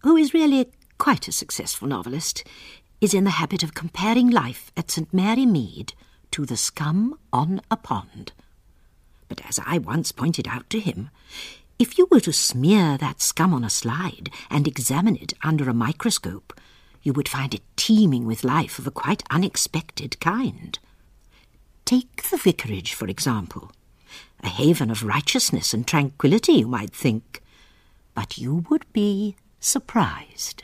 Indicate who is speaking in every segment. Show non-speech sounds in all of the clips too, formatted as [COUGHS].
Speaker 1: who is really quite a successful novelist, is in the habit of comparing life at St. Mary Mead to the scum on a pond. But as I once pointed out to him, if you were to smear that scum on a slide and examine it under a microscope, you would find it teeming with life of a quite unexpected kind. Take the vicarage, for example. A haven of righteousness and tranquillity, you might think. But you would be surprised.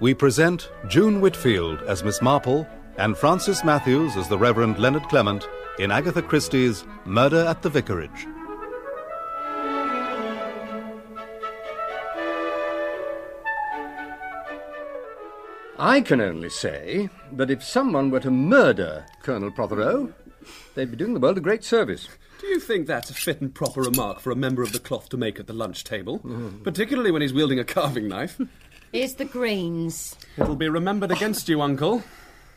Speaker 2: We present June Whitfield as Miss Marple and Francis Matthews as the Reverend Leonard Clement in Agatha Christie's Murder at the Vicarage.
Speaker 3: I can only say that if someone were to murder Colonel Prothero, they'd be doing the world a great service.
Speaker 4: Do you think that's a fit and proper remark for a member of the cloth to make at the lunch table? Particularly when he's wielding a carving knife.
Speaker 5: Here's the greens.
Speaker 4: It'll be remembered against you, Uncle,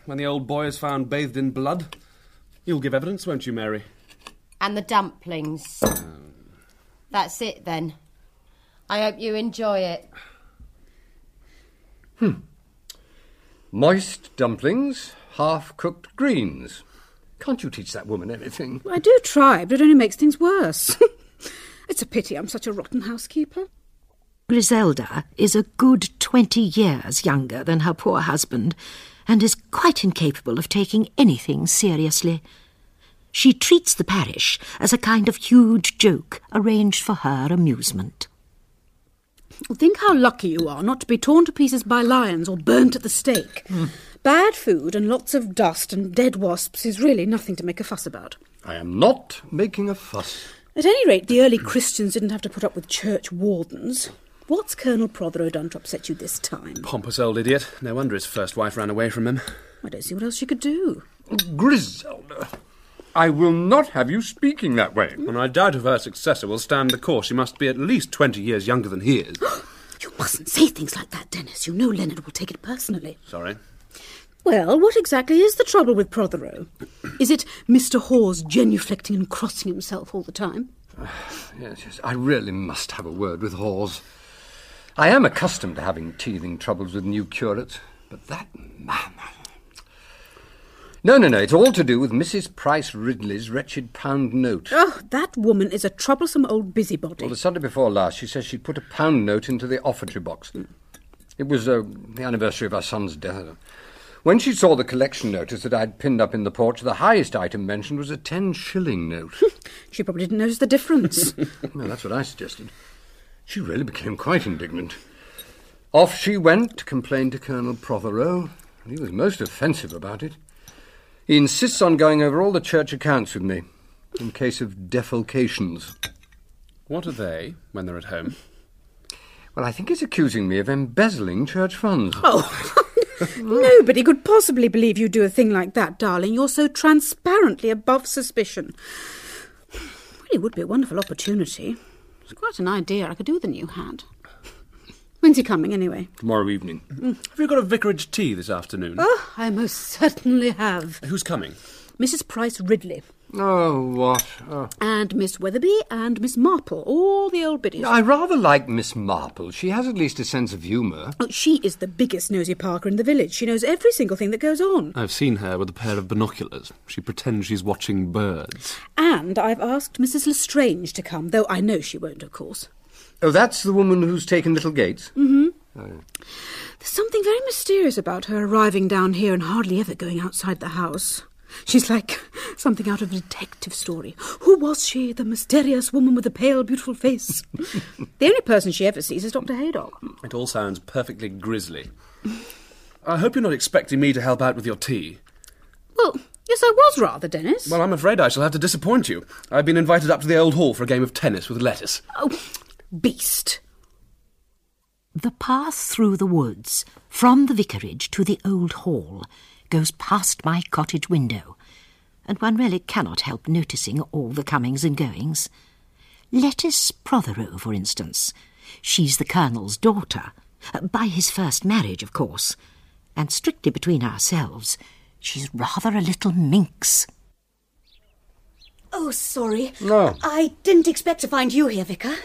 Speaker 4: when the old boy is found bathed in blood. You'll give evidence, won't you, Mary?
Speaker 5: And the dumplings. That's it then. I hope you enjoy it.
Speaker 3: Moist dumplings, half cooked greens. Can't you teach that woman anything?
Speaker 6: I do try, but it only makes things worse. [LAUGHS] it's a pity I'm such a rotten housekeeper.
Speaker 1: Griselda is a good twenty years younger than her poor husband and is quite incapable of taking anything seriously. She treats the parish as a kind of huge joke arranged for her amusement.
Speaker 6: Think how lucky you are not to be torn to pieces by lions or burnt at the stake.
Speaker 3: Hmm.
Speaker 6: Bad food and lots of dust and dead wasps is really nothing to make a fuss about.
Speaker 3: I am not making a fuss.
Speaker 6: At any rate, the early Christians didn't have to put up with church wardens. What's Colonel Prothero done to upset you this time?
Speaker 4: Pompous old idiot. No wonder his first wife ran away from him.
Speaker 6: I don't see what else you could do.
Speaker 3: Griselda, I will not have you speaking that way.
Speaker 4: And I doubt if her successor will stand the course. She must be at least 20 years younger than he
Speaker 6: [GASPS]
Speaker 4: is.
Speaker 6: You mustn't say things like that, Dennis. You know Leonard will take it personally.
Speaker 4: Sorry.
Speaker 6: Well, what exactly is the trouble with Prothero? Is it Mr. Hawes genuflecting and crossing himself all the time?
Speaker 3: Yes, yes, I really must have a word with Hawes. I am accustomed to having teething troubles with new curates, but that man. No, no, no, it's all to do with Mrs. Price Ridley's wretched pound note.
Speaker 6: Oh, that woman is a troublesome old busybody.
Speaker 3: Well, the Sunday before last, she says she put a pound note into the offertory box. It was uh, the anniversary of her son's death. When she saw the collection notice that I'd pinned up in the porch, the highest item mentioned was a ten shilling note.
Speaker 6: she probably didn't notice the
Speaker 4: [LAUGHS]
Speaker 6: difference.
Speaker 3: [LAUGHS] Well, that's what I suggested. She really became quite indignant. Off she went to complain to Colonel Prothero, and he was most offensive about it. He insists on going over all the church accounts with me in case of defalcations.
Speaker 4: What are they when they're at home?
Speaker 3: Well, I think he's accusing me of embezzling church funds.
Speaker 6: oh, [LAUGHS] nobody could possibly believe you do a thing like that, darling. You're so transparently above suspicion. Really would be a wonderful opportunity. It's quite an idea I could do with a new hat. When's he coming, anyway?
Speaker 3: Tomorrow evening.
Speaker 4: Mm. Have you got a vicarage tea this afternoon?
Speaker 6: Oh, I most certainly have.
Speaker 4: Who's coming?
Speaker 6: Mrs. Price Ridley,
Speaker 3: Oh, what? Oh.
Speaker 6: and Miss Weatherby, and Miss Marple, all the old biddies.
Speaker 3: I rather like Miss Marple. She has at least a sense of humour.
Speaker 6: Oh, she is the biggest nosy Parker in the village. She knows every single thing that goes on.
Speaker 7: I've seen her with a pair of binoculars. She pretends she's watching birds.
Speaker 6: And I've asked Mrs. Lestrange to come, though I know she won't, of course.
Speaker 3: Oh, that's the woman who's taken Little Gates?
Speaker 6: There's something very mysterious about her arriving down here and hardly ever going outside the house. She's like [LAUGHS] something out of a detective story. Who was she, the mysterious woman with the pale, beautiful face? the only person she ever sees is Dr. Haydock.
Speaker 4: It all sounds perfectly grisly. I hope you're not expecting me to help out with your tea.
Speaker 6: Well, yes, I was rather, Dennis.
Speaker 4: Well, I'm afraid I shall have to disappoint you. I've been invited up to the old hall for a game of tennis with lettuce.
Speaker 6: oh, beast.
Speaker 1: The path through the woods, from the vicarage to the old hall, goes past my cottage window, and one really cannot help noticing all the comings and goings. Lettice Prothero, for instance. She's the Colonel's daughter, uh, by his first marriage, of course, and strictly between ourselves, she's rather a little minx.
Speaker 8: Oh, sorry.
Speaker 3: No.
Speaker 8: I didn't expect to find you here, Vicar.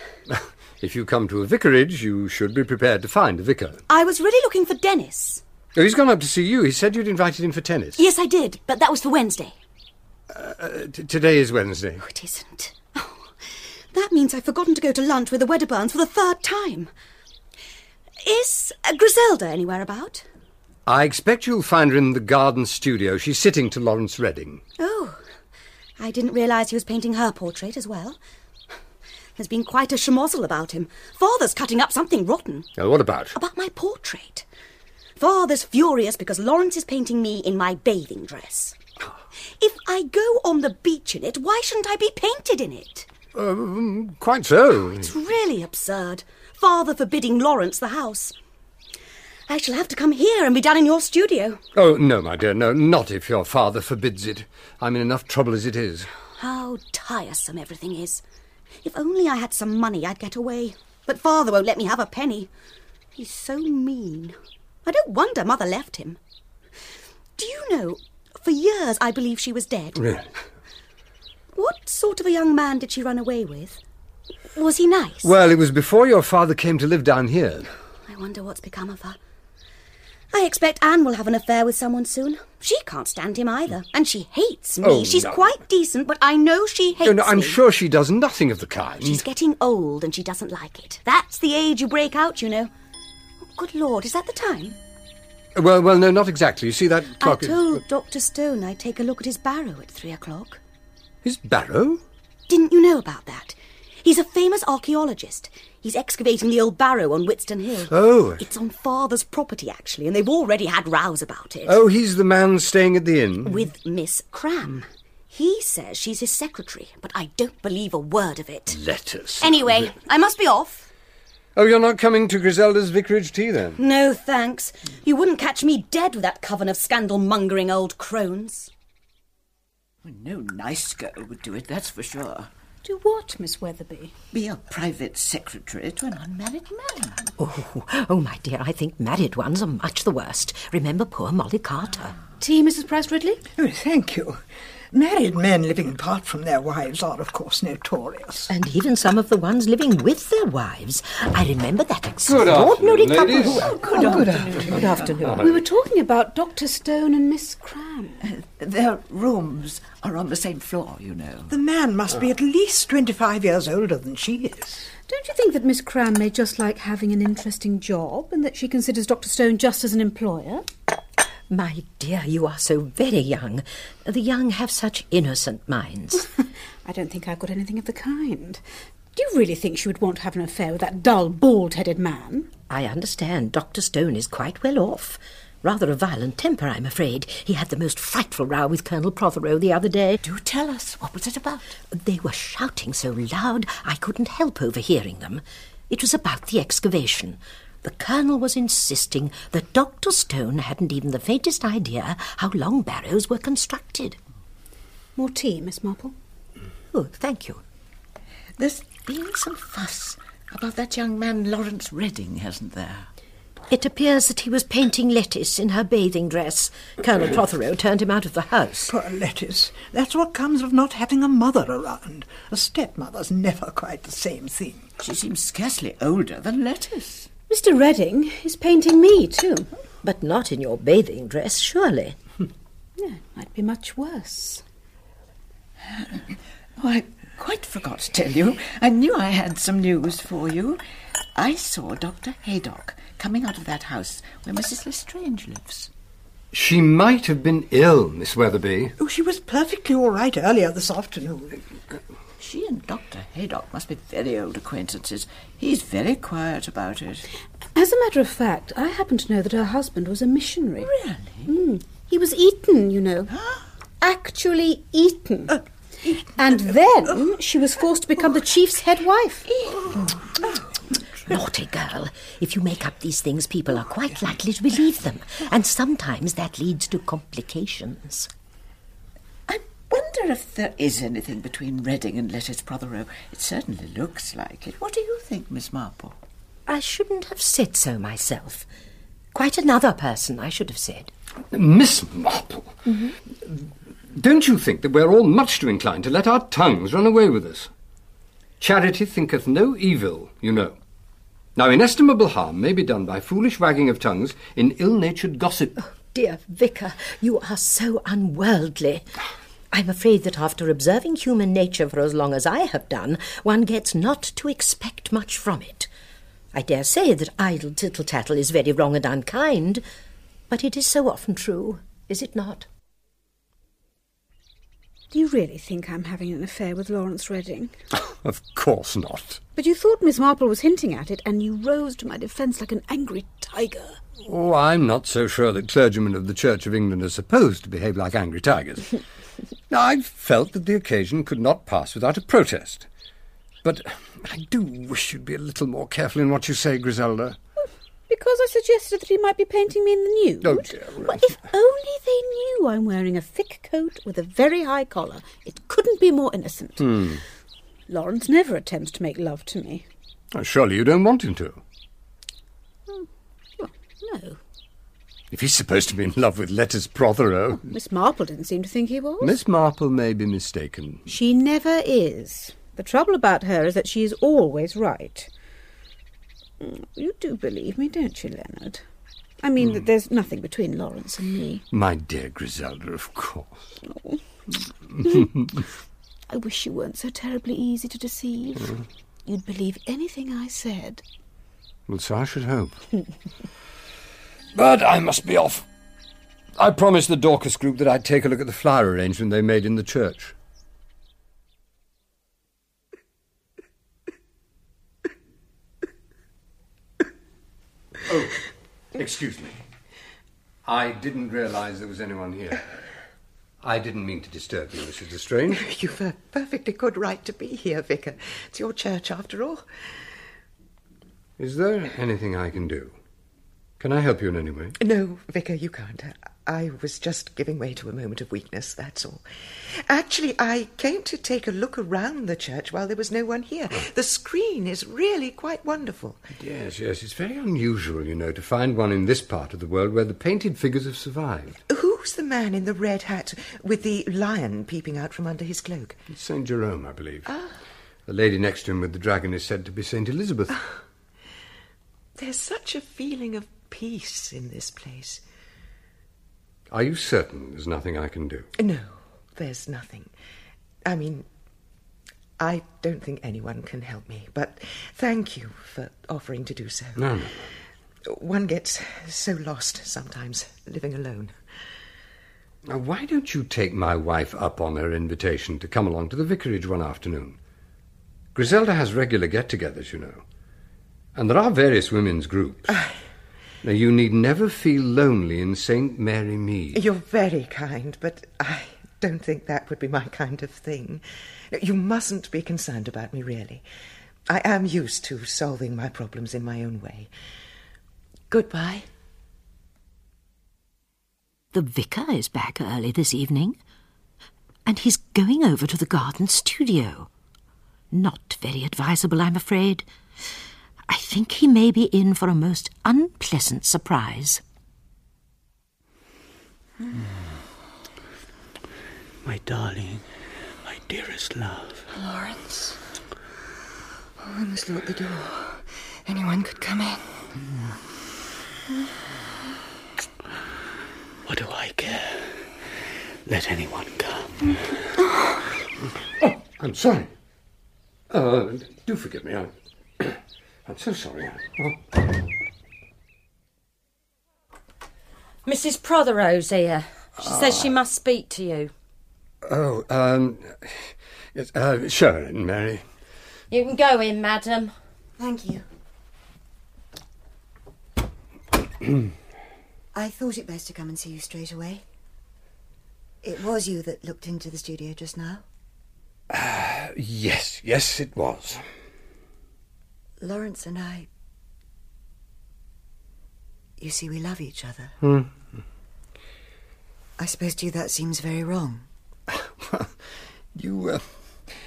Speaker 3: If you come to a vicarage, you should be prepared to find a vicar.
Speaker 8: I was really looking for Dennis.
Speaker 3: Oh, he's gone up to see you. He said you'd invited him for tennis. Uh,
Speaker 8: Yes, I did, but that was for Wednesday.
Speaker 3: T- today is Wednesday.
Speaker 8: It isn't. Oh, that means I've forgotten to go to lunch with the Wedderburns for the third time. Is uh, Griselda anywhere about?
Speaker 3: I expect you'll find her in the garden studio. She's sitting to Lawrence Redding.
Speaker 8: Oh, I didn't realise he was painting her portrait as well. There's been quite a schmozzle about him. Father's cutting up something rotten
Speaker 3: Now, what about?
Speaker 8: about my portrait. Father's furious because Lawrence is painting me in my bathing dress. If I go on the beach in it, why shouldn't I be painted in it?
Speaker 3: Um, quite so.
Speaker 8: It's really absurd. Father forbidding Lawrence the house. I shall have to come here and be done in your studio.
Speaker 3: Oh, no, my dear, no, not if your father forbids it. I'm in enough trouble as it is.
Speaker 8: How tiresome everything is. If only I had some money, I'd get away. But father won't let me have a penny. He's so mean. I don't wonder mother left him. Do you know, for years I believe she was dead.
Speaker 3: Really?
Speaker 8: What sort of a young man did she run away with? Was he nice?
Speaker 3: Well, it was before your father came to live down here.
Speaker 8: I wonder what's become of her. I expect Anne will have an affair with someone soon. She can't stand him either, and she hates me.
Speaker 3: Oh,
Speaker 8: She's
Speaker 3: no.
Speaker 8: quite decent, but I know she hates
Speaker 3: Oh, no, I'm
Speaker 8: me.
Speaker 3: sure she does nothing of the kind.
Speaker 8: She's getting old and she doesn't like it. That's the age you break out, you know. Good Lord, is that the time?
Speaker 3: Well, well, no, not exactly. You see that clock?
Speaker 8: I
Speaker 3: is-
Speaker 8: told Dr. Stone I'd take a look at his barrow at three o'clock.
Speaker 3: His barrow?
Speaker 8: Didn't you know about that? He's a famous archaeologist. He's excavating the old barrow on Whitston Hill.
Speaker 3: Oh.
Speaker 8: It's on father's property, actually, and they've already had rows about it.
Speaker 3: Oh, he's the man staying at the inn.
Speaker 8: With Miss Cram. He says she's his secretary, but I don't believe a word of it.
Speaker 3: Letters.
Speaker 8: Anyway, I must be off.
Speaker 3: Oh, you're not coming to Griselda's vicarage tea then?
Speaker 8: No, thanks. You wouldn't catch me dead with that coven of scandal mongering old crones.
Speaker 9: No nice girl would do it, that's for sure.
Speaker 6: Do what, Miss Weatherby?
Speaker 9: Be a private secretary to an unmarried man.
Speaker 1: Oh, oh, my dear, I think married ones are much the worst. Remember poor Molly Carter.
Speaker 6: Tea, Mrs. Price Ridley?
Speaker 10: Oh, thank you. Married men living apart from their wives are, of course, notorious.
Speaker 1: And even some of the ones living with their wives. I remember that extraordinary
Speaker 3: afternoon,
Speaker 1: couple
Speaker 3: ladies.
Speaker 1: who.
Speaker 10: Oh,
Speaker 6: Good, afternoon. Good afternoon. We were talking about Dr. Stone and Miss Cram. [LAUGHS]
Speaker 9: Their rooms are on the same floor, you know.
Speaker 10: The man must be at least 25 years older than she is.
Speaker 6: Don't you think that Miss Cram may just like having an interesting job and that she considers Dr. Stone just as an employer?
Speaker 1: My dear, you are so very young. The young have such innocent minds.
Speaker 6: I don't think I've got anything of the kind. Do you really think she would want to have an affair with that dull, bald headed man?
Speaker 1: I understand Dr. Stone is quite well off. Rather a violent temper, I'm afraid. He had the most frightful row with Colonel Prothero the other day.
Speaker 9: Do tell us, what was it about?
Speaker 1: They were shouting so loud I couldn't help overhearing them. It was about the excavation. The Colonel was insisting that Dr. Stone hadn't even the faintest idea how long barrows were constructed.
Speaker 6: More tea, Miss Marple?
Speaker 1: Oh, thank you.
Speaker 9: There's been some fuss about that young man Lawrence Redding, hasn't there?
Speaker 1: It appears that he was painting lettuce in her bathing dress.
Speaker 9: Mm.
Speaker 1: Colonel Prothero turned him out of the house.
Speaker 10: Poor Lettice. That's what comes of not having a mother around. A stepmother's never quite the same thing.
Speaker 9: She seems scarcely older than Lettuce.
Speaker 6: Mr. Redding is painting me, too.
Speaker 1: But not in your bathing dress, surely.
Speaker 9: Hmm.
Speaker 6: Yeah, it might be much worse.
Speaker 9: [CLEARS THROAT] Oh, I quite forgot to tell you. I knew I had some news for you. I saw Dr. Haydock coming out of that house where Mrs. Lestrange lives.
Speaker 3: She might have been ill, Miss Weatherby.
Speaker 10: Oh, she was perfectly all right earlier this afternoon.
Speaker 9: She and Dr. Haydock must be very old acquaintances. He's very quiet about it.
Speaker 6: As a matter of fact, I happen to know that her husband was a missionary. Hmm.
Speaker 9: Really?
Speaker 6: He was eaten, you know. Actually eaten. And then she was forced to become the chief's head wife.
Speaker 1: Naughty girl. If you make up these things, people are quite likely to believe them. And sometimes that leads to complications.
Speaker 9: I wonder if there is anything between Reading and Lettice Prothero. It certainly looks like it. What do you think, Miss Marple?
Speaker 1: I shouldn't have said so myself. Quite another person, I should have said. Mm-hmm.
Speaker 3: Miss Marple, don't you think that we're all much too inclined to let our tongues run away with us? Charity thinketh no evil, you know. Now, inestimable harm may be done by foolish wagging of tongues in ill natured gossip.
Speaker 1: Dear Vicar, you are so unworldly. I'm afraid that after observing human nature for as long as I have done, one gets not to expect much from it. I dare say that idle tittle tattle is very wrong and unkind, but it is so often true, is it not?
Speaker 6: Do you really think I'm having an affair with Lawrence Redding?
Speaker 3: Of course not.
Speaker 6: But you thought Miss Marple was hinting at it, and you rose to my defence like an angry tiger.
Speaker 3: Oh, I'm not so sure that clergymen of the Church of England are supposed to behave like angry tigers. now, I felt that the occasion could not pass without a protest. But I do wish you'd be a little more careful in what you say, Griselda.
Speaker 6: Because I suggested that he might be painting me in the nude?
Speaker 3: Oh, dear.
Speaker 6: Well, if only they knew I'm wearing a thick coat with a very high collar. It couldn't be more innocent.
Speaker 3: Hmm.
Speaker 6: Lawrence never attempts to make love to me.
Speaker 3: Oh, Surely you don't want him to.
Speaker 6: No.
Speaker 3: If he's supposed to be in love with Letters Prothero.
Speaker 6: Miss Marple didn't seem to think he was.
Speaker 3: Miss Marple may be mistaken.
Speaker 6: She never is. The trouble about her is that she is always right. Mm, You do believe me, don't you, Leonard? I mean, that there's nothing between Lawrence and me.
Speaker 3: My dear Griselda, of course.
Speaker 6: Oh. I wish you weren't so terribly easy to deceive.
Speaker 3: Mm.
Speaker 6: You'd believe anything I said.
Speaker 3: Well, so I should hope. [LAUGHS] but I must be off. I promised the Dorcas group that I'd take a look at the flower arrangement they made in the church. oh, excuse me. I didn't realise there was anyone here. I didn't mean to disturb [LAUGHS] you, Mrs. Lestrange.
Speaker 11: You've a perfectly good right to be here, Vicar. It's your church, after all.
Speaker 3: Is there anything I can do? Can I help you in any way?
Speaker 11: No, Vicar, you can't. I was just giving way to a moment of weakness, that's all. Actually, I came to take a look around the church while there was no one here. The screen is really quite wonderful.
Speaker 3: Yes, yes. It's very unusual, you know, to find one in this part of the world where the painted figures have survived.
Speaker 11: Who's the man in the red hat with the lion peeping out from under his cloak?
Speaker 3: It's St. Jerome, I believe. The lady next to him with the dragon is said to be St. Elizabeth.
Speaker 11: There's such a feeling of peace in this place.
Speaker 3: Are you certain there's nothing I can do?
Speaker 11: No, there's nothing. I mean, I don't think anyone can help me, but thank you for offering to do so.
Speaker 3: No, no.
Speaker 11: One gets so lost sometimes living alone.
Speaker 3: Now, why don't you take my wife up on her invitation to come along to the vicarage one afternoon? Griselda has regular get togethers, you know. And there are various women's groups. now, you need never feel lonely in St. Mary Mead.
Speaker 11: You're very kind, but I don't think that would be my kind of thing. You mustn't be concerned about me, really. I am used to solving my problems in my own way. Goodbye.
Speaker 1: The vicar is back early this evening, and he's going over to the garden studio. Not very advisable, I'm afraid. I think he may be in for a most unpleasant surprise.
Speaker 12: [SIGHS] My darling, my dearest love.
Speaker 13: Lawrence. Oh, I must lock the door. Anyone could come in.
Speaker 12: [SIGHS] What do I care? Let anyone come.
Speaker 3: Oh, I'm sorry. Uh, do forgive me. I, [CLEARS THROAT] I'm so sorry. Oh,
Speaker 5: Mrs. Prothero's here. She says she must speak to you.
Speaker 3: oh um, yes, uh, Sharon, Mary.
Speaker 14: You can go in, madam.
Speaker 13: Thank you. I thought it best to come and see you straight away. It was you that looked into the studio just now.
Speaker 3: Uh, yes, yes, it was.
Speaker 13: Lawrence and I. You see, we love each other.
Speaker 3: Hmm.
Speaker 13: I suppose to you that seems very wrong.
Speaker 3: You, uh,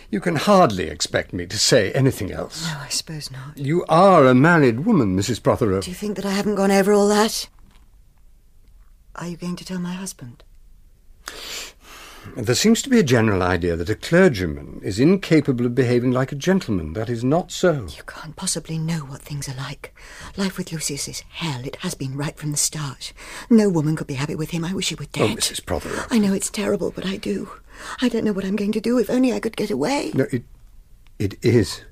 Speaker 3: you can hardly expect me to say anything else.
Speaker 13: No, I suppose not.
Speaker 3: You are a married woman, Mrs. Prothero.
Speaker 13: Do you think that I haven't gone over all that? Are you going to tell my husband?
Speaker 3: There seems to be a general idea that a clergyman is incapable of behaving like a gentleman. That is not so.
Speaker 13: You can't possibly know what things are like. Life with Lucius is hell. It has been right from the start. No woman could be happy with him. I wish he were
Speaker 3: Oh,
Speaker 13: dead.
Speaker 3: Mrs. Prothero.
Speaker 13: I know it's terrible, but I do. I don't know what I'm going to do. If only I could get away.
Speaker 3: No, it, it is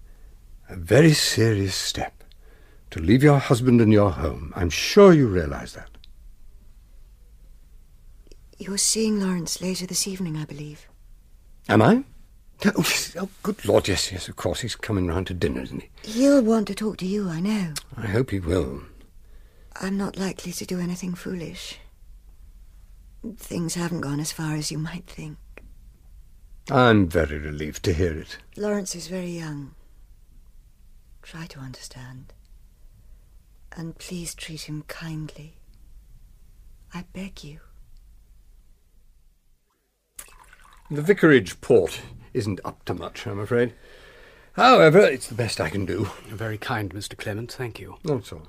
Speaker 3: a very serious step to leave your husband and your home. I'm sure you realize that.
Speaker 13: You're seeing Lawrence later this evening, I believe.
Speaker 3: Am I? Oh, yes. [LAUGHS] Oh, good Lord, yes, yes, of course. He's coming round to dinner, isn't he?
Speaker 13: He'll want to talk to you, I know.
Speaker 3: I hope he will.
Speaker 13: I'm not likely to do anything foolish. Things haven't gone as far as you might think.
Speaker 3: I'm very relieved to hear it.
Speaker 13: Lawrence is very young. Try to understand. And please treat him kindly. I beg you.
Speaker 3: The vicarage port isn't up to much, I'm afraid. However, it's the best I can do.
Speaker 12: You're very kind, Mr. Clement. Thank you.
Speaker 3: That's all.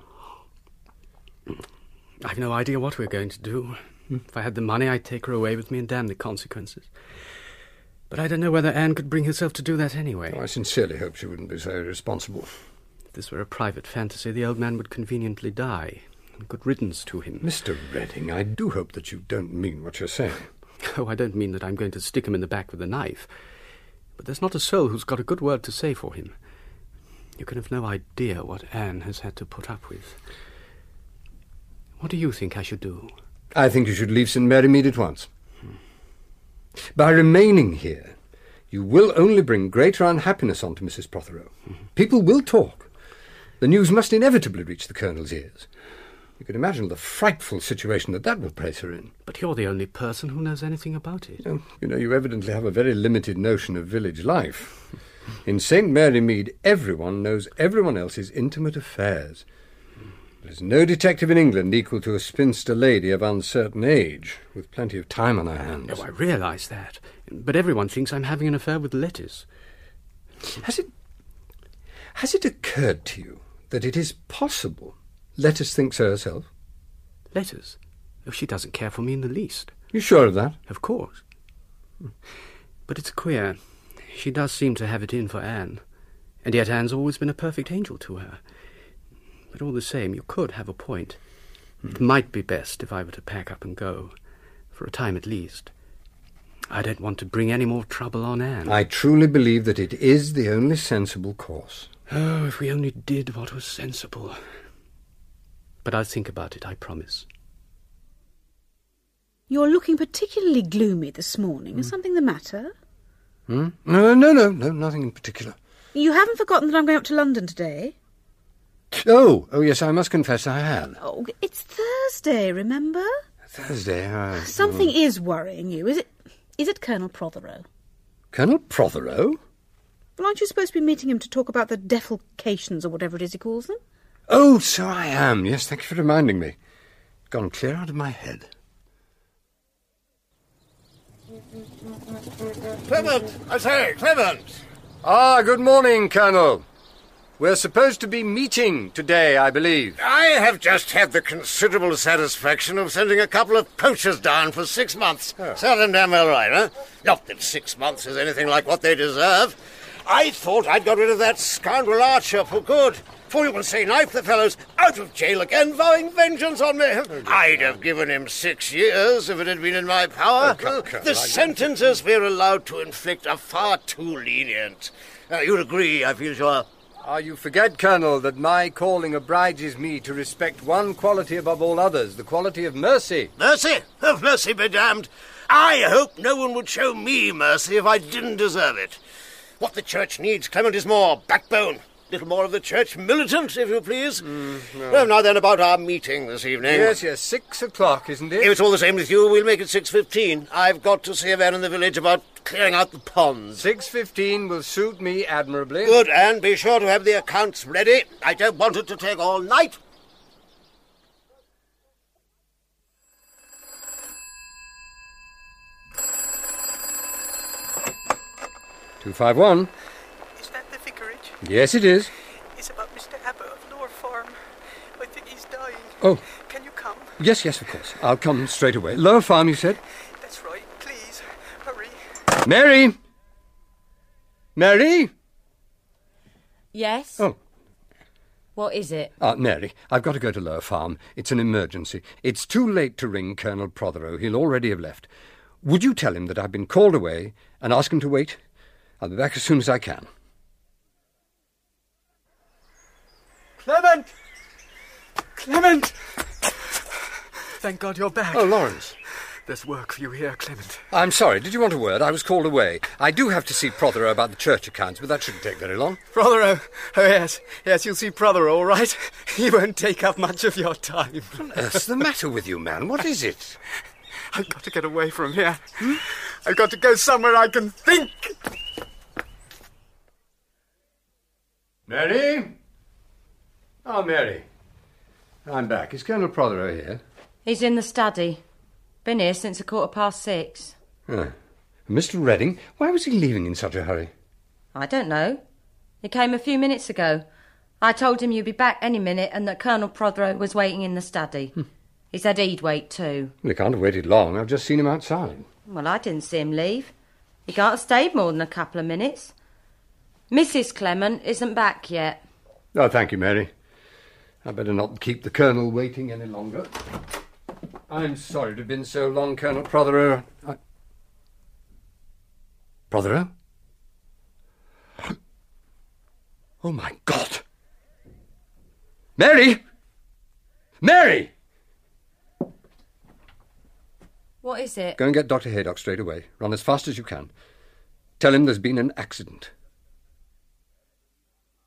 Speaker 12: I've no idea what we're going to do.
Speaker 3: Hmm.
Speaker 12: If I had the money, I'd take her away with me and damn the consequences. But I don't know whether Anne could bring herself to do that anyway.
Speaker 3: I sincerely hope she wouldn't be so irresponsible.
Speaker 12: If this were a private fantasy, the old man would conveniently die. And good riddance to him.
Speaker 3: Mr. Redding, I do hope that you don't mean what you're saying.
Speaker 12: [LAUGHS] Oh, I don't mean that I'm going to stick him in the back with a knife. But there's not a soul who's got a good word to say for him. You can have no idea what Anne has had to put up with. What do you think I should do?
Speaker 3: I think you should leave St. Mary Mead at once. By remaining here, you will only bring greater unhappiness onto Mrs. Prothero. People will talk. The news must inevitably reach the Colonel's ears. You can imagine the frightful situation that that will place her in.
Speaker 12: But you're the only person who knows anything about it.
Speaker 3: Oh, You know, you evidently have a very limited notion of village life. In St. Mary Mead, everyone knows everyone else's intimate affairs. There's no detective in England equal to a spinster lady of uncertain age, with plenty of time on her hands.
Speaker 12: No, I realise that. But everyone thinks I'm having an affair with lettuce.
Speaker 3: Has it has it occurred to you that it is possible Lettuce thinks so herself?
Speaker 12: Letters? Oh, she doesn't care for me in the least.
Speaker 3: You sure of that?
Speaker 12: Of course. But it's queer. She does seem to have it in for Anne. And yet Anne's always been a perfect angel to her. But all the same, you could have a point.
Speaker 3: Hmm.
Speaker 12: It might be best if I were to pack up and go, for a time at least. I don't want to bring any more trouble on Anne.
Speaker 3: I truly believe that it is the only sensible course.
Speaker 12: Oh, if we only did what was sensible. But I'll think about it, I promise.
Speaker 6: You're looking particularly gloomy this morning. Is something the matter?
Speaker 3: Hmm? No, no, no, no, nothing in particular.
Speaker 6: You haven't forgotten that I'm going up to London today.
Speaker 3: Oh, oh yes, I must confess I had.
Speaker 6: Oh, it's Thursday, remember?
Speaker 3: Thursday, I...
Speaker 6: Something
Speaker 3: Mm.
Speaker 6: is worrying you. Is it? Is it Colonel Prothero?
Speaker 3: Colonel Prothero?
Speaker 6: Well, aren't you supposed to be meeting him to talk about the defalcations or whatever it is he calls them?
Speaker 3: Oh, so I am. Yes, thank you for reminding me. Gone clear out of my head. Clement! I say, Clement! Ah, good morning, Colonel. We're supposed to be meeting today, I believe.
Speaker 15: I have just had the considerable satisfaction of sending a couple of poachers down for six months.
Speaker 16: Oh.
Speaker 15: Sounding damn well right, huh? Not that six months is anything like what they deserve. I thought I'd got rid of that scoundrel Archer for good. For you can say knife the fellows out of jail again, vowing vengeance on me.
Speaker 16: Oh,
Speaker 15: I'd have given him six years if it had been in my power.
Speaker 16: Oh, come, come,
Speaker 15: the
Speaker 16: I-
Speaker 15: sentences we're allowed to inflict are far too lenient. Uh, you'd agree, I feel sure.
Speaker 3: Ah, you forget, Colonel, that my calling obliges me to respect one quality above all others the quality of mercy.
Speaker 15: Mercy? Of mercy be damned. I hope no one would show me mercy if I didn't deserve it. What the church needs, Clement, is more backbone. Little more of the church militant, if you please. Well, now then, about our meeting this evening.
Speaker 3: Mm, Yes, yes, six o'clock, isn't it?
Speaker 15: If it's all the same with you, we'll make it six fifteen. I've got to see a man in the village about clearing out the ponds.
Speaker 3: Six fifteen will suit me admirably.
Speaker 15: Good, and be sure to have the accounts ready. I don't want it to take all night.
Speaker 3: Two five one.
Speaker 17: Is that the vicarage?
Speaker 3: Yes, it is.
Speaker 17: It's about Mr. Abber of Lower Farm. I think he's dying.
Speaker 3: Oh.
Speaker 17: Can you come?
Speaker 3: Yes, yes, of course. I'll come straight away. Lower Farm, you said?
Speaker 17: That's right. Please, hurry.
Speaker 3: Mary! Mary!
Speaker 5: Yes?
Speaker 3: Oh.
Speaker 5: What is it?
Speaker 3: Ah, Mary, I've got to go to Lower Farm. It's an emergency. It's too late to ring Colonel Prothero. He'll already have left. Would you tell him that I've been called away and ask him to wait? I'll be back as soon as I can.
Speaker 17: Clement! Clement!
Speaker 12: Thank God you're back.
Speaker 3: Oh, Lawrence.
Speaker 12: There's work for you here, Clement.
Speaker 3: I'm sorry. Did you want a word? I was called away. I do have to see Prothero about the church accounts, but that shouldn't take very long.
Speaker 12: Prothero. Oh, yes. Yes, you'll see Prothero, all right? [LAUGHS] He won't take up much of your time.
Speaker 3: What's the matter with you, man? What is it?
Speaker 12: I've got to get away from here. I've got to go somewhere I can think.
Speaker 3: Mary? Oh, Mary. I'm back. Is Colonel Prothero here?
Speaker 5: He's in the study. Been here since a quarter past six.
Speaker 3: Oh. Mr. Redding? Why was he leaving in such a hurry?
Speaker 5: I don't know. He came a few minutes ago. I told him you'd be back any minute and that Colonel Prothero was waiting in the study. He said he'd wait too.
Speaker 3: Well, he can't have waited long. I've just seen him outside.
Speaker 5: Well, I didn't see him leave. He can't have stayed more than a couple of minutes. Mrs. Clement isn't back yet.
Speaker 3: Oh, thank you, Mary. I better not keep the Colonel waiting any longer. I'm sorry to have been so long, Colonel Prothero. I... Prothero? Oh, my God! Mary! Mary!
Speaker 5: What is it?
Speaker 3: Go and get Dr. Haydock straight away. Run as fast as you can. Tell him there's been an accident.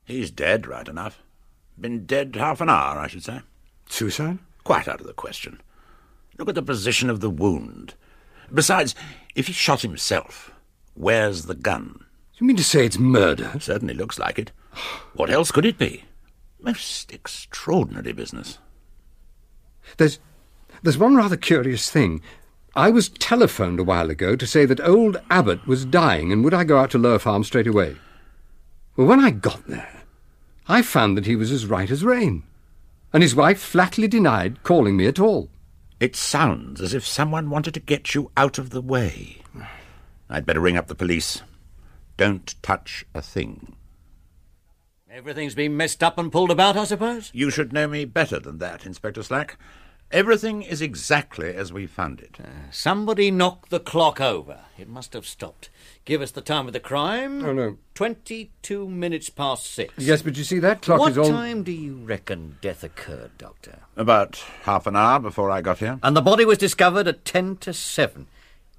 Speaker 18: He's dead, right enough. Been dead half an hour, I should say.
Speaker 3: Suicide?
Speaker 18: Quite out of the question. Look at the position of the wound. Besides, if he shot himself, where's the gun?
Speaker 3: You mean to say it's murder?
Speaker 18: Certainly looks like it. What else could it be? Most extraordinary business.
Speaker 3: There's, there's one rather curious thing. I was telephoned a while ago to say that old Abbott was dying and would I go out to Lower Farm straight away. Well, when I got there, I found that he was as right as rain, and his wife flatly denied calling me at all.
Speaker 18: It sounds as if someone wanted to get you out of the way. I'd better ring up the police. Don't touch a thing.
Speaker 19: Everything's been messed up and pulled about, I suppose?
Speaker 18: You should know me better than that, Inspector Slack. Everything is exactly as we found it.
Speaker 19: Uh, Somebody knocked the clock over. It must have stopped. Give us the time of the crime.
Speaker 3: Oh, no.
Speaker 19: 22 minutes past six.
Speaker 3: Yes, but you see, that clock
Speaker 19: What
Speaker 3: is all.
Speaker 19: time do you reckon death occurred, Doctor?
Speaker 18: About half an hour before I got here.
Speaker 19: And the body was discovered at 10 to 7.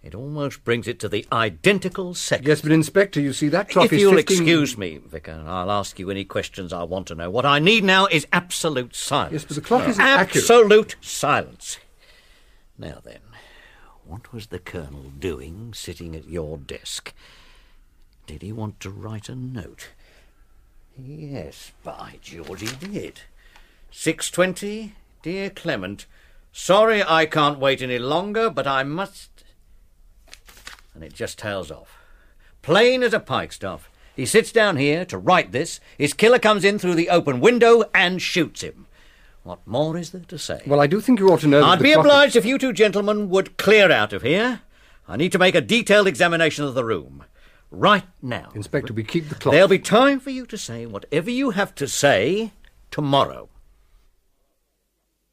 Speaker 19: It almost brings it to the identical second.
Speaker 3: Yes, but Inspector, you see, that clock
Speaker 19: if
Speaker 3: is.
Speaker 19: you'll
Speaker 3: 15
Speaker 19: excuse me, Vicar, I'll ask you any questions I want to know. What I need now is absolute silence.
Speaker 3: Yes, but the clock isn't accurate.
Speaker 19: Absolute silence. Now then, what was the Colonel doing sitting at your desk? Did he want to write a note? Yes, by George, he did. 6.20, dear Clement, sorry I can't wait any longer, but I must... And it just tails off. Plain as a pikestaff. He sits down here to write this, his killer comes in through the open window and shoots him. What more is there to say?
Speaker 3: Well, I do think you ought to know. that
Speaker 19: I'd
Speaker 3: the
Speaker 19: be
Speaker 3: clock is-
Speaker 19: obliged if you two gentlemen would clear out of here. I need to make a detailed examination of the room. Right now.
Speaker 3: Inspector, we keep the clock.
Speaker 19: There'll be time for you to say whatever you have to say tomorrow.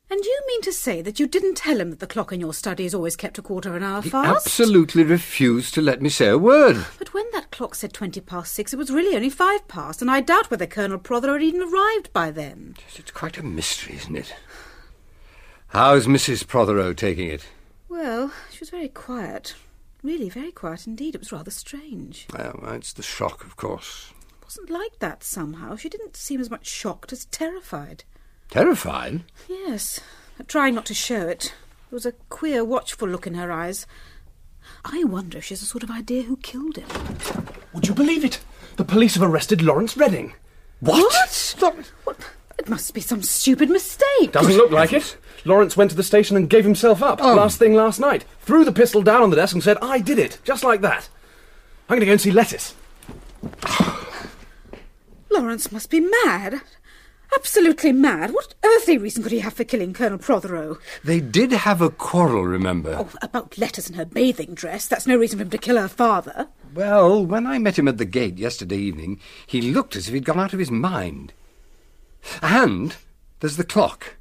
Speaker 6: And you mean to say that you didn't tell him that the clock in your study is always kept a quarter of an hour fast?
Speaker 3: Absolutely refused to let me say a word.
Speaker 6: But when that clock said twenty past six, it was really only five past, and I doubt whether Colonel Prothero had even arrived by then.
Speaker 3: It's quite a mystery, isn't it? How's Mrs. Prothero taking it?
Speaker 6: Well, she was very quiet. Really very quiet indeed. It was rather strange.
Speaker 3: Well, it's the shock, of course.
Speaker 6: It wasn't like that somehow. She didn't seem as much shocked as terrified.
Speaker 3: Terrified?
Speaker 6: Yes, trying not to show it. There was a queer, watchful look in her eyes. I wonder if she has a sort of idea who killed him.
Speaker 4: Would you believe it? The police have arrested Lawrence Redding.
Speaker 6: What? Stop. What? It must be some stupid mistake.
Speaker 4: Doesn't look like it. Lawrence went to the station and gave himself up
Speaker 6: Oh.
Speaker 4: last thing last night. Threw the pistol down on the desk and said, I did it, just like that. I'm going to go and see Lettuce.
Speaker 6: Lawrence must be mad. Absolutely mad. What earthly reason could he have for killing Colonel Prothero?
Speaker 3: They did have a quarrel, remember?
Speaker 6: Oh, about letters and her bathing dress. That's no reason for him to kill her father.
Speaker 3: Well, when I met him at the gate yesterday evening, he looked as if he'd gone out of his mind. And there's the clock.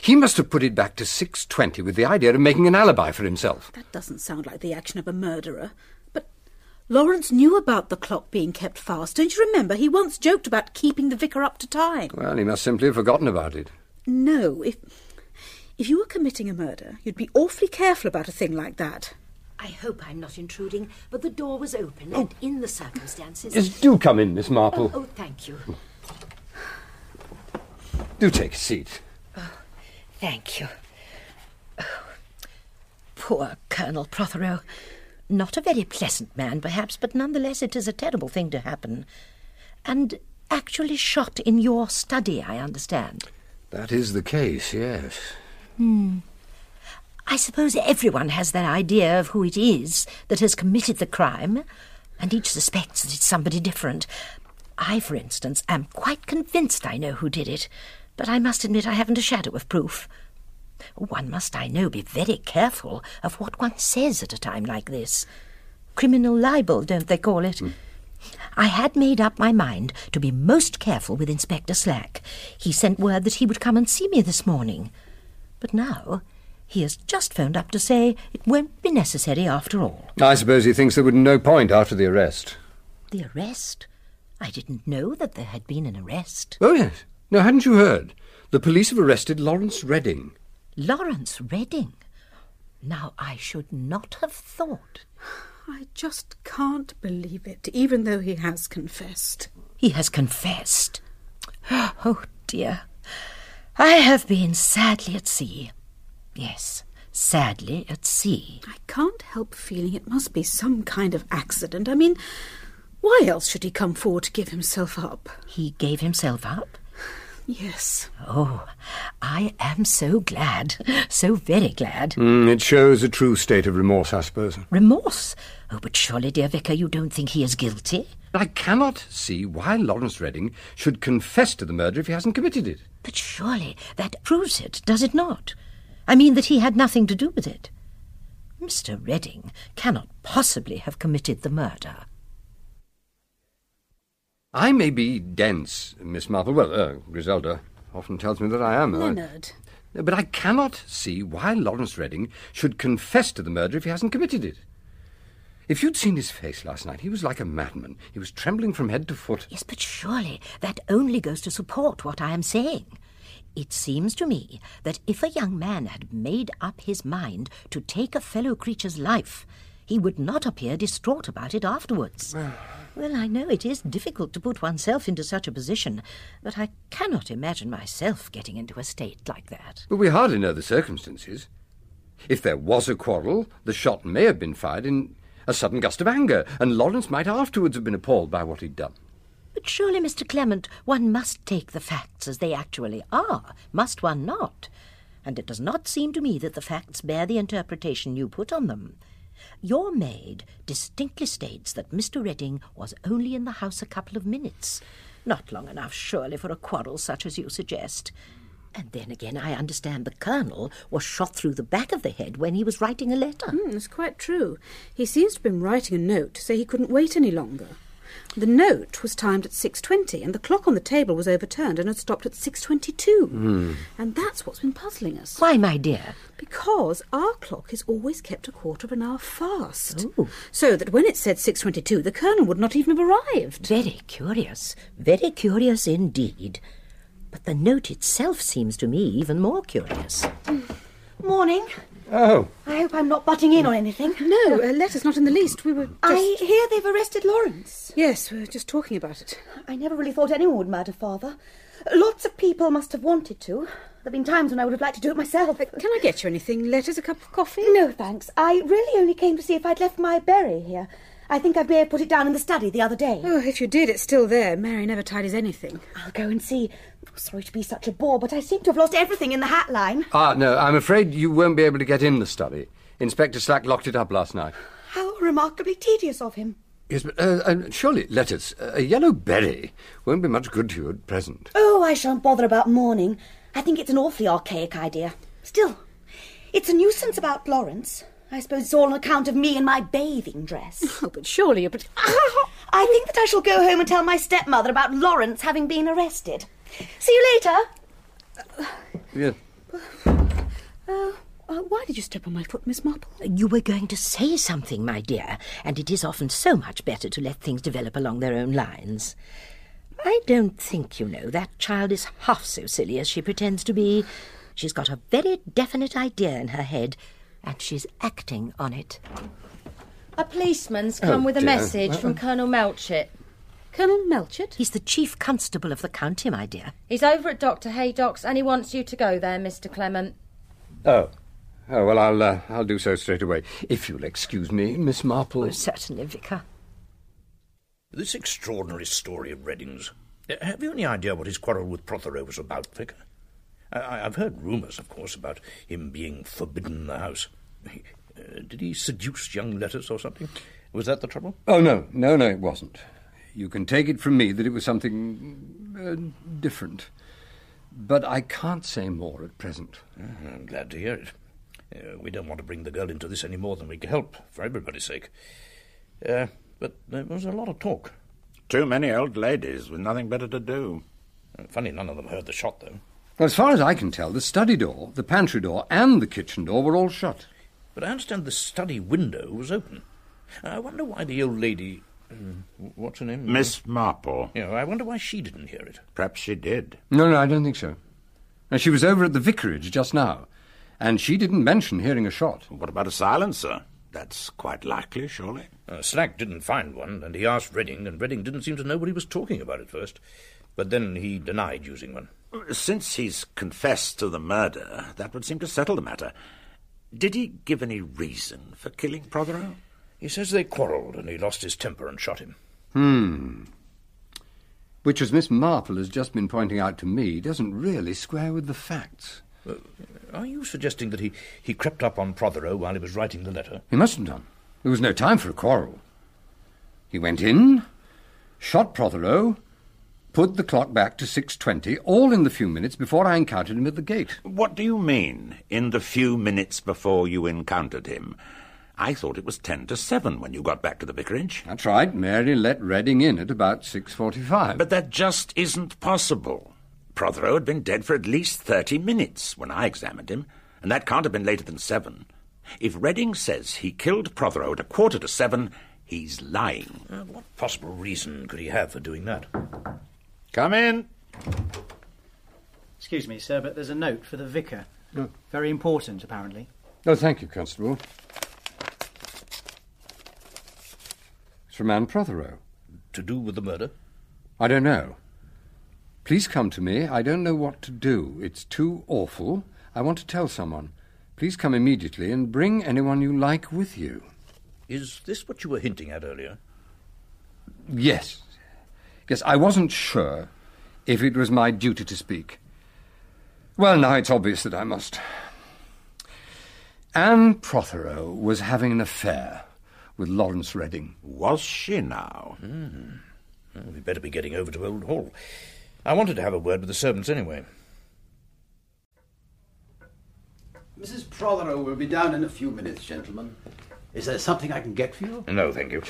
Speaker 3: He must have put it back to 6.20 with the idea of making an alibi for himself.
Speaker 6: That doesn't sound like the action of a murderer. But Lawrence knew about the clock being kept fast. Don't you remember? He once joked about keeping the vicar up to time.
Speaker 3: Well, he must simply have forgotten about it.
Speaker 6: No, if if you were committing a murder, you'd be awfully careful about a thing like that.
Speaker 1: I hope I'm not intruding, but the door was open, and in the circumstances.
Speaker 3: Yes, Oh. do come in, Miss
Speaker 1: Oh,
Speaker 3: Marple.
Speaker 1: oh, thank you.
Speaker 6: oh.
Speaker 3: Do take a seat.
Speaker 1: Oh, Thank you. Oh, Poor Colonel Prothero. Not a very pleasant man, perhaps, but nonetheless it is a terrible thing to happen. And actually shot in your study, I understand.
Speaker 3: That is the case, yes.
Speaker 1: Hmm. I suppose everyone has their idea of who it is that has committed the crime, and each suspects that it's somebody different. I, for instance, am quite convinced I know who did it, but I must admit I haven't a shadow of proof. One must, I know, be very careful of what one says at a time like this. Criminal libel, don't they call it? I had made up my mind to be most careful with Inspector Slack. He sent word that he would come and see me this morning. But now he has just phoned up to say it won't be necessary after all.
Speaker 3: I suppose he thinks there would no point after the arrest.
Speaker 1: The arrest? I didn't know that there had been an arrest.
Speaker 3: Oh, yes. Now, hadn't you heard? The police have arrested Lawrence Redding.
Speaker 1: Lawrence Redding? Now Oh, I should not have thought.
Speaker 6: I just can't believe it, even though he has confessed.
Speaker 1: He has confessed. [GASPS] Oh dear. I have been sadly at sea. Yes, sadly at sea.
Speaker 6: I can't help feeling it must be some kind of accident. I mean, why else should he come forward to give himself up?
Speaker 1: He gave himself up?
Speaker 6: Yes.
Speaker 1: Oh, I am so glad, so very glad.
Speaker 3: Mm, it shows a true state of remorse, I suppose.
Speaker 1: Remorse? Oh, but surely, dear Vicar, you don't think he is guilty?
Speaker 3: I cannot see why Lawrence Redding should confess to the murder if he hasn't committed it.
Speaker 1: But surely that proves it, does it not? I mean that he had nothing to do with it. Mr. Redding cannot possibly have committed the murder.
Speaker 3: I may be dense, Miss Marple. Well, uh, Griselda often tells me that I am. uh,
Speaker 6: Leonard.
Speaker 3: But I cannot see why Lawrence Redding should confess to the murder if he hasn't committed it. If you'd seen his face last night, he was like a madman. He was trembling from head to foot.
Speaker 1: Yes, but surely that only goes to support what I am saying. It seems to me that if a young man had made up his mind to take a fellow creature's life, he would not appear distraught about it afterwards. Well, I know it is difficult to put oneself into such a position, but I cannot imagine myself getting into a state like that.
Speaker 3: But we hardly know the circumstances. If there was a quarrel, the shot may have been fired in a sudden gust of anger, and Lawrence might afterwards have been appalled by what he'd done.
Speaker 1: But surely, Mr. Clement, one must take the facts as they actually are, must one not? And it does not seem to me that the facts bear the interpretation you put on them. Your maid distinctly states that Mr. Redding was only in the house a couple of minutes. Not long enough, surely, for a quarrel such as you suggest. And then again, I understand the Colonel was shot through the back of the head when he was writing a letter.
Speaker 6: Mm, it's quite true. He seems to have been writing a note, so he couldn't wait any longer. The note was timed at 6.20, and the clock on the table was overturned and had stopped at 6.22. And that's what's been puzzling us.
Speaker 1: Why, my dear?
Speaker 6: Because our clock is always kept a quarter of an hour fast.
Speaker 1: Oh.
Speaker 6: So that when it said 6.22, the Colonel would not even have arrived.
Speaker 1: Very curious. Very curious indeed. But the note itself seems to me even more curious.
Speaker 8: Morning.
Speaker 3: Oh.
Speaker 8: I hope I'm not butting in on anything.
Speaker 6: No, a letter's not in the least. We were.
Speaker 8: I hear they've arrested Lawrence.
Speaker 6: Yes, we were just talking about it.
Speaker 8: I never really thought anyone would murder father. Lots of people must have wanted to. There've been times when I would have liked to do it myself. Can
Speaker 6: Uh, I get you anything? Letters, a cup of coffee?
Speaker 8: No, thanks. I really only came to see if I'd left my berry here. I think I may have put it down in the study the other day.
Speaker 6: Oh, if you did, it's still there. Mary never tidies anything.
Speaker 8: I'll go and see. Sorry to be such a bore, but I seem to have lost everything in the hat line.
Speaker 3: Ah, no, I'm afraid you won't be able to get in the study. Inspector Slack locked it up last night.
Speaker 8: How remarkably tedious of him.
Speaker 3: Yes, but uh, um, surely lettuce, uh, a yellow berry, won't be much good to you at present.
Speaker 8: Oh, I shan't bother about mourning. I think it's an awfully archaic idea. Still, it's a nuisance about Lawrence. I suppose it's all on account of me and my bathing dress.
Speaker 20: [LAUGHS] Oh, but surely you... But...
Speaker 8: I think that I shall go home and tell my stepmother about Lawrence having been arrested. See you later.
Speaker 3: Yes.
Speaker 6: Uh, uh, why did you step on my foot, Miss Marple?
Speaker 1: You were going to say something, my dear, and it is often so much better to let things develop along their own lines. I don't think, you know, that child is half so silly as she pretends to be. She's got a very definite idea in her head, and she's acting on it.
Speaker 5: A policeman's come
Speaker 1: Oh,
Speaker 5: with a
Speaker 1: dear.
Speaker 5: message from
Speaker 1: Uh-uh.
Speaker 5: Colonel Melchett.
Speaker 20: Colonel Melchett?
Speaker 1: He's the chief constable of the county, my dear.
Speaker 5: He's over at Dr. Haydock's and he wants you to go there, Mr. Clement.
Speaker 3: Oh. Oh, well, I'll, uh, I'll do so straight away. If you'll excuse me, Miss Marple.
Speaker 1: Oh, certainly, Vicar.
Speaker 21: This extraordinary story of Redding's. Uh, Have you any idea what his quarrel with Prothero was about, Vicar? I- I- I've heard rumours, of course, about him being forbidden the house. He- uh, did he seduce young Lettuce or something? Was that the trouble?
Speaker 3: Oh, no, no, no, it wasn't. You can take it from me that it was something uh, different. But I can't say more at present.
Speaker 21: Ah, I'm glad to hear it. Uh, we don't want to bring the girl into this any more than we can help, for everybody's sake. Uh, but there was a lot of talk.
Speaker 18: Too many old ladies with nothing better to do.
Speaker 21: Uh, Funny, none of them heard the shot, though.
Speaker 3: As far as I can tell, the study door, the pantry door, and the kitchen door were all shut.
Speaker 21: But I understand the study window was open. I wonder why the old lady. um, What's her name?
Speaker 18: Miss Marple.
Speaker 21: Yeah, I wonder why she didn't hear it.
Speaker 18: Perhaps she did.
Speaker 3: No, no, I don't think so. Now, she was over at the vicarage just now, and she didn't mention hearing a shot.
Speaker 18: What about a silencer? That's quite likely, surely.
Speaker 21: Uh, Slack didn't find one, and he asked Redding, and Redding didn't seem to know what he was talking about at first. But then he denied using one.
Speaker 18: Since he's confessed to the murder, that would seem to settle the matter. Did he give any reason for killing Prothero?
Speaker 21: He says they quarrelled, and he lost his temper and shot him.
Speaker 3: Hmm. Which, as Miss Marple has just been pointing out to me, doesn't really square with the facts.
Speaker 21: Uh, are you suggesting that he, he crept up on Prothero while he was writing the letter?
Speaker 3: He mustn't have done. There was no time for a quarrel. He went in, shot Prothero, put the clock back to 6.20, all in the few minutes before I encountered him at the gate.
Speaker 18: What do you mean, in the few minutes before you encountered him? I thought it was ten to seven when you got back to the vicarage.
Speaker 3: That's right. Mary let Redding in at about 6.45.
Speaker 18: But that just isn't possible. Prothero had been dead for at least 30 minutes when I examined him, and that can't have been later than seven. If Redding says he killed Prothero at a quarter to seven, he's lying.
Speaker 21: Uh, what possible reason could he have for doing that?
Speaker 18: Come in.
Speaker 19: Excuse me, sir, but there's a note for the vicar. Very important, apparently.
Speaker 3: Oh, thank you, Constable. It's from Anne Prothero.
Speaker 21: To do with the murder?
Speaker 3: I don't know. Please come to me. I don't know what to do. It's too awful. I want to tell someone. Please come immediately and bring anyone you like with you.
Speaker 21: Is this what you were hinting at earlier?
Speaker 3: Yes. Yes, I wasn't sure if it was my duty to speak. Well, now it's obvious that I must. Anne Prothero was having an affair with Lawrence Redding.
Speaker 18: Was she now?
Speaker 21: Hmm. Well, we better be getting over to Old Hall. I wanted to have a word with the servants anyway.
Speaker 22: Mrs. Prothero will be down in a few minutes, gentlemen. Is there something I can get for you?
Speaker 21: No, thank you.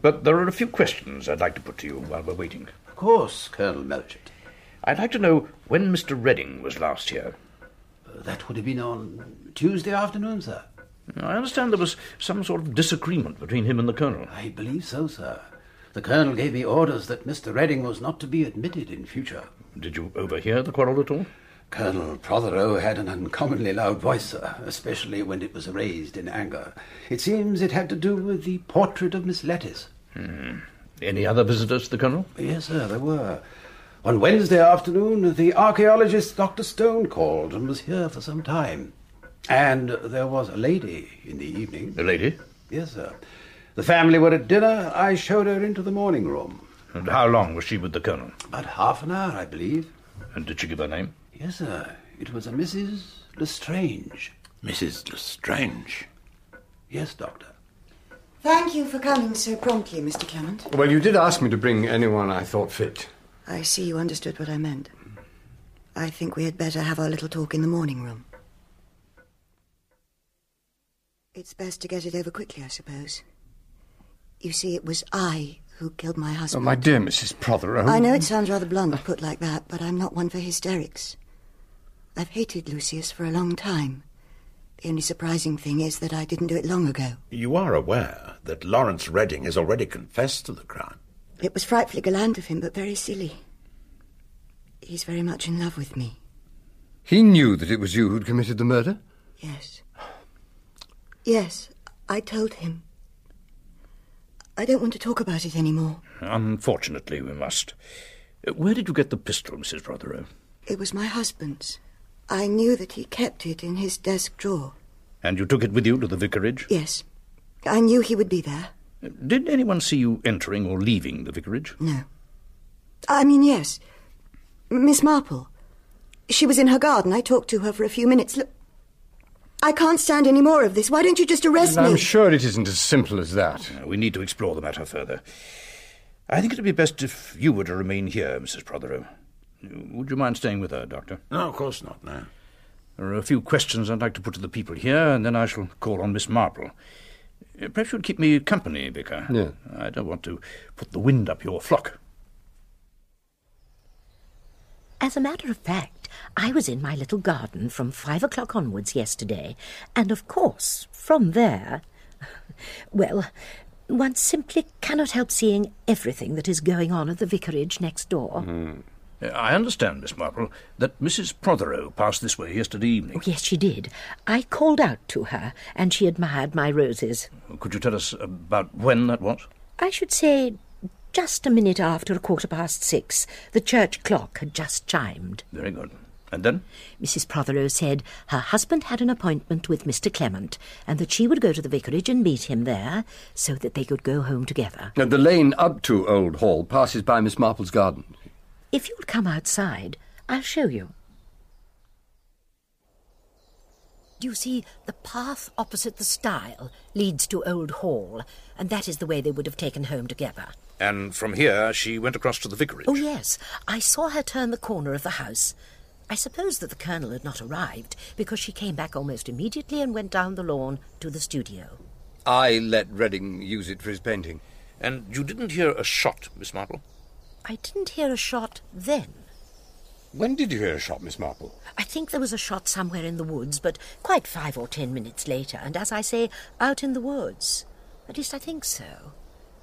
Speaker 21: But there are a few questions I'd like to put to you while we're waiting.
Speaker 22: Of course, Colonel Melchett.
Speaker 21: I'd like to know when Mr. Redding was last here.
Speaker 22: Uh, That would have been on Tuesday afternoon, sir.
Speaker 21: I understand there was some sort of disagreement between him and the Colonel.
Speaker 22: I believe so, sir. The Colonel gave me orders that Mr. Redding was not to be admitted in future.
Speaker 21: Did you overhear the quarrel at all?
Speaker 22: Colonel Prothero had an uncommonly loud voice, sir, especially when it was raised in anger. It seems it had to do with the portrait of Miss Lettice.
Speaker 21: Hmm. Any other visitors to the Colonel?
Speaker 22: Yes, sir, there were. On Wednesday afternoon, the archaeologist Dr. Stone called and was here for some time. And there was a lady in the evening.
Speaker 21: The lady?
Speaker 22: Yes, sir. The family were at dinner. I showed her into the morning room.
Speaker 21: And how long was she with the Colonel?
Speaker 22: About half an hour, I believe.
Speaker 21: And uh, did she give her name?
Speaker 22: Yes, sir. It was a Mrs. Lestrange.
Speaker 18: Mrs. Lestrange?
Speaker 22: Yes, Doctor.
Speaker 13: Thank you for coming so promptly, Mr. Clement.
Speaker 3: Well, you did ask me to bring anyone I thought fit.
Speaker 13: I see you understood what I meant. I think we had better have our little talk in the morning room. It's best to get it over quickly, I suppose. You see, it was I who killed my
Speaker 3: Oh,
Speaker 13: husband.
Speaker 3: my dear Mrs. Prothero.
Speaker 13: I know it sounds rather blunt put like that, but I'm not one for hysterics. I've hated Lucius for a long time. The only surprising thing is that I didn't do it long ago.
Speaker 18: You are aware that Lawrence Redding has already confessed to the crime.
Speaker 13: It was frightfully gallant of him, but very silly. He's very much in love with me,
Speaker 3: He knew that it was you who'd committed the murder?
Speaker 13: yes. Yes, I told him. I don't want to talk about it anymore.
Speaker 21: Unfortunately, we must. Uh, Where did you get the pistol, Mrs. Prothero?
Speaker 13: It was my husband's. I knew that he kept it in his desk drawer.
Speaker 21: And you took it with you to the vicarage?
Speaker 13: Yes. I knew he would be there.
Speaker 21: Uh, Did anyone see you entering or leaving the vicarage?
Speaker 13: No. I mean, yes. Miss Marple. She was in her garden. I talked to her for a few minutes. Look, I can't stand any more of this. Why don't you just arrest
Speaker 3: I'm
Speaker 13: me?
Speaker 3: sure it isn't as simple as that.
Speaker 21: Uh, We need to explore the matter further. I think it would be best if you were to remain here, Mrs. Prothero. Would you mind staying with her, Doctor?
Speaker 18: No, of course not, no.
Speaker 21: There are a few questions I'd like to put to the people here, and then I shall call on Miss Marple. Uh, Perhaps you'd keep me company, Vicar.
Speaker 3: Yeah.
Speaker 21: I don't want to put the wind up your flock.
Speaker 1: As a matter of fact, I was in my little garden from five o'clock onwards yesterday, and of course, from there. [LAUGHS] Well, one simply cannot help seeing everything that is going on at the vicarage next door.
Speaker 3: Hmm.
Speaker 21: Uh, I understand, Miss Marple, that Mrs. Prothero passed this way yesterday evening.
Speaker 1: Oh, yes, she did. I called out to her, and she admired my roses.
Speaker 21: Could you tell us about when that was?
Speaker 1: I should say just a minute after a quarter past six. The church clock had just chimed.
Speaker 21: Very good. And then?
Speaker 1: Mrs. Prothero said her husband had an appointment with Mr. Clement, and that she would go to the vicarage and meet him there so that they could go home together.
Speaker 3: Now, the lane up to Old Hall passes by Miss Marple's garden.
Speaker 1: If you'll come outside, I'll show you. You see, the path opposite the stile leads to Old Hall, and that is the way they would have taken home together.
Speaker 21: And from here she went across to the vicarage.
Speaker 1: Oh, yes. I saw her turn the corner of the house. I suppose that the Colonel had not arrived because she came back almost immediately and went down the lawn to the studio.
Speaker 3: I let Redding use it for his painting.
Speaker 21: And you didn't hear a shot, Miss Marple?
Speaker 1: I didn't hear a shot then.
Speaker 3: When did you hear a shot, Miss Marple?
Speaker 1: I think there was a shot somewhere in the woods, but quite five or ten minutes later, and as I say, out in the woods. At least I think so.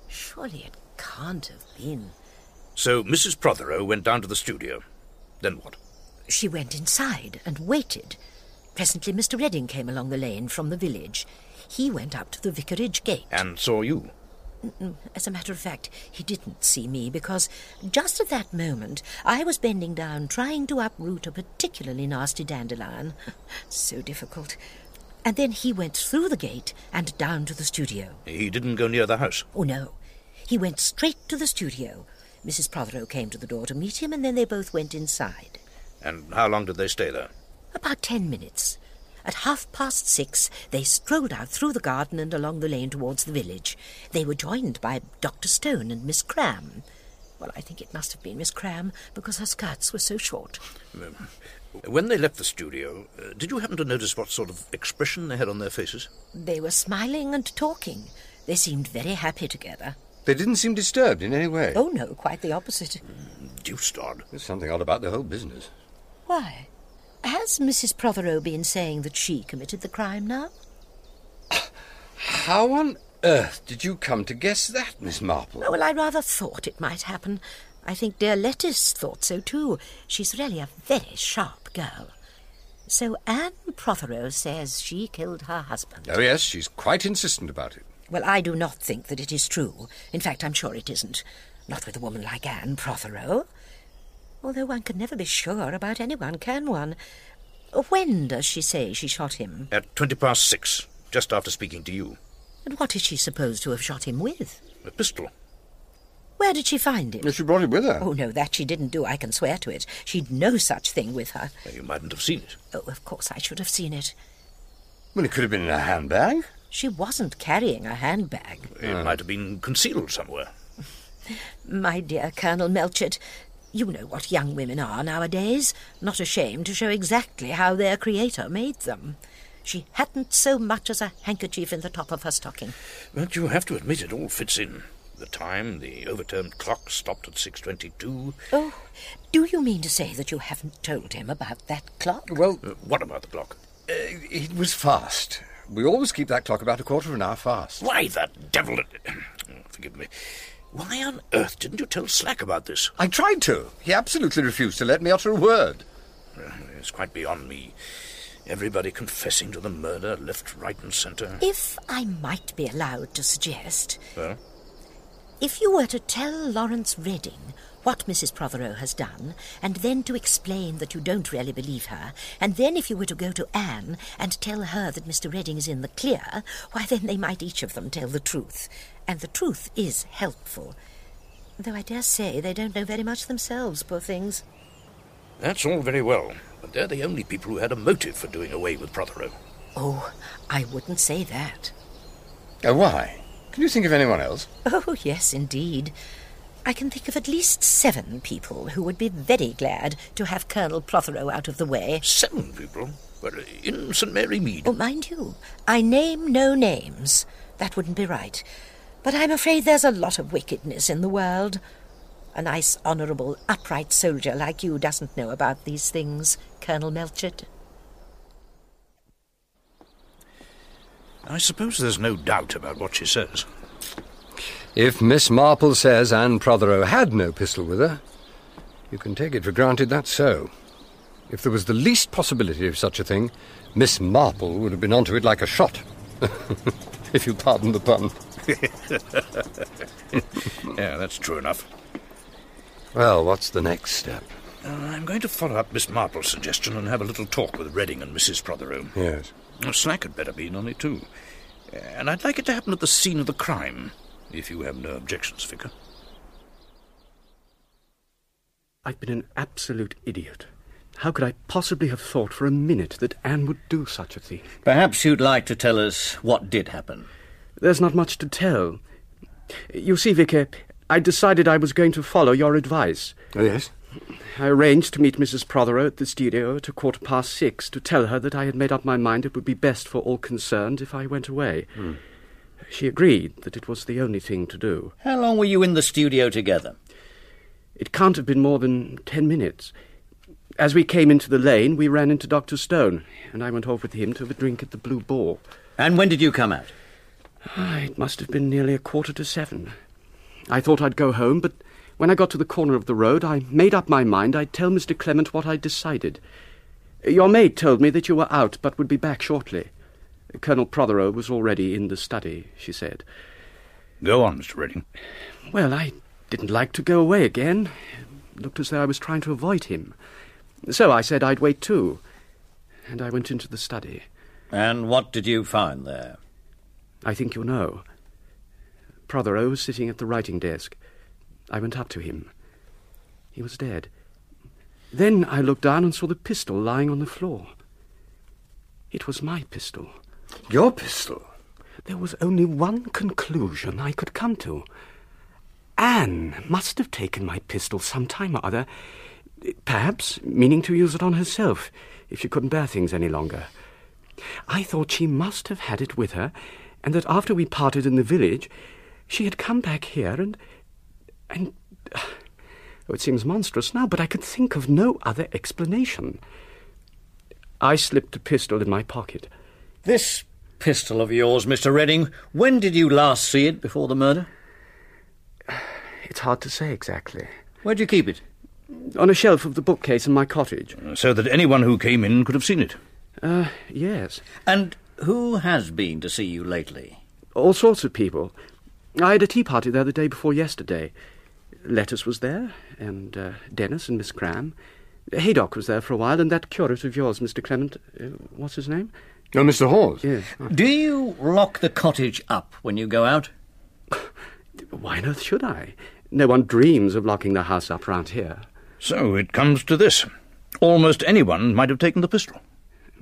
Speaker 1: Surely it can't have been.
Speaker 21: So Mrs. Prothero went down to the studio. Then what?
Speaker 1: She went inside and waited. Presently, Mr. Redding came along the lane from the village. He went up to the vicarage gate.
Speaker 21: And saw you.
Speaker 1: Mm-mm. As a matter of fact, he didn't see me because just at that moment I was bending down trying to uproot a particularly nasty dandelion. [LAUGHS] so difficult. And then he went through the gate and down to the studio.
Speaker 21: He didn't go near the house.
Speaker 1: Oh no, he went straight to the studio. Mrs. Prothero came to the door to meet him and then they both went inside.
Speaker 21: And how long did they stay there?
Speaker 1: About ten minutes. At half past six, they strolled out through the garden and along the lane towards the village. They were joined by Dr. Stone and Miss Cram. Well, I think it must have been Miss Cram because her skirts were so short.
Speaker 21: Um, When they left the studio, uh, did you happen to notice what sort of expression they had on their faces?
Speaker 1: They were smiling and talking. They seemed very happy together. [LAUGHS]
Speaker 3: They didn't seem disturbed in any way.
Speaker 1: Oh, no, quite the opposite.
Speaker 21: Deuce Dodd.
Speaker 3: There's something odd about the whole business.
Speaker 1: Why? Has Mrs. Prothero been saying that she committed the crime now?
Speaker 3: [COUGHS] How on earth Uh, did you come to guess that, Miss Marple?
Speaker 1: Oh, well, I rather thought it might happen. I think dear Lettice thought so too. She's really a very sharp girl. So Anne Prothero says she killed her husband.
Speaker 3: Oh, yes, she's quite insistent about it.
Speaker 1: Well, I do not think that it is true. In fact, I'm sure it isn't. Not with a woman like Anne Prothero. Although one can never be sure about anyone, can one? When does she say she shot him?
Speaker 21: At twenty past six, just after speaking to you.
Speaker 1: And what is she supposed to have shot him with?
Speaker 21: A pistol.
Speaker 1: Where did she find it?
Speaker 3: She brought it with her.
Speaker 1: Oh, no, that she didn't do. I can swear to it. She'd no such thing with her.
Speaker 21: You mightn't have seen it.
Speaker 1: Oh, of course I should have seen it.
Speaker 3: Well, it could have been in a handbag.
Speaker 1: She wasn't carrying a handbag.
Speaker 21: It might have been concealed somewhere.
Speaker 1: My dear Colonel Melchett, you know what young women are nowadays, not ashamed to show exactly how their creator made them. She hadn't so much as a handkerchief in the top of her stocking.
Speaker 21: But you have to admit it all fits in. The time, the overturned clock stopped at 6.22.
Speaker 1: Oh, do you mean to say that you haven't told him about that clock?
Speaker 3: Well,
Speaker 21: Uh,
Speaker 3: uh,
Speaker 21: what about the clock?
Speaker 3: it was fast. We always keep that clock about a quarter of an hour fast.
Speaker 21: Why the devil... Mm, Forgive me. Why on earth didn't you tell Slack about this?
Speaker 3: I tried to. He absolutely refused to let me utter a word.
Speaker 21: Uh, It's quite beyond me. Everybody confessing to the murder, left, right, and centre.
Speaker 1: If I might be allowed to suggest,
Speaker 21: Well,
Speaker 1: if you were to tell Lawrence Redding what Mrs. Prothero has done, and then to explain that you don't really believe her, and then if you were to go to Anne and tell her that Mr. Redding is in the clear, why then they might each of them tell the truth. And the truth is helpful. Though I dare say they don't know very much themselves, poor things.
Speaker 21: that's all very well, but they're the only people who had a motive for doing away with Prothero.
Speaker 1: Oh, I wouldn't say that.
Speaker 3: Oh, why? Can you think of anyone else?
Speaker 1: Oh, yes, indeed. I can think of at least seven people who would be very glad to have Colonel Prothero out of the way.
Speaker 21: Seven people? Well, in St. Mary Mead.
Speaker 1: Oh, mind you, I name no names. That wouldn't be right. But I'm afraid there's a lot of wickedness in the world. A nice, honourable, upright soldier like you doesn't know about these things, Colonel Melchett.
Speaker 21: I suppose there's no doubt about what
Speaker 3: [LAUGHS]
Speaker 21: she says.
Speaker 3: If Miss Marple says Anne Prothero had no pistol with her, you can take it for granted that's so. If there was the least possibility of such a thing, Miss Marple would have been onto it like a shot. [LAUGHS] if you'll pardon the pun. [LAUGHS]
Speaker 21: yeah, that's true enough.
Speaker 3: Well, what's the next step?
Speaker 21: Uh, I'm going to follow up Miss Marple's suggestion and have a little talk with Redding and Mrs. Prothero.
Speaker 3: Yes.
Speaker 21: Uh, Slack had better be in on it, too. Uh, And I'd like it to happen at the scene of the crime, if you have no objections, Vicar.
Speaker 12: I've been an absolute idiot. How could I possibly have thought for a minute that Anne would do such a thing?
Speaker 19: Perhaps you'd like to tell us what did happen.
Speaker 12: There's not much to tell. You see, Vicar, I decided I was going to follow your advice.
Speaker 3: Oh, yes?
Speaker 12: I arranged to meet Mrs. Prothero at the studio at a quarter past six to tell her that I had made up my mind it would be best for all concerned if I went away.
Speaker 3: Hmm.
Speaker 12: She agreed that it was the only thing to do.
Speaker 19: How long were you in the studio together?
Speaker 12: It can't have been more than ten minutes. As we came into the lane, we ran into Dr. Stone, and I went off with him to have a drink at the Blue Boar.
Speaker 19: And when did you come out?
Speaker 12: Ah, It must have been nearly a quarter to seven. I thought I'd go home, but when I got to the corner of the road, I made up my mind I'd tell Mr. Clement what I decided. Your maid told me that you were out, but would be back shortly. Colonel Prothero was already in the study, she said.
Speaker 21: Go on, Mr. Redding.
Speaker 12: Well, I didn't like to go away again. Looked as though I was trying to avoid him. So I said I'd wait too. And I went into the study.
Speaker 19: And what did you find there?
Speaker 12: I think you know. Prothero was sitting at the writing desk. I went up to him. He was dead. Then I looked down and saw the pistol lying on the floor. It was my pistol.
Speaker 3: Your pistol?
Speaker 12: There was only one conclusion I could come to. Anne must have taken my pistol some time or other, perhaps meaning to use it on herself if she couldn't bear things any longer. I thought she must have had it with her, and that after we parted in the village, she had come back here and. and. [SIGHS] Oh, it seems monstrous now, but I could think of no other explanation. I slipped the pistol in my pocket.
Speaker 19: This pistol of yours, Mr. Redding, when did you last see it before the murder?
Speaker 12: [SIGHS] It's hard to say exactly.
Speaker 19: Where'd you keep it? Oh,
Speaker 12: On a shelf of the bookcase in my cottage.
Speaker 21: So that anyone who came in could have seen it.
Speaker 12: Uh, yes.
Speaker 19: And who has been to see you lately?
Speaker 12: All sorts of people. I had a tea party there the day before yesterday. Lettuce was there, and uh, Dennis and Miss Cram. Haydock was there for a while, and that curate of yours, Mr. Clement, uh, what's his name?
Speaker 3: No, Mr. Hawes.
Speaker 12: Yes.
Speaker 19: Do you lock the cottage up when you go out?
Speaker 12: [LAUGHS] Why on earth should I? No one dreams of locking the house up round here.
Speaker 21: So it comes to this. Almost anyone might have taken the pistol.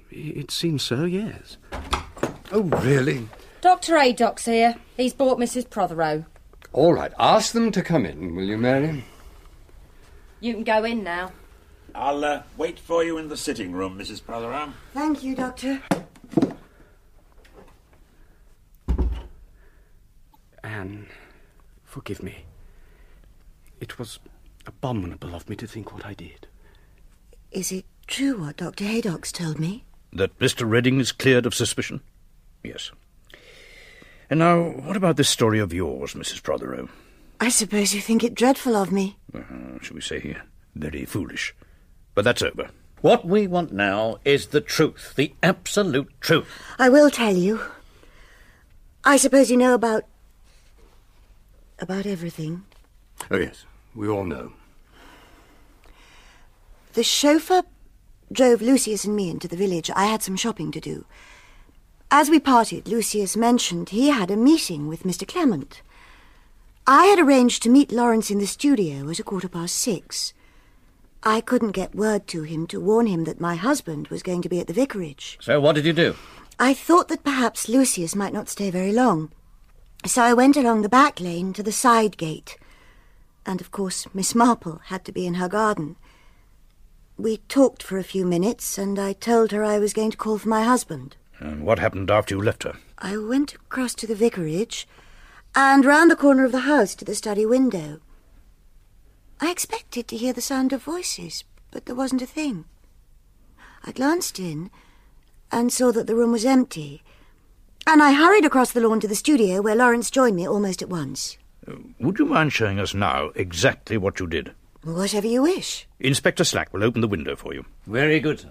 Speaker 12: It seems so, yes.
Speaker 3: Oh, really?
Speaker 5: Dr. Adock's here. He's brought Mrs. Prothero.
Speaker 3: All right, ask them to come in, will you, Mary?
Speaker 5: You can go in now.
Speaker 18: I'll uh, wait for you in the sitting room, Mrs. Prothero.
Speaker 13: Thank you, Doctor.
Speaker 12: Anne, forgive me. It was abominable of me to think what I did.
Speaker 13: Is it true what Dr. Haydock's told me?
Speaker 21: That Mr. Redding is cleared of suspicion? Yes. And now, what about this story of yours, Mrs. Prothero?
Speaker 13: I suppose you think it dreadful of me.
Speaker 21: Uh, shall we say, very foolish. But that's over.
Speaker 19: What we want now is the truth, the absolute truth.
Speaker 13: I will tell you. I suppose you know about. about everything.
Speaker 3: Oh, yes, we all know.
Speaker 13: The chauffeur drove Lucius and me into the village. I had some shopping to do. As we parted, Lucius mentioned he had a meeting with Mr. Clement. I had arranged to meet Lawrence in the studio at a quarter past six. I couldn't get word to him to warn him that my husband was going to be at the vicarage.
Speaker 19: So, what did you do?
Speaker 13: I thought that perhaps Lucius might not stay very long, so I went along the back lane to the side gate. And of course, Miss Marple had to be in her garden. We talked for a few minutes, and I told her I was going to call for my husband.
Speaker 21: And what happened after you left her?
Speaker 13: I went across to the vicarage and round the corner of the house to the study window. I expected to hear the sound of voices, but there wasn't a thing. I glanced in and saw that the room was empty, and I hurried across the lawn to the studio where Lawrence joined me almost at once.
Speaker 21: Would you mind showing us now exactly what you did?
Speaker 13: Whatever you wish.
Speaker 21: Inspector Slack will open the window for you.
Speaker 19: Very good, sir.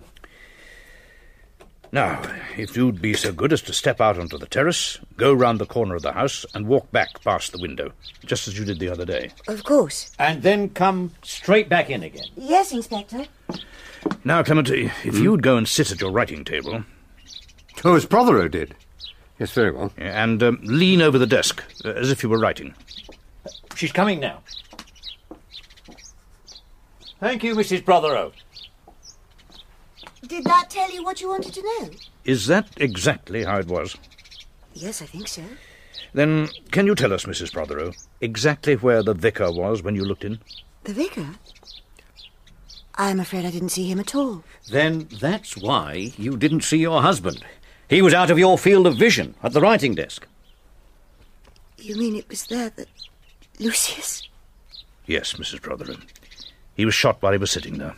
Speaker 21: Now, if you'd be so good as to step out onto the terrace, go round the corner of the house, and walk back past the window, just as you did the other day.
Speaker 13: Of course.
Speaker 19: And then come straight back in again.
Speaker 13: Yes, Inspector.
Speaker 21: Now, Clement, if you'd go and sit at your writing table.
Speaker 3: Oh, as Prothero did. Yes, very well.
Speaker 21: And um, lean over the desk, uh, as if you were writing.
Speaker 19: She's coming now. Thank you, Mrs. Prothero.
Speaker 13: Did that tell you what you wanted to know?
Speaker 21: Is that exactly how it was?
Speaker 13: Yes, I think so.
Speaker 21: Then, can you tell us, Mrs. Prothero, exactly where the vicar was when you looked in?
Speaker 13: The vicar? I'm afraid I didn't see him at all.
Speaker 19: Then that's why you didn't see your husband. He was out of your field of vision at the writing desk.
Speaker 13: You mean it was there that. Lucius?
Speaker 21: Yes, Mrs. Prothero. He was shot while he was sitting there.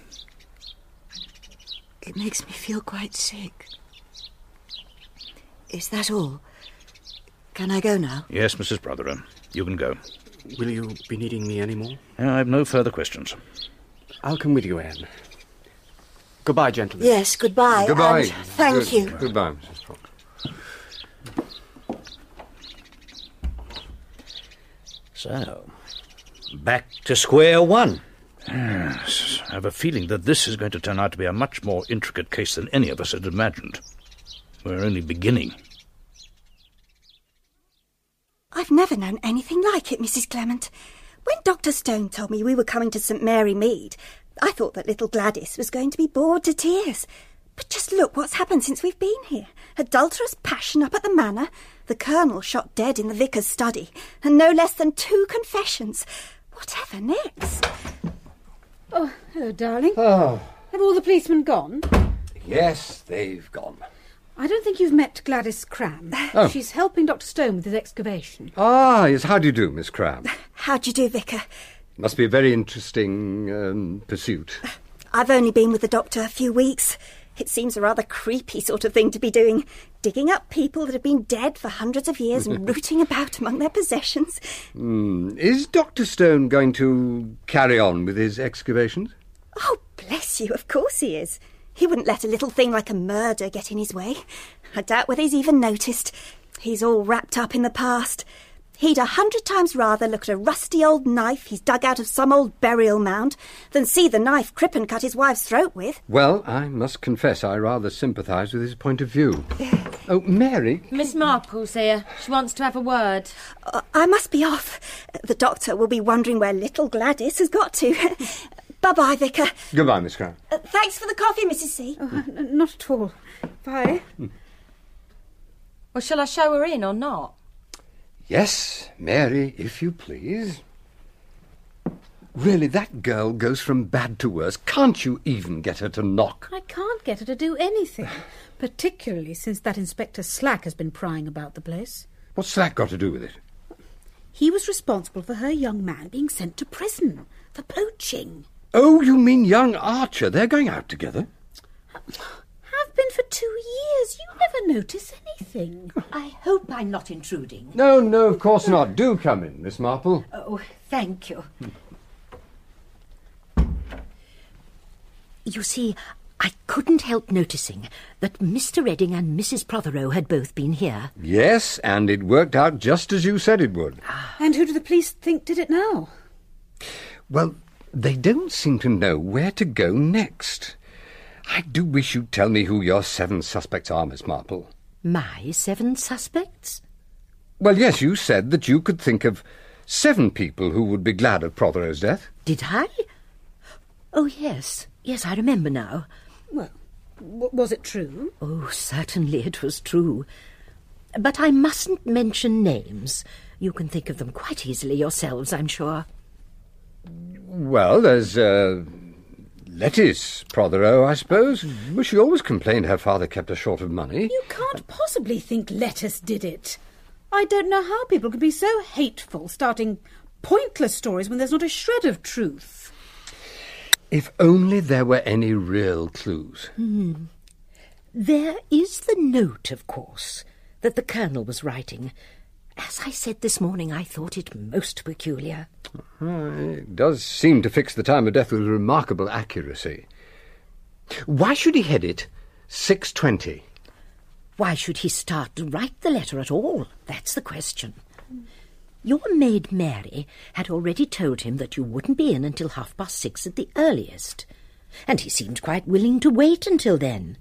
Speaker 13: It makes me feel quite sick. Is that all? Can I go now?
Speaker 21: Yes, Mrs. Prothero. You can go. Uh,
Speaker 12: Will you be needing me any more?
Speaker 21: I have no further questions.
Speaker 12: I'll come with you, Anne. Goodbye, gentlemen.
Speaker 13: Yes, goodbye. and thank you.
Speaker 3: Goodbye, Mrs. Fox.
Speaker 19: So, back to square one.
Speaker 21: Yes, I have a feeling that this is going to turn out to be a much more intricate case than any of us had imagined. We're only beginning.
Speaker 9: I've never known anything like it, Mrs. Clement. When Dr. Stone told me we were coming to St. Mary Mead, I thought that little Gladys was going to be bored to tears. But just look what's happened since we've been here. Adulterous passion up at the manor, the colonel shot dead in the vicar's study, and no less than two confessions. Whatever next?
Speaker 6: Oh, hello, darling.
Speaker 23: Oh.
Speaker 6: Have all the policemen gone?
Speaker 23: Yes, they've gone.
Speaker 6: I don't think you've met Gladys Cram.
Speaker 3: Oh.
Speaker 6: She's helping Dr. Stone with his excavation.
Speaker 3: Ah, yes, how do you do, Miss [LAUGHS] Crab?
Speaker 9: How do you do, Vicar?
Speaker 3: Must be a very interesting um, pursuit.
Speaker 9: I've only been with the doctor a few weeks. It seems a rather creepy sort of thing to be doing, digging up people that have been dead for hundreds of years and rooting about among their possessions.
Speaker 3: Hmm, Is Dr. Stone going to carry on with his excavations?
Speaker 9: Oh, bless you, of course he is. He wouldn't let a little thing like a murder get in his way. I doubt whether he's even noticed. He's all wrapped up in the past. He'd a hundred times rather look at a rusty old knife he's dug out of some old burial mound than see the knife Crippen cut his wife's throat with.
Speaker 3: Well, I must confess I rather sympathise with his point of view. Oh, Mary,
Speaker 5: Miss Marple's here. She wants to have a word.
Speaker 9: Uh, I must be off. The doctor will be wondering where little Gladys has got to. [LAUGHS] bye bye, Vicar.
Speaker 3: Goodbye, Miss Crab.
Speaker 9: Uh, thanks for the coffee, Mrs. C.
Speaker 6: Not at all. Bye.
Speaker 5: Well, shall I show her in or not?
Speaker 3: Yes, Mary, if you please. Really, that girl goes from bad to worse. Can't you even get her to knock?
Speaker 6: I can't get her to do [LAUGHS] anything, particularly since that Inspector Slack has been prying about the place.
Speaker 3: What's that got to do with it?
Speaker 6: He was responsible for her young man being sent to prison for poaching.
Speaker 3: Oh, you mean young Archer? They're going out together.
Speaker 6: Have been for two years. You never notice
Speaker 1: [LAUGHS]
Speaker 6: anything.
Speaker 1: I hope I'm not intruding.
Speaker 3: No, no, of course not. Do come in, Miss Marple.
Speaker 1: Oh, thank you. You see, I couldn't help noticing that Mr. Redding and Mrs. Prothero had both been here.
Speaker 3: Yes, and it worked out just as you said it would.
Speaker 6: And who do the police think did it now?
Speaker 3: Well, they don't seem to know where to go next. I do wish you'd tell me who your seven suspects are, Miss Marple.
Speaker 1: My seven suspects?
Speaker 3: Well, yes, you said that you could think of seven people who would be glad at Prothero's death.
Speaker 1: Did I? Oh, yes. Yes, I remember now.
Speaker 6: Well, w- was it true?
Speaker 1: Oh, certainly it was true. But I mustn't mention names. You can think of them quite easily yourselves, I'm sure.
Speaker 3: Well, there's uh, Lettice Prothero, I suppose. But she always complained her father kept her short of money.
Speaker 6: You can't possibly think Lettuce did it. I don't know how people can be so hateful, starting pointless stories when there's not a shred of truth.
Speaker 3: If only there were any real clues.
Speaker 1: Hmm. There is the note, of course, that the Colonel was writing. As I said this morning, I thought it most peculiar.
Speaker 3: Ah, It does seem to fix the time of death with remarkable accuracy. Why should he head it 6.20?
Speaker 1: Why should he start to write the letter at all? That's the question. Your maid Mary had already told him that you wouldn't be in until half past six at the earliest, and he seemed quite willing to wait until then.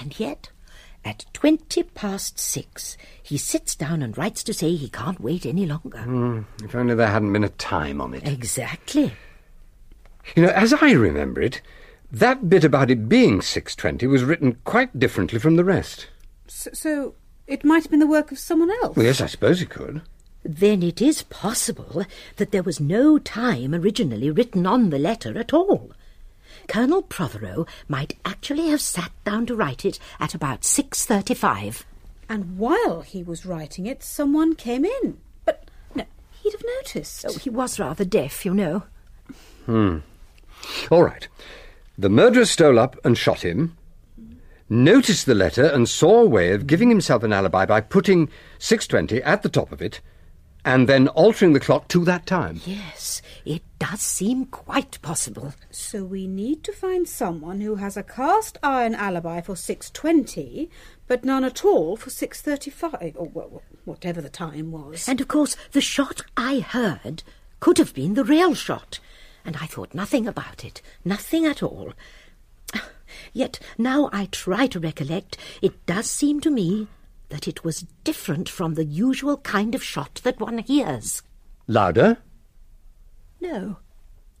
Speaker 1: And yet, at twenty past six, he sits down and writes to say he can't wait any longer.
Speaker 3: Hmm, if only there hadn't been a time on it.
Speaker 1: Exactly.
Speaker 3: You know, as I remember it, that bit about it being 6.20 was written quite differently from the rest.
Speaker 6: So, so it might have been the work of someone else.
Speaker 3: Well, yes, I suppose it could.
Speaker 1: Then it is possible that there was no time originally written on the letter at all. Colonel Prothero might actually have sat down to write it at about 6.35.
Speaker 6: And while he was writing it, someone came in. But no, he'd have noticed.
Speaker 1: Oh, he was rather deaf, you know.
Speaker 3: Hmm. All right. The murderer stole up and shot him, noticed the letter and saw a way of giving himself an alibi by putting 6.20 at the top of it and then altering the clock to that time.
Speaker 1: Yes, it does seem quite possible.
Speaker 6: So we need to find someone who has a cast iron alibi for 6.20, but none at all for 6.35, or wha- wha- whatever the time was.
Speaker 1: And of course, the shot I heard could have been the real shot, and I thought nothing about it, nothing at all. [SIGHS] Yet now I try to recollect, it does seem to me that it was different from the usual kind of shot that one hears.
Speaker 3: Louder?
Speaker 1: No.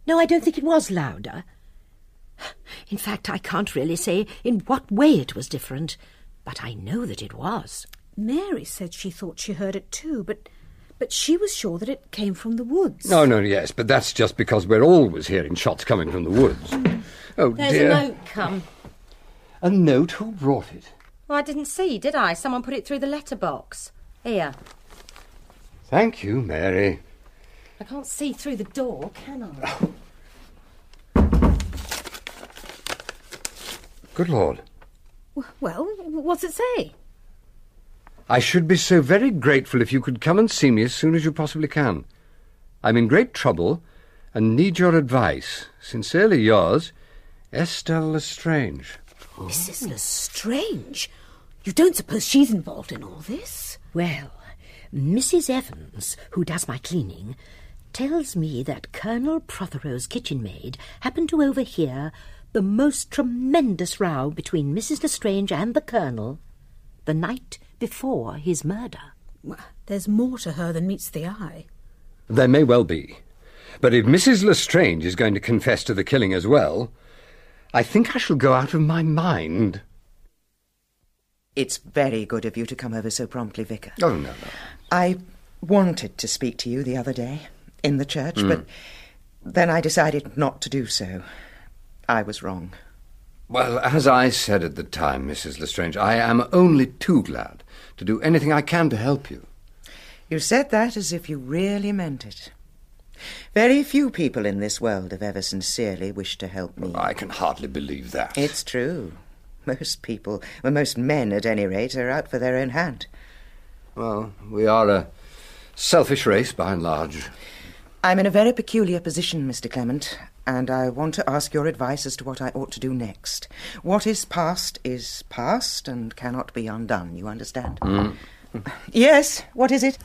Speaker 1: No, I don't think it was louder. [SIGHS] In fact, I can't really say in what way it was different, but I know that it was.
Speaker 6: Mary said she thought she heard it too, but but she was sure that it came from the woods.
Speaker 3: No, no, yes, but that's just because we're always hearing shots coming from the woods. Oh,
Speaker 5: There's
Speaker 3: dear.
Speaker 5: a note come.
Speaker 3: A note? Who brought it?
Speaker 5: Well, I didn't see, did I? Someone put it through the letterbox. Here.
Speaker 3: Thank you, Mary.
Speaker 5: I can't see through the door, can I?
Speaker 3: Good Lord.
Speaker 6: W- Well, what's it say?
Speaker 3: I should be so very grateful if you could come and see me as soon as you possibly can. I'm in great trouble and need your advice. Sincerely yours, Estelle Lestrange.
Speaker 6: Mrs. Lestrange? You don't suppose she's involved in all this?
Speaker 1: Well, Mrs. Evans, who does my cleaning, tells me that Colonel Prothero's kitchen maid happened to overhear the most tremendous row between Mrs. Lestrange and the Colonel the night before his murder.
Speaker 6: There's more to her than meets the eye.
Speaker 3: There may well be. But if Mrs. Lestrange is going to confess to the killing as well, I think I shall go out of my mind.
Speaker 11: It's very good of you to come over so promptly, Vicar.
Speaker 3: Oh, no, no.
Speaker 11: I wanted to speak to you the other day in the church,
Speaker 3: Mm.
Speaker 11: but then I decided not to do so. I was wrong.
Speaker 3: Well, as I said at the time, Mrs. Lestrange, I am only too glad to do anything I can to help you.
Speaker 11: You said that as if you really meant it. Very few people in this world have ever sincerely wished to help me.
Speaker 3: I can hardly believe that.
Speaker 11: It's true. Most people, well, most men at any rate, are out for their own hand.
Speaker 3: Well, we are a selfish race by and large.
Speaker 11: I'm in a very peculiar position, Mr. Clement, and I want to ask your advice as to what I ought to do next. What is past is past and cannot be undone, you understand? Yes, what is it?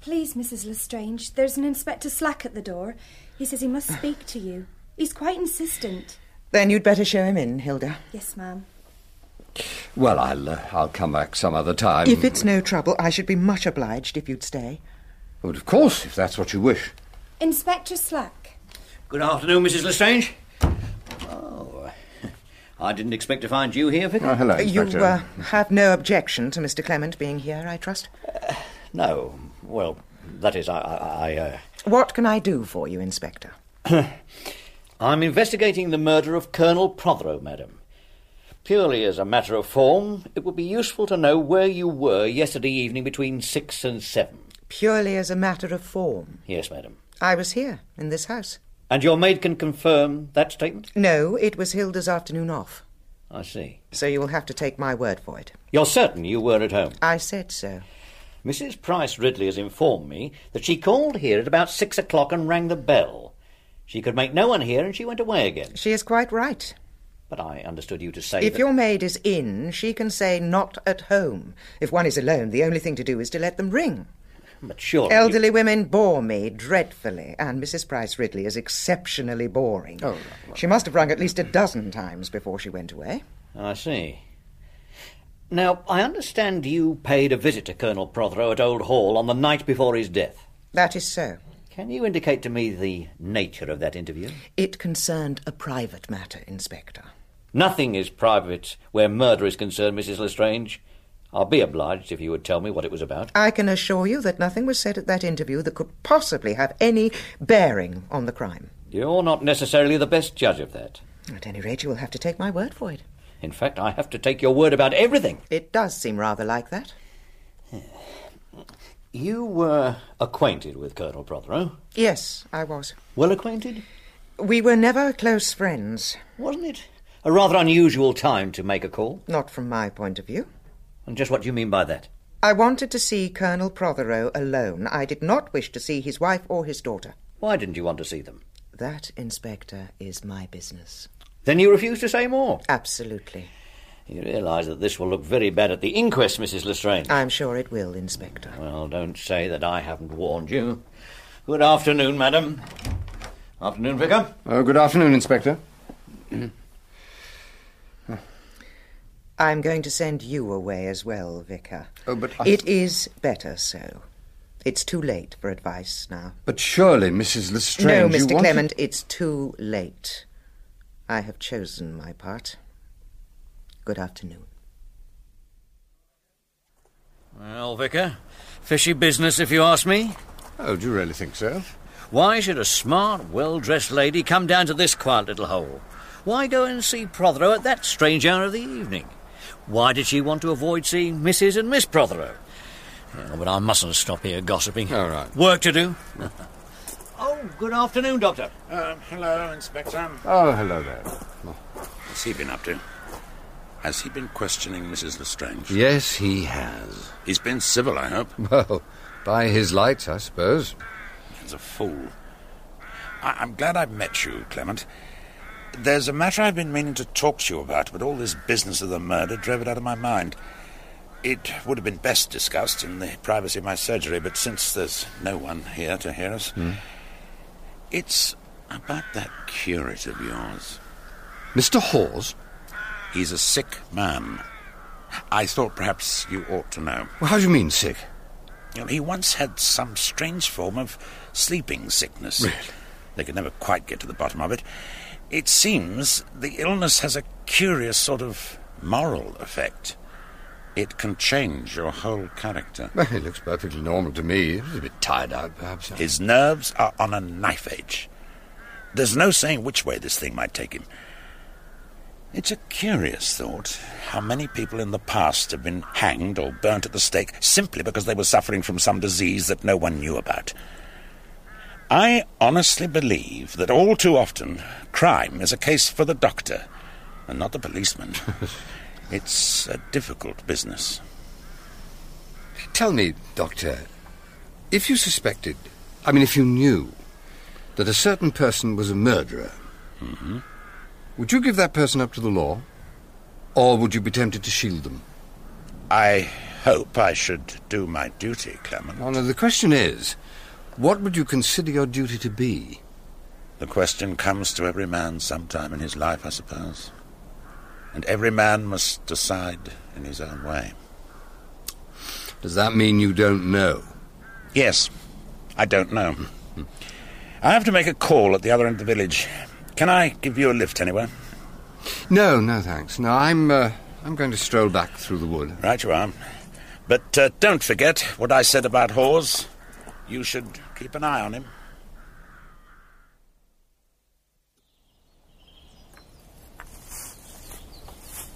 Speaker 10: Please, Mrs. Lestrange, there's an Inspector Slack at the door. He says he must speak to you. He's quite insistent.
Speaker 11: Then you'd better show him in, Hilda.
Speaker 10: Yes, ma'am.
Speaker 3: Well, I'll, uh, I'll come back some other time.
Speaker 11: If it's no trouble, I should be much obliged if you'd stay.
Speaker 3: But Oh, of course, if that's what you wish.
Speaker 10: Inspector Slack.
Speaker 19: Good afternoon, Mrs. Lestrange. Oh, I didn't expect to find you here, Vicar.
Speaker 11: You uh, have no objection to Mr. Clement being here, I trust?
Speaker 24: No, well, that is, I. I, I uh,
Speaker 11: What can I do for you, Inspector?
Speaker 19: I'm investigating the murder of Colonel Prothero, madam. Purely as a matter of form, it would be useful to know where you were yesterday evening between six and seven.
Speaker 11: Purely as a matter of form.
Speaker 19: Yes, madam.
Speaker 11: I was here, in this house.
Speaker 19: And your maid can confirm that statement?
Speaker 11: No, it was Hilda's afternoon off,
Speaker 19: I see.
Speaker 11: so you will have to take my word for it.
Speaker 19: You're certain you were at home?
Speaker 11: I said so.
Speaker 19: Mrs. Price Ridley has informed me that she called here at about six o'clock and rang the bell. She could make no one hear and she went away again.
Speaker 11: She is quite right.
Speaker 19: But I understood you to say
Speaker 11: If
Speaker 19: that...
Speaker 11: your maid is in, she can say not at home. If one is alone, the only thing to do is to let them ring.
Speaker 19: But surely you-
Speaker 11: Elderly women bore me dreadfully, and Mrs. Price Ridley is exceptionally boring. Oh, She must have rung at least a dozen times before she went away.
Speaker 19: I see. Now, I understand you paid a visit to Colonel Prothero at Old Hall on the night before his death.
Speaker 11: That is so.
Speaker 19: Can you indicate to me the nature of that interview?
Speaker 11: It concerned a private matter, Inspector.
Speaker 19: Nothing is private where murder is concerned, Mrs. Lestrange. I'll be obliged if you would tell me what it was about.
Speaker 11: I can assure you that nothing was said at that interview that could possibly have any bearing on the crime.
Speaker 19: You're not necessarily the best judge of that.
Speaker 11: At any rate, you will have to take my word for it.
Speaker 19: In fact, I have to take your word about everything.
Speaker 11: It does seem rather like that.
Speaker 19: [SIGHS] You were acquainted with Colonel Prothero.
Speaker 11: Yes, I was.
Speaker 19: Well acquainted?
Speaker 11: We were never close friends.
Speaker 19: Wasn't it? A rather unusual time to make a call.
Speaker 11: Not from my point of view.
Speaker 19: And just what do you mean by that?
Speaker 11: I wanted to see Colonel Prothero alone. I did not wish to see his wife or his daughter.
Speaker 19: Why didn't you want to see them?
Speaker 11: That, Inspector, is my business. Uh,
Speaker 19: Then you refuse to say more?
Speaker 11: Absolutely.
Speaker 19: You realise that this will look very bad at the inquest, Mrs. Lestrange.
Speaker 11: I'm sure it will, Inspector.
Speaker 19: Well, don't say that I haven't warned you. Good afternoon, madam. Afternoon, Vicar.
Speaker 3: Oh, good afternoon, Inspector.
Speaker 11: I'm going to send you away as well, Vicar.
Speaker 3: Oh, but I-
Speaker 11: It is better so. It's too late for advice now.
Speaker 3: But surely, Mrs. Lestrange.
Speaker 11: no,
Speaker 3: you
Speaker 11: Mr.
Speaker 3: wanted-
Speaker 11: Clement, it's too late. I have chosen my part. Good afternoon.
Speaker 19: Well, Vicar, fishy business if you ask me.
Speaker 15: Oh, do you really think so?
Speaker 19: Why should a smart, well dressed lady come down to this quiet little hole? Why go and see Prothero at that strange hour of the evening? Why did she want to avoid seeing Mrs. and Miss Prothero? Oh, but I mustn't stop here gossiping. All right. Work to do. oh, good afternoon, Doctor.
Speaker 16: Uh,
Speaker 21: Um, hello, Inspector.
Speaker 18: Oh, hello there. What's he been up to? Has he been questioning Mrs. Lestrange?
Speaker 3: Yes, he has.
Speaker 18: He's been civil, I hope.
Speaker 3: Well, by his lights, I suppose.
Speaker 18: He's a fool. I- I'm glad I've met you, Clement. There's a matter I've been meaning to talk to you about, but all this business of the murder drove it out of my mind. It would have been best discussed in the privacy of my surgery, but since there's no one here to hear us,
Speaker 3: Hmm.
Speaker 18: it's about that curate of yours.
Speaker 3: Mr. Hawes?
Speaker 18: He's a sick man. I thought perhaps you ought to know.
Speaker 3: Well, how do you mean sick?
Speaker 18: Well, he once had some strange form of sleeping sickness.
Speaker 3: Really?
Speaker 18: They could never quite get to the bottom of it. It seems the illness has a curious sort of moral effect. It can change your whole character.
Speaker 3: Well, it looks perfectly normal to me. He's a bit tired out, perhaps.
Speaker 18: His nerves are on a knife edge. There's no saying which way this thing might take him. It's a curious thought how many people in the past have been hanged or burnt at the stake simply because they were suffering from some disease that no one knew about. I honestly believe that all too often crime is a case for the doctor and not the policeman. it's a difficult business.
Speaker 3: Tell me, Doctor, if you suspected, I mean, if you knew that a certain person was a murderer,
Speaker 18: Mm-hmm.
Speaker 3: would you give that person up to the law? Or would you be tempted to shield them?
Speaker 18: I hope I should do my duty, Clement.
Speaker 3: Now, now, the question is what would you consider your duty to be?
Speaker 18: The question comes to every man sometime in his life, I suppose. And every man must decide in his own way.
Speaker 3: Does that mean you don't know?
Speaker 18: Yes, I don't know. I have to make a call at the other end of the village. Can I give you a lift anywhere?
Speaker 3: No, no, thanks. No, I'm, uh, I'm going to stroll back through the wood.
Speaker 18: Right, you are. But uh, don't forget what I said about Hawes. You should keep an eye on him.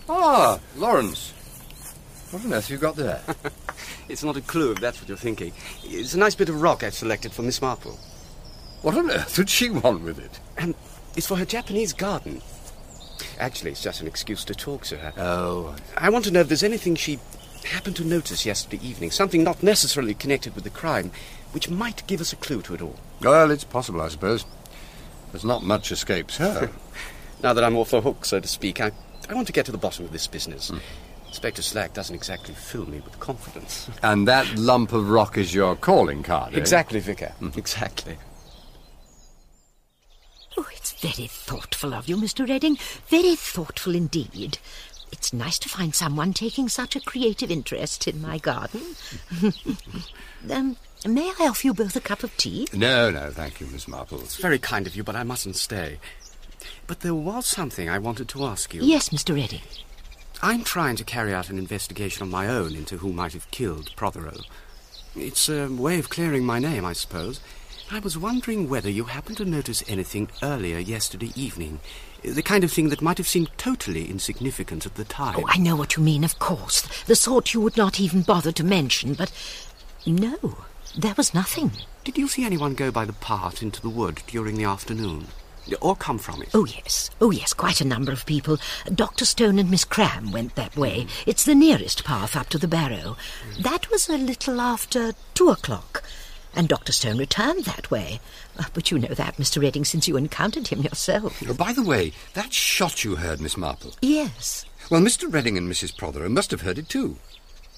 Speaker 3: Ah, Lawrence. What on earth have you got there?
Speaker 12: [LAUGHS] It's not a clue if that's what you're thinking. It's a nice bit of rock I've selected for Miss Marple.
Speaker 3: What on earth would she want with it?
Speaker 12: Um, it's for her Japanese garden. Actually, it's just an excuse to talk to her.
Speaker 3: Oh.
Speaker 12: I want to know if there's anything she happened to notice yesterday evening, something not necessarily connected with the crime, which might give us a clue to it all.
Speaker 3: Well, it's possible, I suppose. There's not much
Speaker 12: [LAUGHS]
Speaker 3: escapes her.
Speaker 12: Now that I'm off the hook, so to speak, I, I want to get to the bottom of this business. Inspector Slack doesn't exactly fill me with confidence.
Speaker 3: and that lump of rock is your calling card, eh? Mm-hmm.
Speaker 12: Exactly, Vicar. Exactly.
Speaker 1: Oh, it's very thoughtful of you, Mr. Redding. Very thoughtful indeed. It's nice to find someone taking such a creative interest in my garden. [LAUGHS] um, may I offer you both a cup of tea?
Speaker 3: No, no, thank you, Miss Marple.
Speaker 12: It's very kind of you, but I mustn't stay. But there was something I wanted to ask you.
Speaker 1: Yes, Mr. Redding.
Speaker 12: I'm trying to carry out an investigation of my own into who might have killed Prothero. It's a way of clearing my name, I suppose. I was wondering whether you happened to notice anything earlier yesterday evening. The kind of thing that might have seemed totally insignificant at the time.
Speaker 1: Oh, I know what you mean, of course. The sort you would not even bother to mention, but no, there was nothing.
Speaker 12: Did you see anyone go by the path into the wood during the afternoon? Or come from it?
Speaker 1: Oh, yes. Oh, yes, quite a number of people. Dr. Stone and Miss Cram went that way. It's the nearest path up to the barrow. That was a little after two o'clock, and Dr. Stone returned that way. Uh, But you know that, Mr. Redding, since you encountered him yourself.
Speaker 3: Oh, by the way, that shot you heard, Miss Marple.
Speaker 1: Yes.
Speaker 3: Well, Mr. Redding and Mrs. Prothero must have heard it too,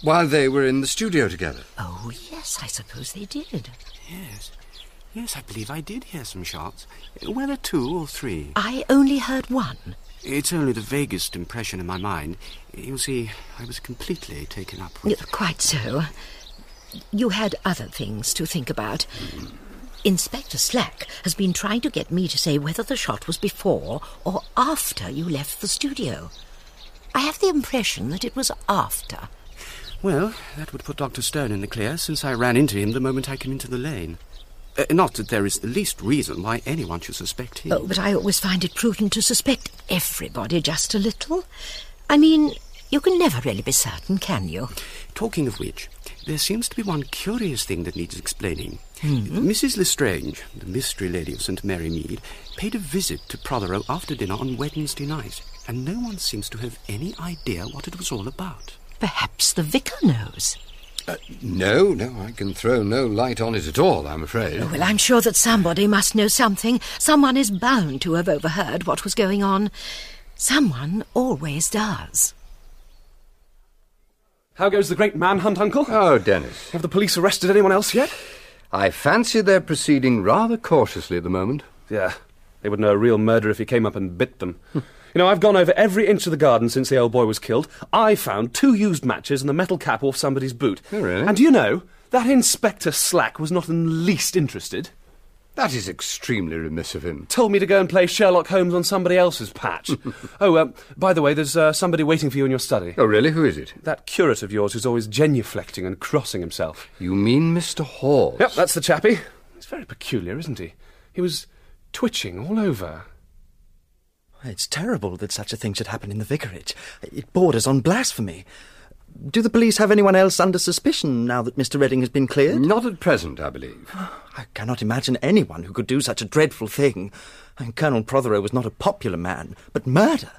Speaker 3: while they were in the studio together.
Speaker 1: Oh, yes, I suppose they did.
Speaker 12: Yes. Yes, I believe I did hear some shots. Whether two or three.
Speaker 1: I only heard one.
Speaker 12: It's only the vaguest impression in my mind. You see, I was completely taken up
Speaker 1: Yeah, Quite so. You had other things to think about. Inspector Slack has been trying to get me to say whether the shot was before or after you left the studio. I have the impression that it was after.
Speaker 12: Well, that would put Dr. Stone in the clear, since I ran into him the moment I came into the lane. Uh, not that there is the least reason why anyone should suspect him.
Speaker 1: Oh, but I always find it prudent to suspect everybody just a little. I mean, you can never really be certain, can you?
Speaker 12: Talking of which, there seems to be one curious thing that needs explaining.
Speaker 1: Hmm.
Speaker 12: Mrs. Lestrange, the mystery lady of St. Mary Mead, paid a visit to Prothero after dinner on Wednesday night, and no one seems to have any idea what it was all about.
Speaker 1: Perhaps the vicar knows.
Speaker 3: No, no, I can throw no light on it at all, I'm afraid.
Speaker 1: Well, I'm sure that somebody must know something. Someone is bound to have overheard what was going on. Someone always does.
Speaker 4: How goes the great manhunt, Uncle?
Speaker 3: Oh, Dennis.
Speaker 4: Have the police arrested anyone else yet?
Speaker 3: I fancy they're proceeding rather cautiously at the moment.
Speaker 4: Yeah, they would know a real murder if he came up and bit them. [LAUGHS] you know, I've gone over every inch of the garden since the old boy was killed. I found two used matches and the metal cap off somebody's boot.
Speaker 3: Oh, really?
Speaker 4: And do you know, that Inspector Slack was not in the least interested.
Speaker 3: That is extremely remiss of him.
Speaker 4: Told me to go and play Sherlock Holmes on somebody else's
Speaker 3: [LAUGHS]
Speaker 4: patch. oh, um, by the way, there's uh, somebody waiting for you in your study.
Speaker 3: Oh, really? Who is it?
Speaker 4: That curate of yours who's always genuflecting and crossing himself.
Speaker 3: You mean Mr. Hawes?
Speaker 4: Yep, that's the chappie. He's very peculiar, isn't he? He was twitching all over.
Speaker 25: It's terrible that such a thing should happen in the vicarage. It borders on blasphemy. Do the police have anyone else under suspicion now that Mr. Redding has been cleared?
Speaker 3: Not at present, I believe.
Speaker 25: I cannot imagine anyone who could do such a dreadful thing. And Colonel Prothero was not a popular man, but murder.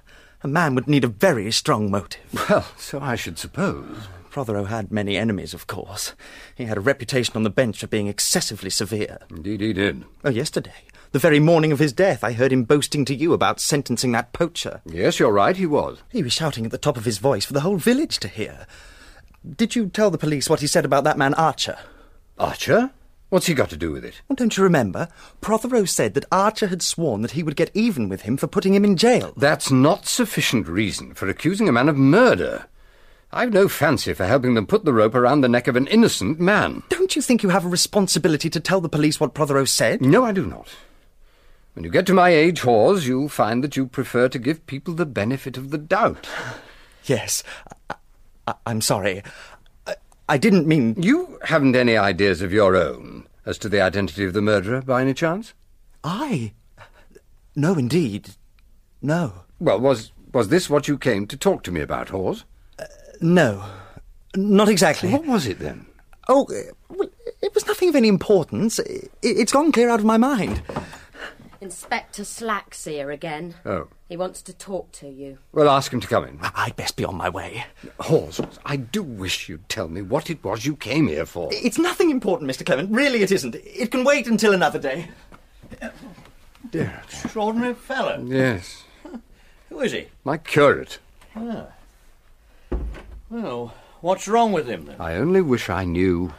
Speaker 25: A man would need a very strong motive.
Speaker 3: Well, so I should suppose.
Speaker 25: Prothero had many enemies, of course. He had a reputation on the bench for being excessively severe.
Speaker 3: Indeed, he did.
Speaker 25: Oh, yesterday, the very morning of his death, I heard him boasting to you about sentencing that poacher.
Speaker 3: Yes, you're right, he was.
Speaker 25: He was shouting at the top of his voice for the whole village to hear. Did you tell the police what he said about that man Archer?
Speaker 3: Archer? What's he got to do with it?
Speaker 25: Well, don't you remember? Prothero said that Archer had sworn that he would get even with him for putting him in jail.
Speaker 3: That's not sufficient reason for accusing a man of murder. I've no fancy for helping them put the rope around the neck of an innocent man.
Speaker 25: Don't you think you have a responsibility to tell the police what Prothero said?
Speaker 3: No, I do not. When you get to my age, Hawes, you'll find that you prefer to give people the benefit of the doubt.
Speaker 25: [SIGHS] Yes, I, am sorry. I, I didn't mean.
Speaker 3: You haven't any ideas of your own as to the identity of the murderer, by any chance?
Speaker 25: I? No, indeed. No.
Speaker 3: Well, was, was this what you came to talk to me about, Hawes?
Speaker 25: Uh, no, not exactly.
Speaker 3: What was it then?
Speaker 25: Oh, it was nothing of any importance. It's gone clear out of my mind.
Speaker 5: Inspector Slack's here again.
Speaker 3: Oh.
Speaker 5: He wants to talk to you.
Speaker 3: Well, ask him to come in.
Speaker 25: I'd best be on my way.
Speaker 3: Hawes, I do wish you'd tell me what it was you came here for.
Speaker 25: It's nothing important, Mr. Clement. Really, it isn't. It can wait until another day.
Speaker 3: Dear.
Speaker 25: Extraordinary fellow.
Speaker 3: Yes.
Speaker 19: Who is he?
Speaker 3: My curate.
Speaker 19: Ah. Well, what's wrong with him then?
Speaker 3: I only wish I knew.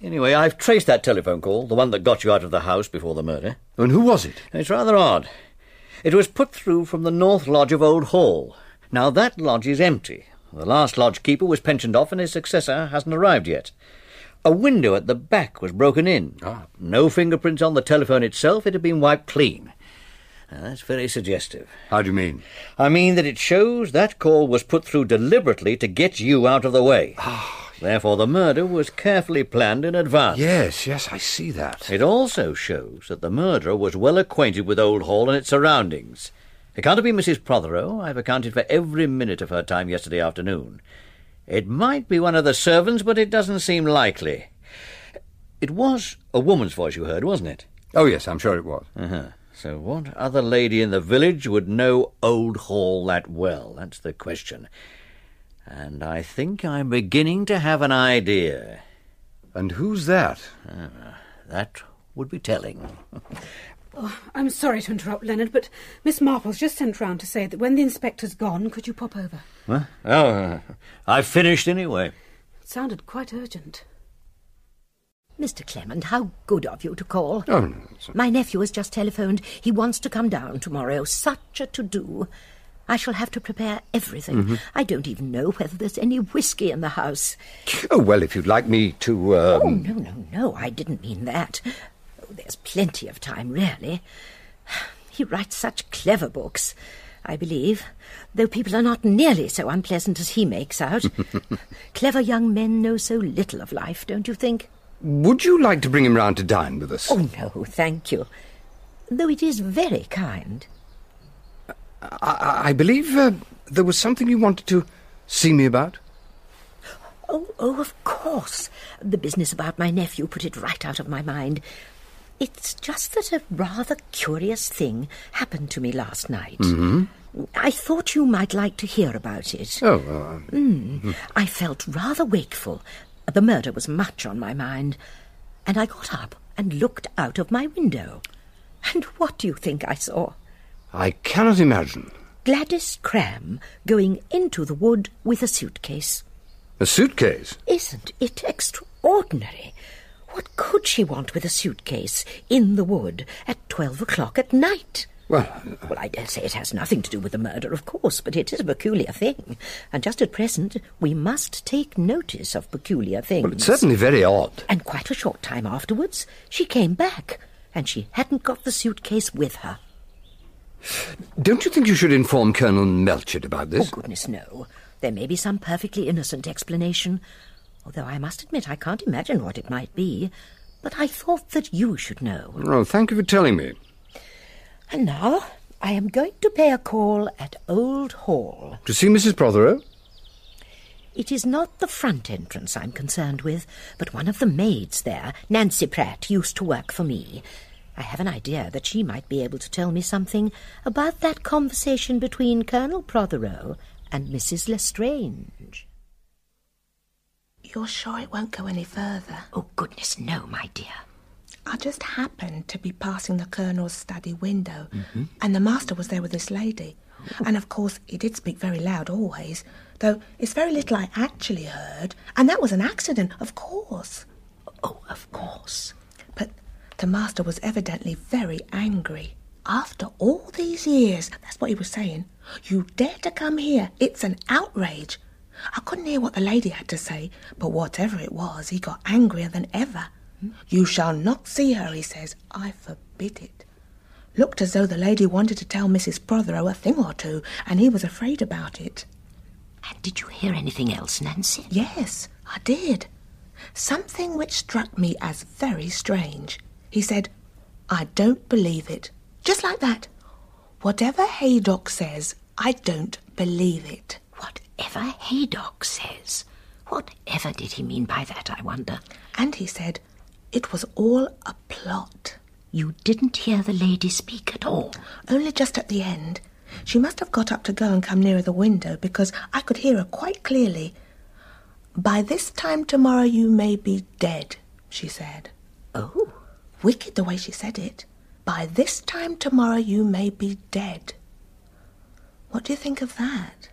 Speaker 19: Anyway, I've traced that telephone call, the one that got you out of the house before the murder.
Speaker 3: And who was it?
Speaker 19: It's rather odd. It was put through from the north lodge of Old Hall. Now, that lodge is empty. The last lodge keeper was pensioned off and his successor hasn't arrived yet. A window at the back was broken in.
Speaker 3: Ah.
Speaker 19: No fingerprints on the telephone itself, it had been wiped clean. Now, that's very suggestive.
Speaker 3: How do you mean?
Speaker 19: I mean that it shows that call was put through deliberately to get you out of the way.
Speaker 3: Ah,
Speaker 19: Therefore, the murder was carefully planned in advance.
Speaker 3: Yes, yes, I see that.
Speaker 19: It also shows that the murderer was well acquainted with Old Hall and its surroundings. It can't have been Mrs. Prothero. I've accounted for every minute of her time yesterday afternoon. It might be one of the servants, but it doesn't seem likely. It was a woman's voice you heard, wasn't it?
Speaker 3: Oh, yes, I'm sure it was.
Speaker 19: Uh-huh. So, what other lady in the village would know Old Hall that well? That's the question. And I think I'm beginning to have an idea.
Speaker 3: And who's that?
Speaker 19: Ah, that would be telling.
Speaker 6: Oh, I'm sorry to interrupt, Leonard, but Miss Marple's just sent round to say that when the inspector's gone, could you pop over?
Speaker 19: Huh? [LAUGHS] Oh, I've finished anyway.
Speaker 6: It sounded quite urgent.
Speaker 1: Mr. Clement, how good of you to call.
Speaker 3: Oh, no, it's-
Speaker 1: My nephew has just telephoned. He wants to come down tomorrow. Such a to do. I shall have to prepare everything.
Speaker 3: Mhm.
Speaker 1: I don't even know whether there's any whiskey in the house.
Speaker 3: Oh, well, if you'd like me to, um...
Speaker 1: Oh, no, no, no, I didn't mean that. Oh, there's plenty of time, really. [SIGHS] He writes such clever books, I believe, though people are not nearly so unpleasant as he
Speaker 3: [LAUGHS]
Speaker 1: makes out. clever young men know so little of life, don't you think?
Speaker 3: Would you like to bring him round to dine with us?
Speaker 1: Oh, no, thank you. Though it is very kind.
Speaker 3: I, I believe uh, there was something you wanted to see me about.
Speaker 1: Oh, oh, of course. The business about my nephew put it right out of my mind. It's just that a rather curious thing happened to me last night.
Speaker 11: Mm-hmm.
Speaker 1: I thought you might like to hear about it.
Speaker 3: Oh, well, I-
Speaker 1: Mm. I felt rather wakeful. The murder was much on my mind. And I got up and looked out of my window. And what do you think I saw?
Speaker 3: I cannot imagine.
Speaker 1: Gladys Cram going into the wood with a suitcase.
Speaker 3: A suitcase?
Speaker 1: Isn't it extraordinary? What could she want with a suitcase in the wood at twelve o'clock at night?
Speaker 3: Well,
Speaker 1: well, I dare say it has nothing to do with the murder, of course, but it is a peculiar thing, and just at present we must take notice of peculiar things.
Speaker 3: Well, it's certainly very odd.
Speaker 1: And quite a short time afterwards, she came back and she hadn't got the suitcase with her.
Speaker 3: Don't you think you should inform Colonel Melchett about this?
Speaker 1: Oh, goodness, no. There may be some perfectly innocent explanation, although I must admit I can't imagine what it might be. But I thought that you should know.
Speaker 3: Oh, thank you for telling me.
Speaker 1: And now I am going to pay a call at Old Hall.
Speaker 3: To see Mrs. Prothero?
Speaker 1: It is not the front entrance I'm concerned with, but one of the maids there, Nancy Pratt, used to work for me. I have an idea that she might be able to tell me something about that conversation between Colonel Prothero and Mrs. Lestrange.
Speaker 10: You're sure it won't go any further?
Speaker 1: Oh, goodness, no, my dear.
Speaker 10: I just happened to be passing the colonel's study window,
Speaker 1: Mm-hmm.
Speaker 10: and the master was there with this lady. And of course, he did speak very loud always, though it's very little I actually heard, and that was an accident, of course.
Speaker 1: Oh, of course.
Speaker 10: But the master was evidently very angry. After all these years, that's what he was saying. You dare to come here? It's an outrage. I couldn't hear what the lady had to say, but whatever it was, he got angrier than ever.
Speaker 1: Hmm?
Speaker 10: You shall not see her, he says. I forbid it. Looked as though the lady wanted to tell Mrs. Prothero a thing or two, and he was afraid about it.
Speaker 1: And did you hear anything else, Nancy?
Speaker 10: Yes, I did. Something which struck me as very strange. He said, I don't believe it. Just like that. Whatever Haydock says, I don't believe it.
Speaker 1: Whatever Haydock says. Whatever did he mean by that, I wonder?
Speaker 10: And he said, it was all a plot.
Speaker 1: You didn't hear the lady speak at all?
Speaker 10: Only just at the end. She must have got up to go and come nearer the window because I could hear her quite clearly. By this time tomorrow you may be dead, she said.
Speaker 1: Oh.
Speaker 10: Wicked the way she said it. By this time tomorrow you may be dead. What do you think of that?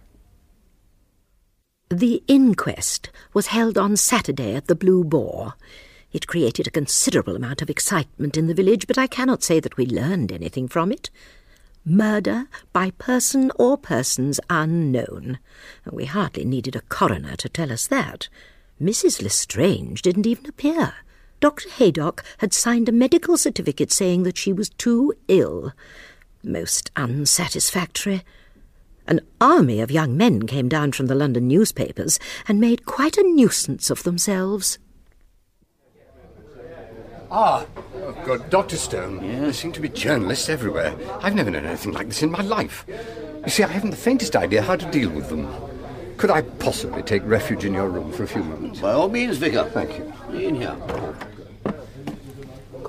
Speaker 1: The inquest was held on Saturday at the Blue Boar. It created a considerable amount of excitement in the village, but I cannot say that we learned anything from it. Murder by person or persons unknown. We hardly needed a coroner to tell us that. Mrs. Lestrange didn't even appear. Dr. Haydock had signed a medical certificate saying that she was too ill. Most unsatisfactory. An army of young men came down from the London newspapers and made quite a nuisance of themselves.
Speaker 3: Ah, oh God, Dr. Stone. There seem to be journalists everywhere. I've never known anything like this in my life. You see, I haven't the faintest idea how to deal with them. Could I possibly take refuge in your room for a few moments?
Speaker 16: By all means, Vicar.
Speaker 3: Thank you.
Speaker 16: In here.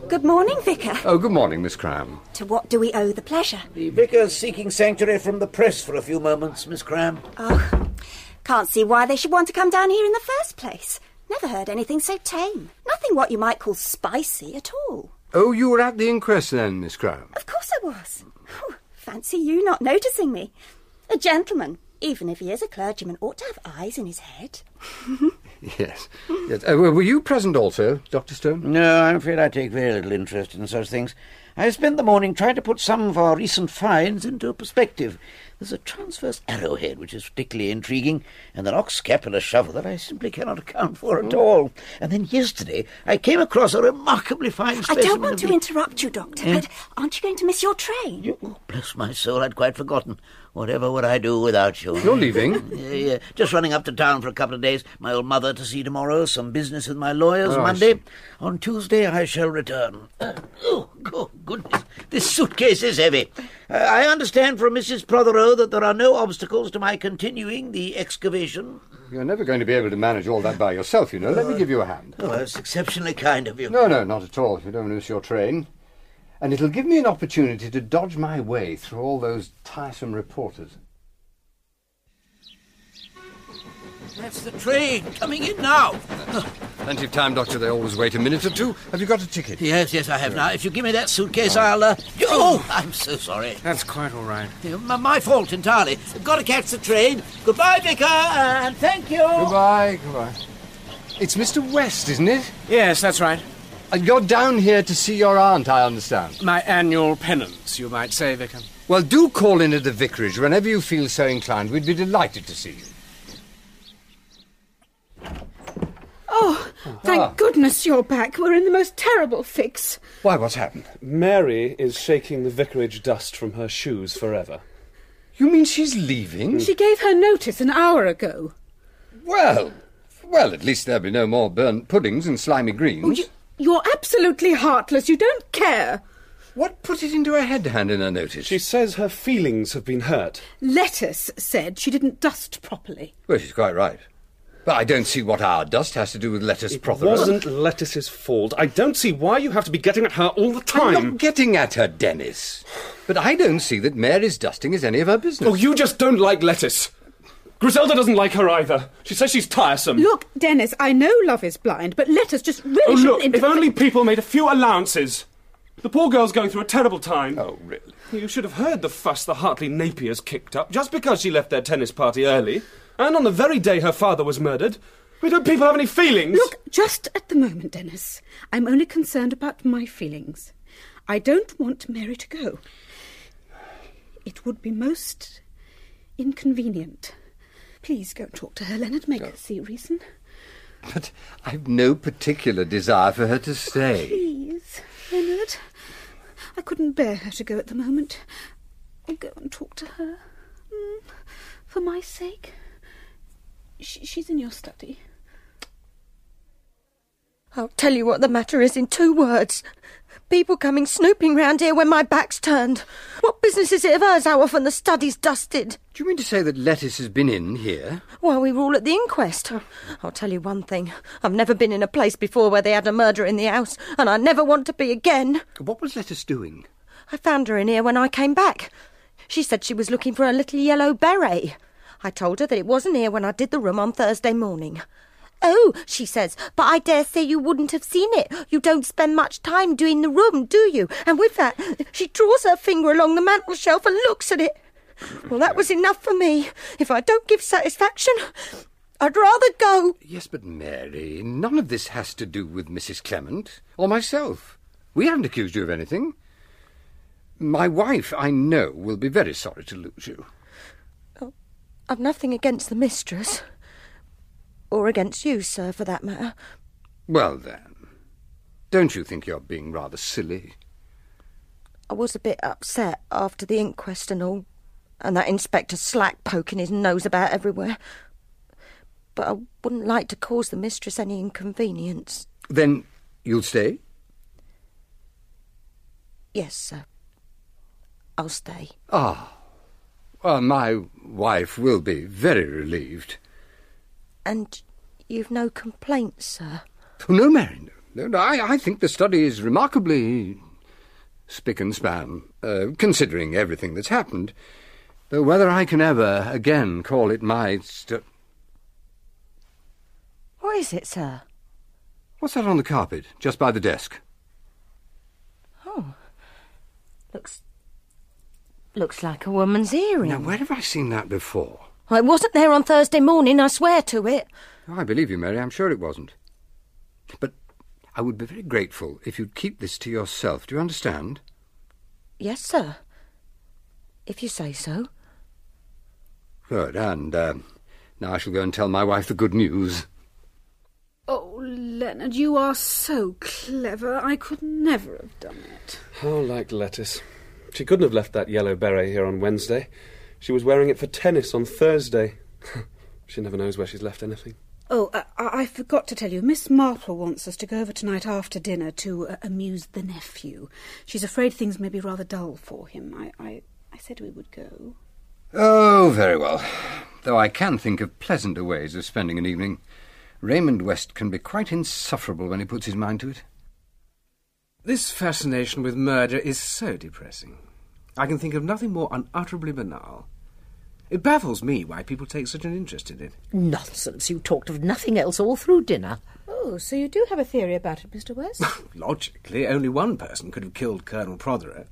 Speaker 9: Good morning, Vicar.
Speaker 3: Oh, good morning, Miss Cram.
Speaker 9: To what do we owe the pleasure?
Speaker 16: The vicar's seeking sanctuary from the press for a few moments, Miss Cram.
Speaker 9: Oh, can't see why they should want to come down here in the first place. Never heard anything so tame. Nothing what you might call spicy at all.
Speaker 3: Oh, you were at the inquest then, Miss Cram?
Speaker 9: Of course I was. Phew, fancy you not noticing me. A gentleman, even if he is a clergyman, ought to have eyes in his head.
Speaker 3: Yes. yes. Uh, were were you present also, Dr. Stone?
Speaker 16: No, I'm afraid I take very little interest in such things. I spent the morning trying to put some of our recent finds into perspective. There's a transverse arrowhead which is particularly intriguing, and an ox scapular shovel that I simply cannot account for
Speaker 3: Hmm.
Speaker 16: at all. And then yesterday I came across a remarkably fine
Speaker 9: I
Speaker 16: specimen.
Speaker 9: don't want
Speaker 16: of
Speaker 9: to
Speaker 16: the-
Speaker 9: interrupt you, Doctor,
Speaker 16: Yeah.
Speaker 9: but aren't you going to miss your train?
Speaker 16: Oh, Bless my soul, I'd quite forgotten. Whatever would I do without you?
Speaker 3: You're leaving?
Speaker 16: [LAUGHS] yeah, yeah. Just running up to town for a couple of days. My old mother to see tomorrow, some business with my lawyers
Speaker 3: Oh, I
Speaker 16: Monday. On Tuesday I shall return. Uh, oh, go- goodness. This suitcase is heavy. Uh, I understand from Mrs. Prothero that there are no obstacles to my continuing the excavation.
Speaker 3: You're never going to be able to manage all that by yourself, you know. Let me give you a hand.
Speaker 16: Oh, that's exceptionally kind of you.
Speaker 3: No, no, not at all. You don't miss your train. And it'll give me an opportunity to dodge my way through all those tiresome reporters.
Speaker 16: That's the train coming in now.
Speaker 3: Plenty of time, Doctor. They always wait a minute or two. Have you got a ticket?
Speaker 16: Yes, yes, I have now. If you give me that suitcase, I'll. Uh... Oh, I'm so sorry.
Speaker 26: That's quite all right.
Speaker 16: Yeah, My, my fault entirely. Got to catch the train. Goodbye, Vicar, and thank you.
Speaker 3: Goodbye, goodbye. It's Mr. West, isn't it?
Speaker 26: Yes, that's right.
Speaker 3: And you're down here to see your aunt, I understand.
Speaker 26: My annual penance, you might say, Vicar.
Speaker 3: Well, do call in at the vicarage whenever you feel so inclined. We'd be delighted to see you.
Speaker 9: Oh,
Speaker 6: Thank
Speaker 4: Ah.
Speaker 6: goodness you're back. We're in the most terrible fix.
Speaker 4: Why, what's happened? Mary is shaking the vicarage dust from her shoes forever.
Speaker 3: You mean she's
Speaker 4: Hmm.
Speaker 3: leaving?
Speaker 6: She gave her notice an hour ago.
Speaker 3: Well, well, at least there'll be no more burnt puddings and slimy greens.
Speaker 6: Oh, you, you're absolutely heartless. You don't care.
Speaker 3: What put it into her head to hand in her notice? She
Speaker 4: says her feelings have been hurt.
Speaker 6: Lettuce said she didn't dust properly.
Speaker 3: Well, she's quite right. But I don't see what our dust has to do with lettuce
Speaker 4: It
Speaker 3: Prothero.
Speaker 4: wasn't Lettuce's fault. I don't see why you have to be getting at her all the time.
Speaker 3: I'm not getting at her, Dennis. But I don't see that Mary's dusting is any of her business.
Speaker 4: Oh, you just don't like lettuce. Griselda doesn't like her either. She says she's tiresome.
Speaker 6: Look, Dennis, I know love is blind, but lettuce just really
Speaker 4: Um, oh,
Speaker 6: shouldn't
Speaker 4: look, if only people made a few allowances. The poor girl's going through a terrible time.
Speaker 3: Oh, really?
Speaker 4: You should have heard the fuss the Hartley Napiers kicked up just because she left their tennis party early, and on the very day her father was murdered. We don't people have any feelings? Look,
Speaker 6: Just at the moment, Dennis, I'm only concerned about my feelings. I don't want Mary to go. It would be most inconvenient. Please go and talk to her, Leonard. Make her see reason.
Speaker 3: I've no particular desire for her to stay.
Speaker 6: Please, Leonard. I couldn't bear her to go at the moment. Go and talk to her. Mm, for my sake. Sh- she's in your study.
Speaker 27: I'll tell you what the matter is in two words. People coming snooping round here when my back's turned. What business is it of hers how often the study's dusted?
Speaker 3: Do you mean to say that lettuce has been in here?
Speaker 27: Why, we were all at the inquest. I'll tell you one thing. I've never been in a place before where they had a murder in the house, and I never want to be again.
Speaker 3: What was lettuce doing?
Speaker 27: I found her in here when I came back. She said she was looking for a little yellow beret. I told her that it wasn't here when I did the room on Thursday morning. Oh, she says, but I dare say you wouldn't have seen it. You don't spend much time doing the room, do you? And with that, she draws her finger along the mantel shelf and looks at it. Well, that was enough for me. If I don't give satisfaction, I'd rather go.
Speaker 3: Yes, but Mary, none of this has to do with Mrs. Clement or myself. We haven't accused you of anything. My wife, I know, will be very sorry to lose you.
Speaker 27: I've nothing against the mistress. Or against you, sir, for that matter.
Speaker 3: Well, then, don't you think you're being rather silly?
Speaker 27: I was a bit upset after the inquest and all, and that Inspector Slack poking his nose about everywhere. But I wouldn't like to cause the mistress any inconvenience.
Speaker 3: Then you'll stay?
Speaker 27: Yes, sir. I'll stay.
Speaker 3: Ah. Well, my wife will be very relieved.
Speaker 27: And you've no complaints, sir?
Speaker 3: Oh, no, Mary, no. no, no I, I think the study is remarkably spick and span, uh, considering everything that's happened. Though whether I can ever again call it my stu-
Speaker 27: What is it, sir?
Speaker 3: What's that on the carpet, just by the desk?
Speaker 27: Oh. Looks. looks like a woman's earring.
Speaker 3: Now, where have I seen that before?
Speaker 27: I wasn't there on Thursday morning, I swear to it.
Speaker 3: Oh, I believe you, Mary. I'm sure it wasn't. But I would be very grateful if you'd keep this to yourself. Do you understand?
Speaker 27: Yes, sir. If you say so.
Speaker 3: Good. And um, now I shall go and tell my wife the good news.
Speaker 6: Oh, Leonard, you are so clever. I could never have done it.
Speaker 4: How like lettuce. She couldn't have left that yellow beret here on Wednesday. She was wearing it for tennis on Thursday. [LAUGHS] she never knows where she's left anything.
Speaker 6: Oh, uh, I I forgot to tell you. Miss Marple wants us to go over tonight after dinner to uh, amuse the nephew. She's afraid things may be rather dull for him. I, I, I said we would go.
Speaker 3: Oh, very well. Though I can think of pleasanter ways of spending an evening. Raymond West can be quite insufferable when he puts his mind to it.
Speaker 28: [LAUGHS] This fascination with murder is so depressing. I can think of nothing more unutterably banal. It baffles me why people take such an interest in it.
Speaker 1: Nonsense. You talked of nothing else all through dinner.
Speaker 6: Oh, so you do have a theory about it, Mr. West?
Speaker 28: Logically, only one person could have killed Colonel Prothero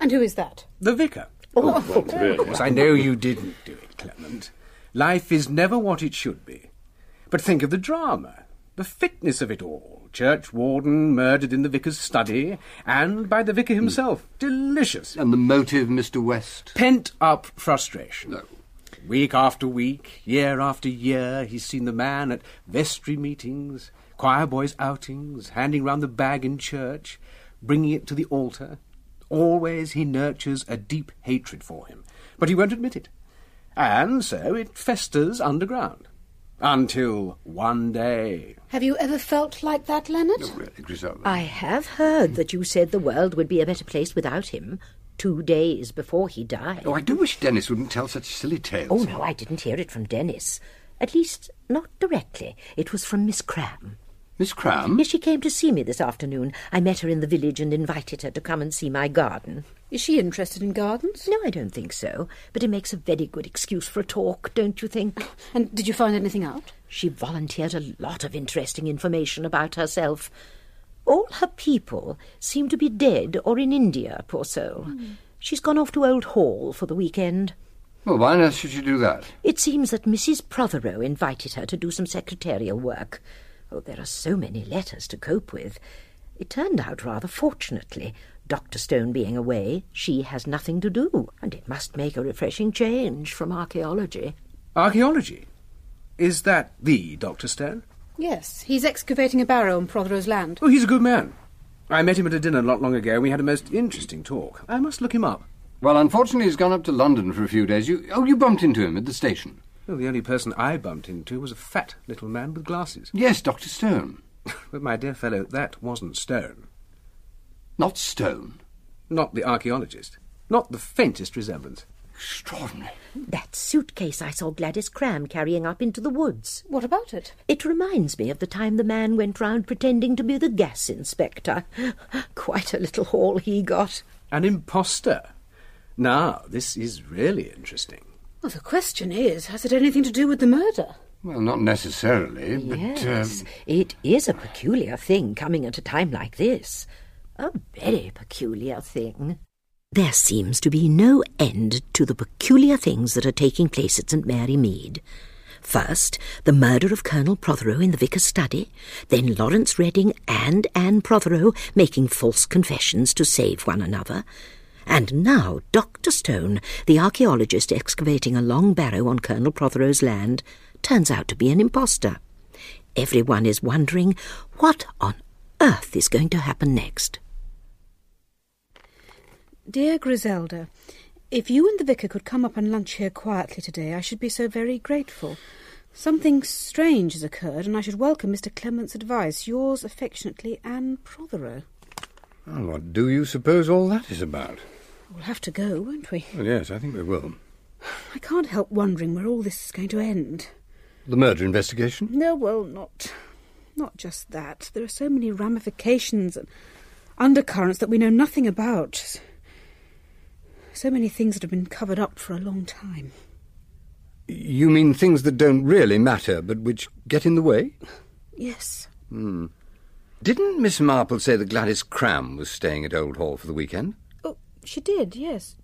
Speaker 6: and who is that?
Speaker 28: the vicar.
Speaker 6: [LAUGHS] Oh,
Speaker 28: well, of course, I know you didn't do it, Clement. Life is never what it should be. But think of the drama, the fitness of it all. Churchwarden murdered in the vicar's study, and by the vicar himself. Delicious.
Speaker 3: Hmm. And the motive, Mr. West?
Speaker 28: Pent up frustration. No. Week after week, year after year, he's seen the man at vestry meetings, choirboys' outings, handing round the bag in church, bringing it to the altar. Always he nurtures a deep hatred for him, but he won't admit it. And so it festers underground. Until one day.
Speaker 6: Have you ever felt like that, Leonard?
Speaker 1: I have heard that you said the world would be a better place without him two days before he died.
Speaker 3: Oh, I do wish Dennis wouldn't tell such silly tales.
Speaker 1: Oh, no, I didn't hear it from Dennis. At least, not directly. It was from Miss Cram.
Speaker 3: Miss Cram?
Speaker 1: Yes, she came to see me this afternoon. I met her in the village and invited her to come and see my garden.
Speaker 6: Is she interested in gardens?
Speaker 1: No, I don't think so. But it makes a very good excuse for a talk, don't you think?
Speaker 6: [LAUGHS] And did you find anything out?
Speaker 1: She volunteered a lot of interesting information about herself. All her people seem to be dead or in India, poor soul.
Speaker 6: Hmm.
Speaker 1: She's gone off to Old Hall for the weekend.
Speaker 3: Well, why on earth should you do that?
Speaker 1: It seems that Mrs. Prothero invited her to do some secretarial work. Oh, there are so many letters to cope with. It turned out rather fortunately. Dr. Stone being away, she has nothing to do, and it must make a refreshing change from archaeology.
Speaker 28: Archaeology? Is that the Dr. Stone?
Speaker 6: Yes, he's excavating a barrow on Prothero's land.
Speaker 28: Oh, he's a good man. I met him at a dinner not long ago, and we had a most interesting talk. I must look him up.
Speaker 3: Well, unfortunately, he's gone up to London for a few days. You, oh, you bumped into him at the station.
Speaker 28: Oh, the only person I bumped into was a fat little man with glasses.
Speaker 3: Yes, Dr. Stone.
Speaker 28: [LAUGHS] But, my dear fellow, that wasn't Stone.
Speaker 3: Not Stone?
Speaker 28: Not the archaeologist. Not the faintest resemblance.
Speaker 3: Extraordinary.
Speaker 1: That suitcase I saw Gladys Cram carrying up into the woods.
Speaker 6: What about it?
Speaker 1: It reminds me of the time the man went round pretending to be the gas inspector. [LAUGHS] Quite a little haul he got.
Speaker 28: An impostor. Now, this is really interesting.
Speaker 6: Well, the question is, has it anything to do with the murder?
Speaker 3: Well, not necessarily, but.
Speaker 1: Yes,
Speaker 3: um,
Speaker 1: it is a peculiar thing coming at a time like this. A very peculiar thing. There seems to be no end to the peculiar things that are taking place at St Mary Mead. First, the murder of Colonel Prothero in the vicar's study, then Lawrence Redding and Anne Prothero making false confessions to save one another, and now Dr. Stone, the archaeologist excavating a long barrow on Colonel Prothero's land, turns out to be an impostor. Everyone is wondering what on earth is going to happen next.
Speaker 6: Dear Griselda, if you and the vicar could come up and lunch here quietly today, I should be so very grateful. Something strange has occurred, and I should welcome Mr. Clement's advice. Yours affectionately, Anne
Speaker 3: Well,
Speaker 6: Prothero.
Speaker 3: Oh, what do you suppose all that is about?
Speaker 6: We'll have to go, won't we?
Speaker 28: Oh,
Speaker 3: Well, yes, I think we will.
Speaker 6: I can't help wondering where all this is going to end.
Speaker 3: The murder investigation?
Speaker 6: No, well, not. not just that. There are so many ramifications and undercurrents that we know nothing about. So many things that have been covered up for a long time.
Speaker 3: You mean things that don't really matter, but which get in the way?
Speaker 6: Yes.
Speaker 3: Hmm. Didn't Miss Marple say that Gladys Cram was staying at Old Hall for the weekend?
Speaker 6: Oh, she did, yes.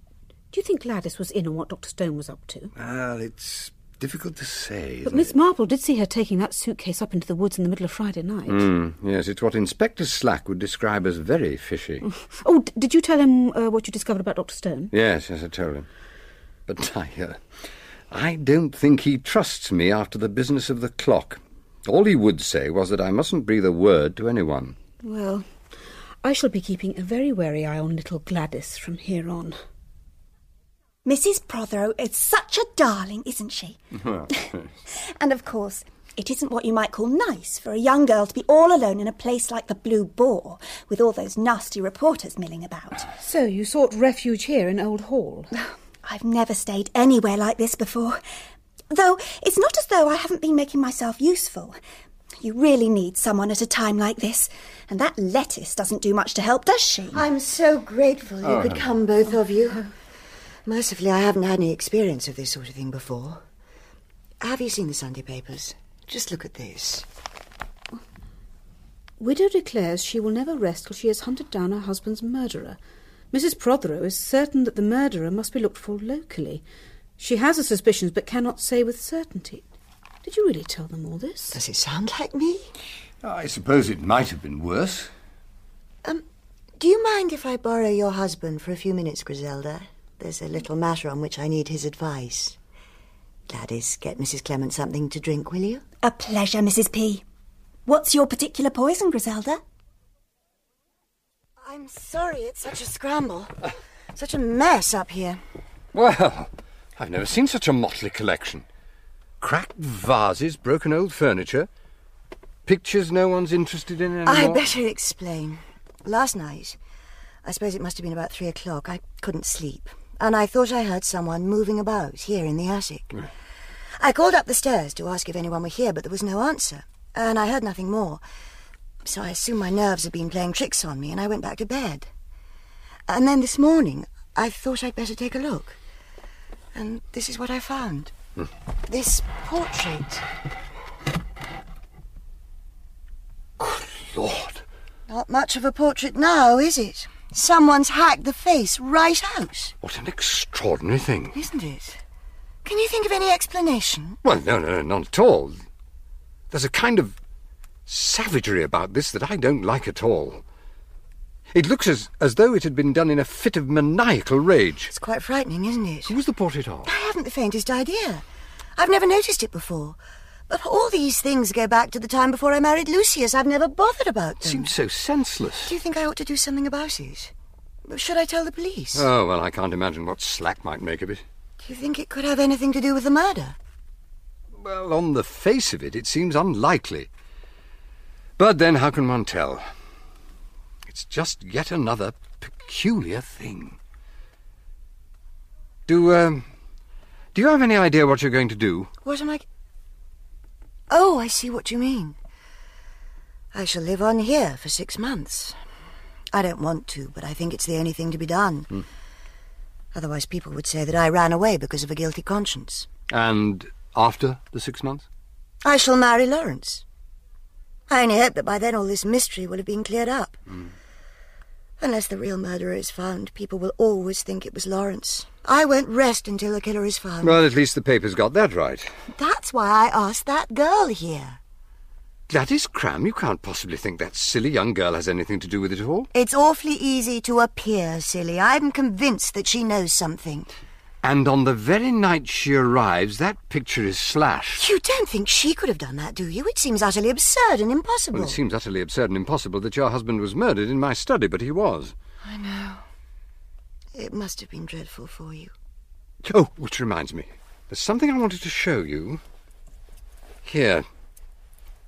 Speaker 6: Do you think Gladys was in on what Dr. Stone was up to?
Speaker 3: Well, it's difficult to say.
Speaker 6: But Miss Marple did see her taking that suitcase up into the woods in the middle of Friday night.
Speaker 3: Mm, yes, it's what Inspector Slack would describe as very fishy.
Speaker 6: Oh, d- did you tell him uh, what you discovered about Dr. Stone?
Speaker 3: yes, yes, I told him. But [LAUGHS] I, uh, I don't think he trusts me after the business of the clock. All he would say was that I mustn't breathe a word to anyone.
Speaker 6: Well, I shall be keeping a very wary eye on little Gladys from here on.
Speaker 9: Mrs. Prothero is such a darling, isn't she?
Speaker 13: [LAUGHS]
Speaker 9: And of course, it isn't what you might call nice for a young girl to be all alone in a place like the Blue Boar with all those nasty reporters milling about.
Speaker 6: So you sought refuge here in Old Hall?
Speaker 9: [SIGHS] I've never stayed anywhere like this before. Though it's not as though I haven't been making myself useful. You really need someone at a time like this. And that lettuce doesn't do much to help, does she?
Speaker 13: I'm so grateful you
Speaker 9: Oh.
Speaker 13: could come, both of you. Mercifully, I haven't had any experience of this sort of thing before. Have you seen the Sunday papers? Just look at this.
Speaker 6: Widow declares she will never rest till she has hunted down her husband's murderer. Mrs. Prothero is certain that the murderer must be looked for locally. She has her suspicions but cannot say with certainty. Did you really tell them all this?
Speaker 13: Does it sound like me?
Speaker 3: I suppose it might have been worse.
Speaker 13: Do you mind if I borrow your husband for a few minutes, Griselda? There's a little matter on which I need his advice. Gladys, get Mrs. Clement something to drink, will you?
Speaker 9: A pleasure, Mrs. P. What's your particular poison, Griselda?
Speaker 13: I'm sorry it's such a scramble. Such a mess up here.
Speaker 3: Well, I've never seen such a motley collection. Cracked vases, broken old furniture, pictures no one's interested in
Speaker 13: I
Speaker 3: anymore.
Speaker 13: better explain. Last night, I suppose it must have been about three o'clock, I couldn't sleep. And I thought I heard someone moving about here in the attic. I called up the stairs to ask if anyone were here, but there was no answer. And I heard nothing more. So I assumed my nerves had been playing tricks on me, and I went back to bed. And then this morning, I thought I'd better take a look. And this is what I found.
Speaker 3: Hmm.
Speaker 13: This portrait.
Speaker 3: Lord,
Speaker 13: Not much of a portrait now, is it? Someone's hacked the face right out,
Speaker 3: what an extraordinary thing.
Speaker 13: isn't it? Can you think of any explanation?
Speaker 3: Well, no, no, not at all. There's a kind of savagery about this that I don't like at all. It looks as, as though it had been done in a fit of maniacal rage.
Speaker 13: It's quite frightening, isn't it?
Speaker 3: Who was the portrait of?
Speaker 13: I haven't the faintest idea. I've never noticed it before. But all these things go back to the time before I married Lucius. I've never bothered about them.
Speaker 3: Seems so senseless.
Speaker 13: Do you think I ought to do something about it? Should I tell the police?
Speaker 3: Oh, well, I can't imagine what slack might make of it.
Speaker 13: Do you think it could have anything to do with the murder?
Speaker 3: Well, on the face of it, it seems unlikely. But then, how can one tell? It's just yet another peculiar thing. Do, um, do you have any idea what you're going to do?
Speaker 13: What am I. Oh, I see what you mean. I shall live on here for six months. I don't want to, but I think it's the only thing to be done.
Speaker 3: Hmm.
Speaker 13: Otherwise, people would say that I ran away because of a guilty conscience.
Speaker 3: And after the six months?
Speaker 13: I shall marry Lawrence. I only hope that by then all this mystery will have been cleared up.
Speaker 3: Hmm.
Speaker 13: Unless the real murderer is found, people will always think it was Lawrence. I won't rest until the killer is found.
Speaker 3: Well, at least the papers got that right.
Speaker 13: That's why I asked that girl here.
Speaker 3: Gladys Cram, you can't possibly think that silly young girl has anything to do with it all.
Speaker 13: It's awfully easy to appear silly. I'm convinced that she knows something.
Speaker 3: And on the very night she arrives, that picture is slashed.
Speaker 13: You don't think she could have done that, do you? It seems utterly absurd and impossible.
Speaker 3: Well, it seems utterly absurd and impossible that your husband was murdered in my study, but he was.
Speaker 13: I know. It must have been dreadful for you.
Speaker 3: Oh, which reminds me. There's something I wanted to show you. Here.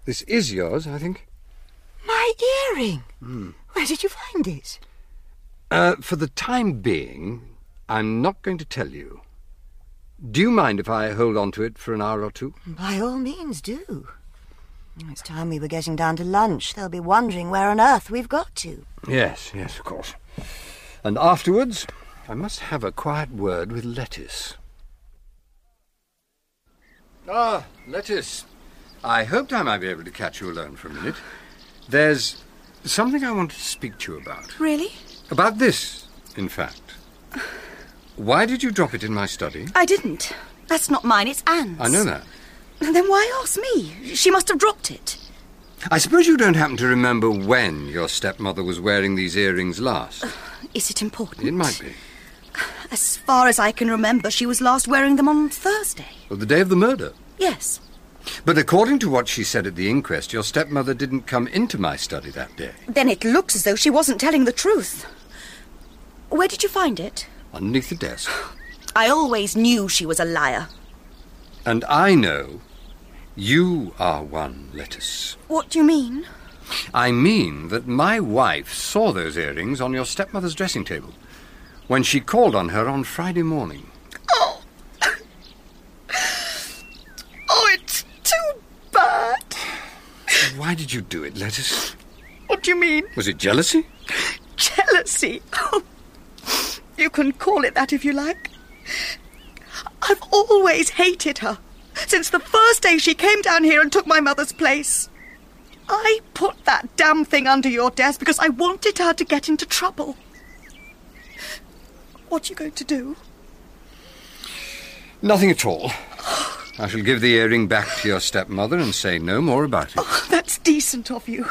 Speaker 3: This is yours, I think.
Speaker 13: My earring!
Speaker 3: Hmm.
Speaker 13: Where did you find it?
Speaker 3: Uh, for the time being, I'm not going to tell you. Do you mind if I hold on to it for an hour or two?
Speaker 13: By all means, do. It's time we were getting down to lunch. They'll be wondering where on earth we've got to.
Speaker 3: Yes, yes, of course. And afterwards, I must have a quiet word with Lettice. Ah, Lettice. I hoped I might be able to catch you alone for a minute. There's something I want to speak to you about.
Speaker 9: Really?
Speaker 3: About this, in fact. Why did you drop it in my study?
Speaker 9: I didn't. That's not mine, it's Anne's.
Speaker 3: I know that.
Speaker 9: Then why ask me? She must have dropped it.
Speaker 3: I suppose you don't happen to remember when your stepmother was wearing these earrings last.
Speaker 9: Is it important?
Speaker 3: It might be.
Speaker 9: As far as I can remember, she was last wearing them on Thursday.
Speaker 3: Or the day of the murder.
Speaker 9: Yes.
Speaker 3: But according to what she said at the inquest, your stepmother didn't come into my study that day.
Speaker 9: Then it looks as though she wasn't telling the truth. Where did you find it?
Speaker 3: Underneath the desk.
Speaker 9: I always knew she was a liar.
Speaker 3: And I know you are one, Lettuce.
Speaker 9: What do you mean?
Speaker 3: I mean that my wife saw those earrings on your stepmother's dressing table when she called on her on Friday morning.
Speaker 9: Oh, it's too bad.
Speaker 3: Why did you do it, Lettuce?
Speaker 9: What do you mean?
Speaker 3: Was it jealousy?
Speaker 9: Jealousy. Oh, you can call it that if you like. I've always hated her since the first day she came down here and took my mother's place. I put that damn thing under your desk because I wanted her to get into trouble. What are you going to do?
Speaker 3: Nothing at all. I shall give the earring back to your stepmother and say no more about it.
Speaker 9: That's decent of you.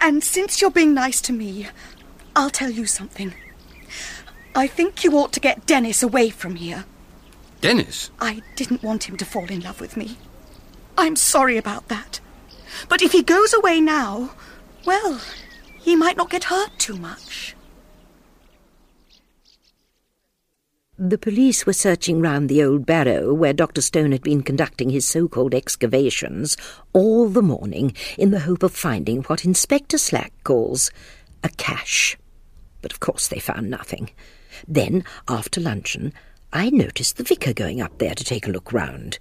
Speaker 9: And since you're being nice to me, I'll tell you something. I think you ought to get Dennis away from here.
Speaker 3: Dennis?
Speaker 9: I didn't want him to fall in love with me. I'm sorry about that. But if he goes away now, well, he might not get hurt too much.
Speaker 1: The police were searching round the old barrow where Dr. Stone had been conducting his so called excavations all the morning in the hope of finding what Inspector Slack calls a cache. But of course they found nothing. Then, after luncheon, I noticed the vicar going up there to take a look round.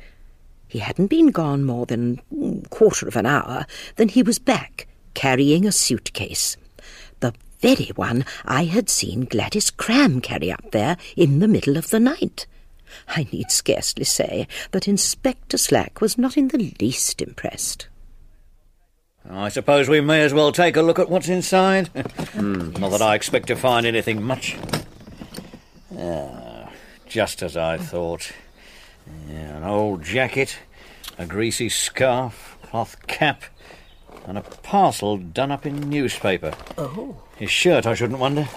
Speaker 1: He hadn't been gone more than mm, quarter of an hour than he was back, carrying a suitcase. The very one I had seen Gladys Cram carry up there in the middle of the night. I need scarcely say that Inspector Slack was not in the least impressed.
Speaker 19: I suppose we may as well take a look at what's inside. [LAUGHS] Not that I expect to find anything much. Ah, just as I thought. Yeah, an old jacket, a greasy scarf, cloth cap, and a parcel done up in newspaper.
Speaker 1: Oh.
Speaker 19: His shirt, I shouldn't wonder.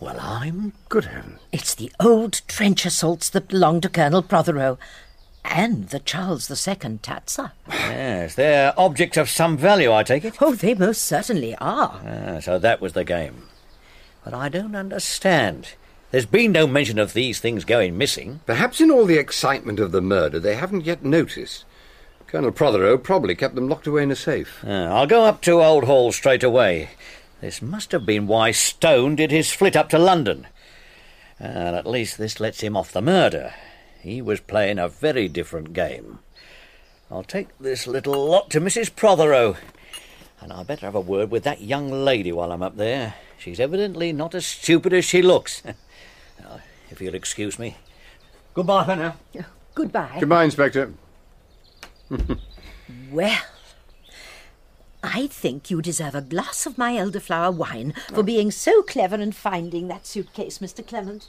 Speaker 19: Well, I'm
Speaker 1: Good heavens. It's the old trench assaults that belonged to Colonel Prothero and the Charles II Tatzer.
Speaker 19: Yes, they're objects of some value, I take it.
Speaker 1: Oh, they most certainly are.
Speaker 19: Ah, so that was the game. But I don't understand. There's been no mention of these things going missing.
Speaker 3: Perhaps in all the excitement of the murder, they haven't yet noticed. Colonel Prothero probably kept them locked away in a safe. [LAUGHS]
Speaker 19: Ah, I'll go up to Old Hall straight away. This must have been why Stone did his flit up to London. And at least this lets him off the murder. He was playing a very different game. I'll take this little lot to Mrs. Prothero. And I better have a word with that young lady while I'm up there. She's evidently not as stupid as she looks. [LAUGHS] Now, if you'll excuse me. Goodbye for now.
Speaker 1: Goodbye.
Speaker 3: Goodbye, Inspector.
Speaker 1: Well, I think you deserve a glass of my elderflower wine for being so clever in finding that suitcase, Mr. Clement.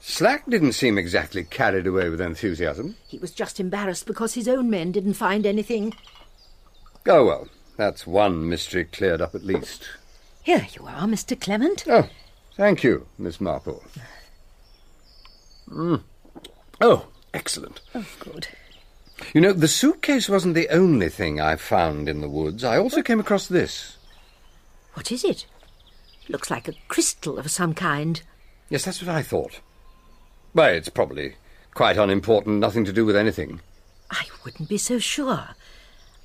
Speaker 3: Slack didn't seem exactly carried away with enthusiasm.
Speaker 1: He was just embarrassed because his own men didn't find anything.
Speaker 3: Oh, well, that's one mystery cleared up at least.
Speaker 1: Here you are, Mr. Clement.
Speaker 3: Oh, thank you, Miss Marple. Mm. Oh, excellent.
Speaker 1: Oh, good.
Speaker 3: You know, the suitcase wasn't the only thing I found in the woods. I also came across this.
Speaker 1: What is it? Looks like a crystal of some kind.
Speaker 3: Yes, that's what I thought. Why, it's probably quite unimportant, nothing to do with anything.
Speaker 1: I wouldn't be so sure.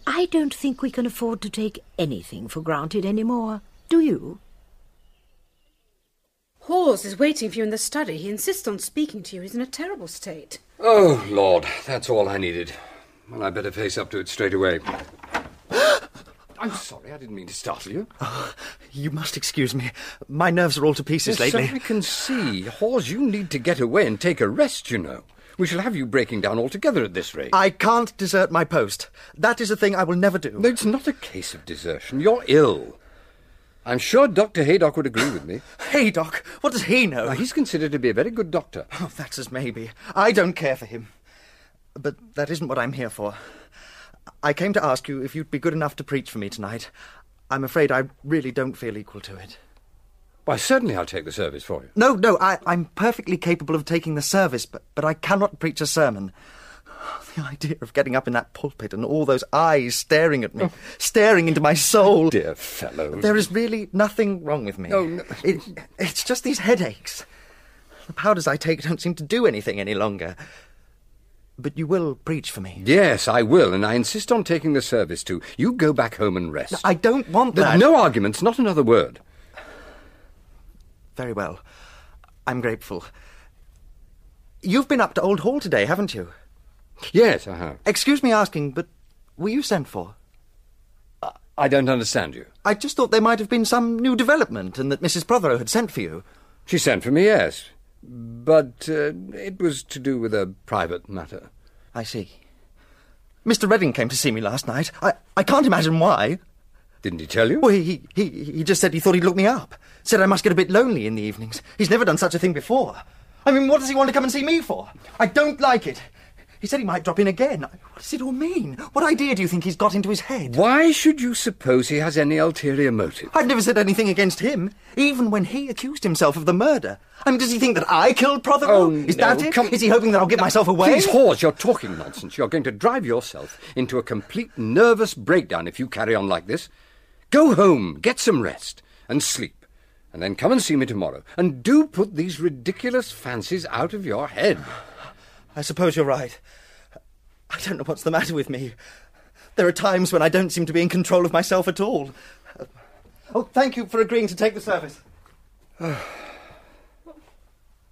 Speaker 1: I don't think we can afford to take anything for granted anymore, do you?
Speaker 6: Hawes is waiting for you in the study. He insists on speaking to you. He's in a terrible state.
Speaker 3: Oh, Lord, that's all I needed. Well, I better face up to it straight away. [GASPS] I'm sorry, I didn't mean to startle you.
Speaker 25: Oh, You must excuse me. My nerves are all to pieces
Speaker 3: Yes,
Speaker 25: lately.
Speaker 3: so I can see. Hawes, you need to get away and take a rest, you know. We shall have you breaking down altogether at this rate.
Speaker 25: I can't desert my post. That is a thing I will never do.
Speaker 3: No, it's not a case of desertion. You're ill. I'm sure Dr. Haydock would agree with me.
Speaker 25: [LAUGHS] Haydock? What does he know?
Speaker 3: Now, he's considered to be a very good doctor.
Speaker 25: Oh, that's as maybe. I don't care for him. But that isn't what I'm here for. I came to ask you if you'd be good enough to preach for me tonight. I'm afraid I really don't feel equal to it.
Speaker 3: Why, certainly I'll take the service for you.
Speaker 25: No, no, I, I'm perfectly capable of taking the service, but, but I cannot preach a sermon. Oh, The idea of getting up in that pulpit and all those eyes staring at me, staring into my soul.
Speaker 3: Oh. Dear fellow.
Speaker 25: There is really nothing wrong with me.
Speaker 3: Oh, no.
Speaker 25: It, it's just these headaches. The powders I take don't seem to do anything any longer. But you will preach for me.
Speaker 3: Yes, I will, and I insist on taking the service too. You go back home and rest.
Speaker 25: I don't want
Speaker 3: There's
Speaker 25: that.
Speaker 3: no arguments, not another word.
Speaker 25: Very well. I'm grateful. You've been up to Old Hall today, haven't you?
Speaker 3: Yes, I have.
Speaker 25: Excuse me asking, but were you sent for?
Speaker 3: I don't understand you.
Speaker 25: I just thought there might have been some new development and that Mrs. Prothero had sent for you.
Speaker 3: She sent for me, yes. But uh, it was to do with a private matter.
Speaker 25: I see. Mr. Redding came to see me last night. I, I can't imagine why.
Speaker 3: Didn't he tell you?
Speaker 25: Well, he, he, he just said he thought he'd look me up. Said I must get a bit lonely in the evenings. He's never done such a thing before. I mean, what does he want to come and see me for? I don't like it. He said he might drop in again. What does it all mean? What idea do you think he's got into his head?
Speaker 3: Why should you suppose he has any ulterior motive?
Speaker 25: I've never said anything against him, even when he accused himself of the murder. I mean, does he think that I killed Prothero?
Speaker 3: Oh,
Speaker 25: Is
Speaker 3: no,
Speaker 25: that it?
Speaker 3: come-
Speaker 25: Is he hoping that I'll give myself away?
Speaker 3: Please, Hawes, you're talking nonsense. You're going to drive yourself into a complete nervous breakdown if you carry on like this. Go home, get some rest, and sleep, and then come and see me tomorrow. And do put these ridiculous fancies out of your head.
Speaker 25: I suppose you're right. I don't know what's the matter with me. There are times when I don't seem to be in control of myself at all. Uh, Oh, thank you for agreeing to take the service.
Speaker 3: Oh.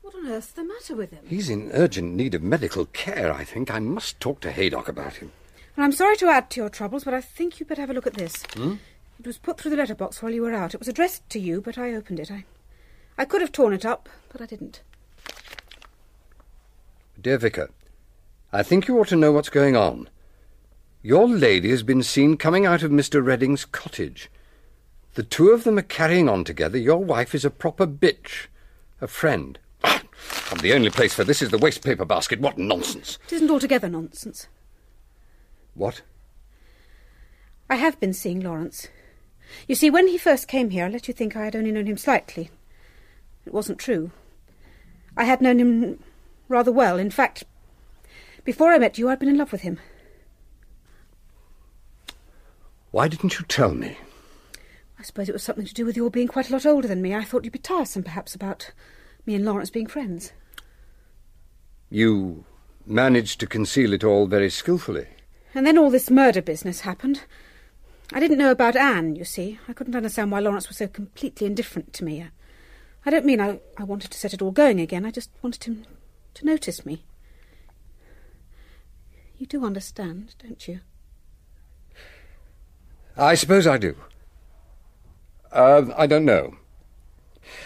Speaker 6: What on earth's the matter with him?
Speaker 3: He's in urgent need of medical care, I think. I must talk to Haydock about him.
Speaker 6: And I'm sorry to add to your troubles, but I think you'd better have a look at this.
Speaker 3: Hmm?
Speaker 6: It was put through the letterbox while you were out. It was addressed to you, but I opened it. I, I could have torn it up, but I didn't.
Speaker 3: Dear Vicar, I think you ought to know what's going on. Your lady has been seen coming out of Mr. Redding's cottage. The two of them are carrying on together. Your wife is a proper bitch, a [COUGHS] friend. And the only place for this is the waste paper basket. What nonsense!
Speaker 6: It isn't altogether nonsense.
Speaker 3: What?
Speaker 6: I have been seeing Lawrence. You see, when he first came here, I let you think I had only known him slightly. It wasn't true. I had known him rather well. In fact, before I met you, I'd been in love with him.
Speaker 3: Why didn't you tell me?
Speaker 6: I suppose it was something to do with your being quite a lot older than me. I thought you'd be tiresome, perhaps, about me and Lawrence being friends.
Speaker 3: You managed to conceal it all very skilfully.
Speaker 6: And then all this murder business happened. I didn't know about Anne, you see. I couldn't understand why Lawrence was so completely indifferent to me. I don't mean I, I wanted to set it all going again. I just wanted him to notice me. You do understand, don't you?
Speaker 3: I suppose I do. Uh, I don't know.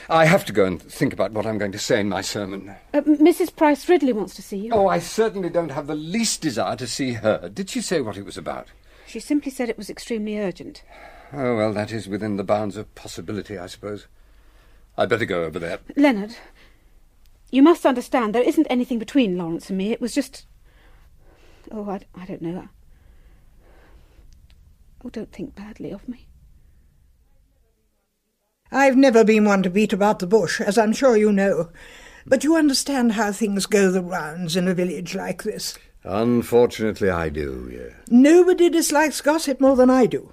Speaker 3: I have to go and think about what I'm going to say in my sermon.
Speaker 6: Uh, M- Mrs. Price Ridley wants to see you.
Speaker 3: Oh, I certainly don't have the least desire to see her. Did she say what it was about?
Speaker 6: She simply said it was extremely urgent.
Speaker 3: Oh, well, that is within the bounds of possibility, I suppose. I'd better go over there.
Speaker 6: Leonard, you must understand there isn't anything between Lawrence and me. It was just. Oh, I, I don't know. Oh, don't think badly of me.
Speaker 29: I've never been one to beat about the bush, as I'm sure you know. But you understand how things go the rounds in a village like this.
Speaker 3: Unfortunately, I do, yeah.
Speaker 29: Nobody dislikes gossip more than I do.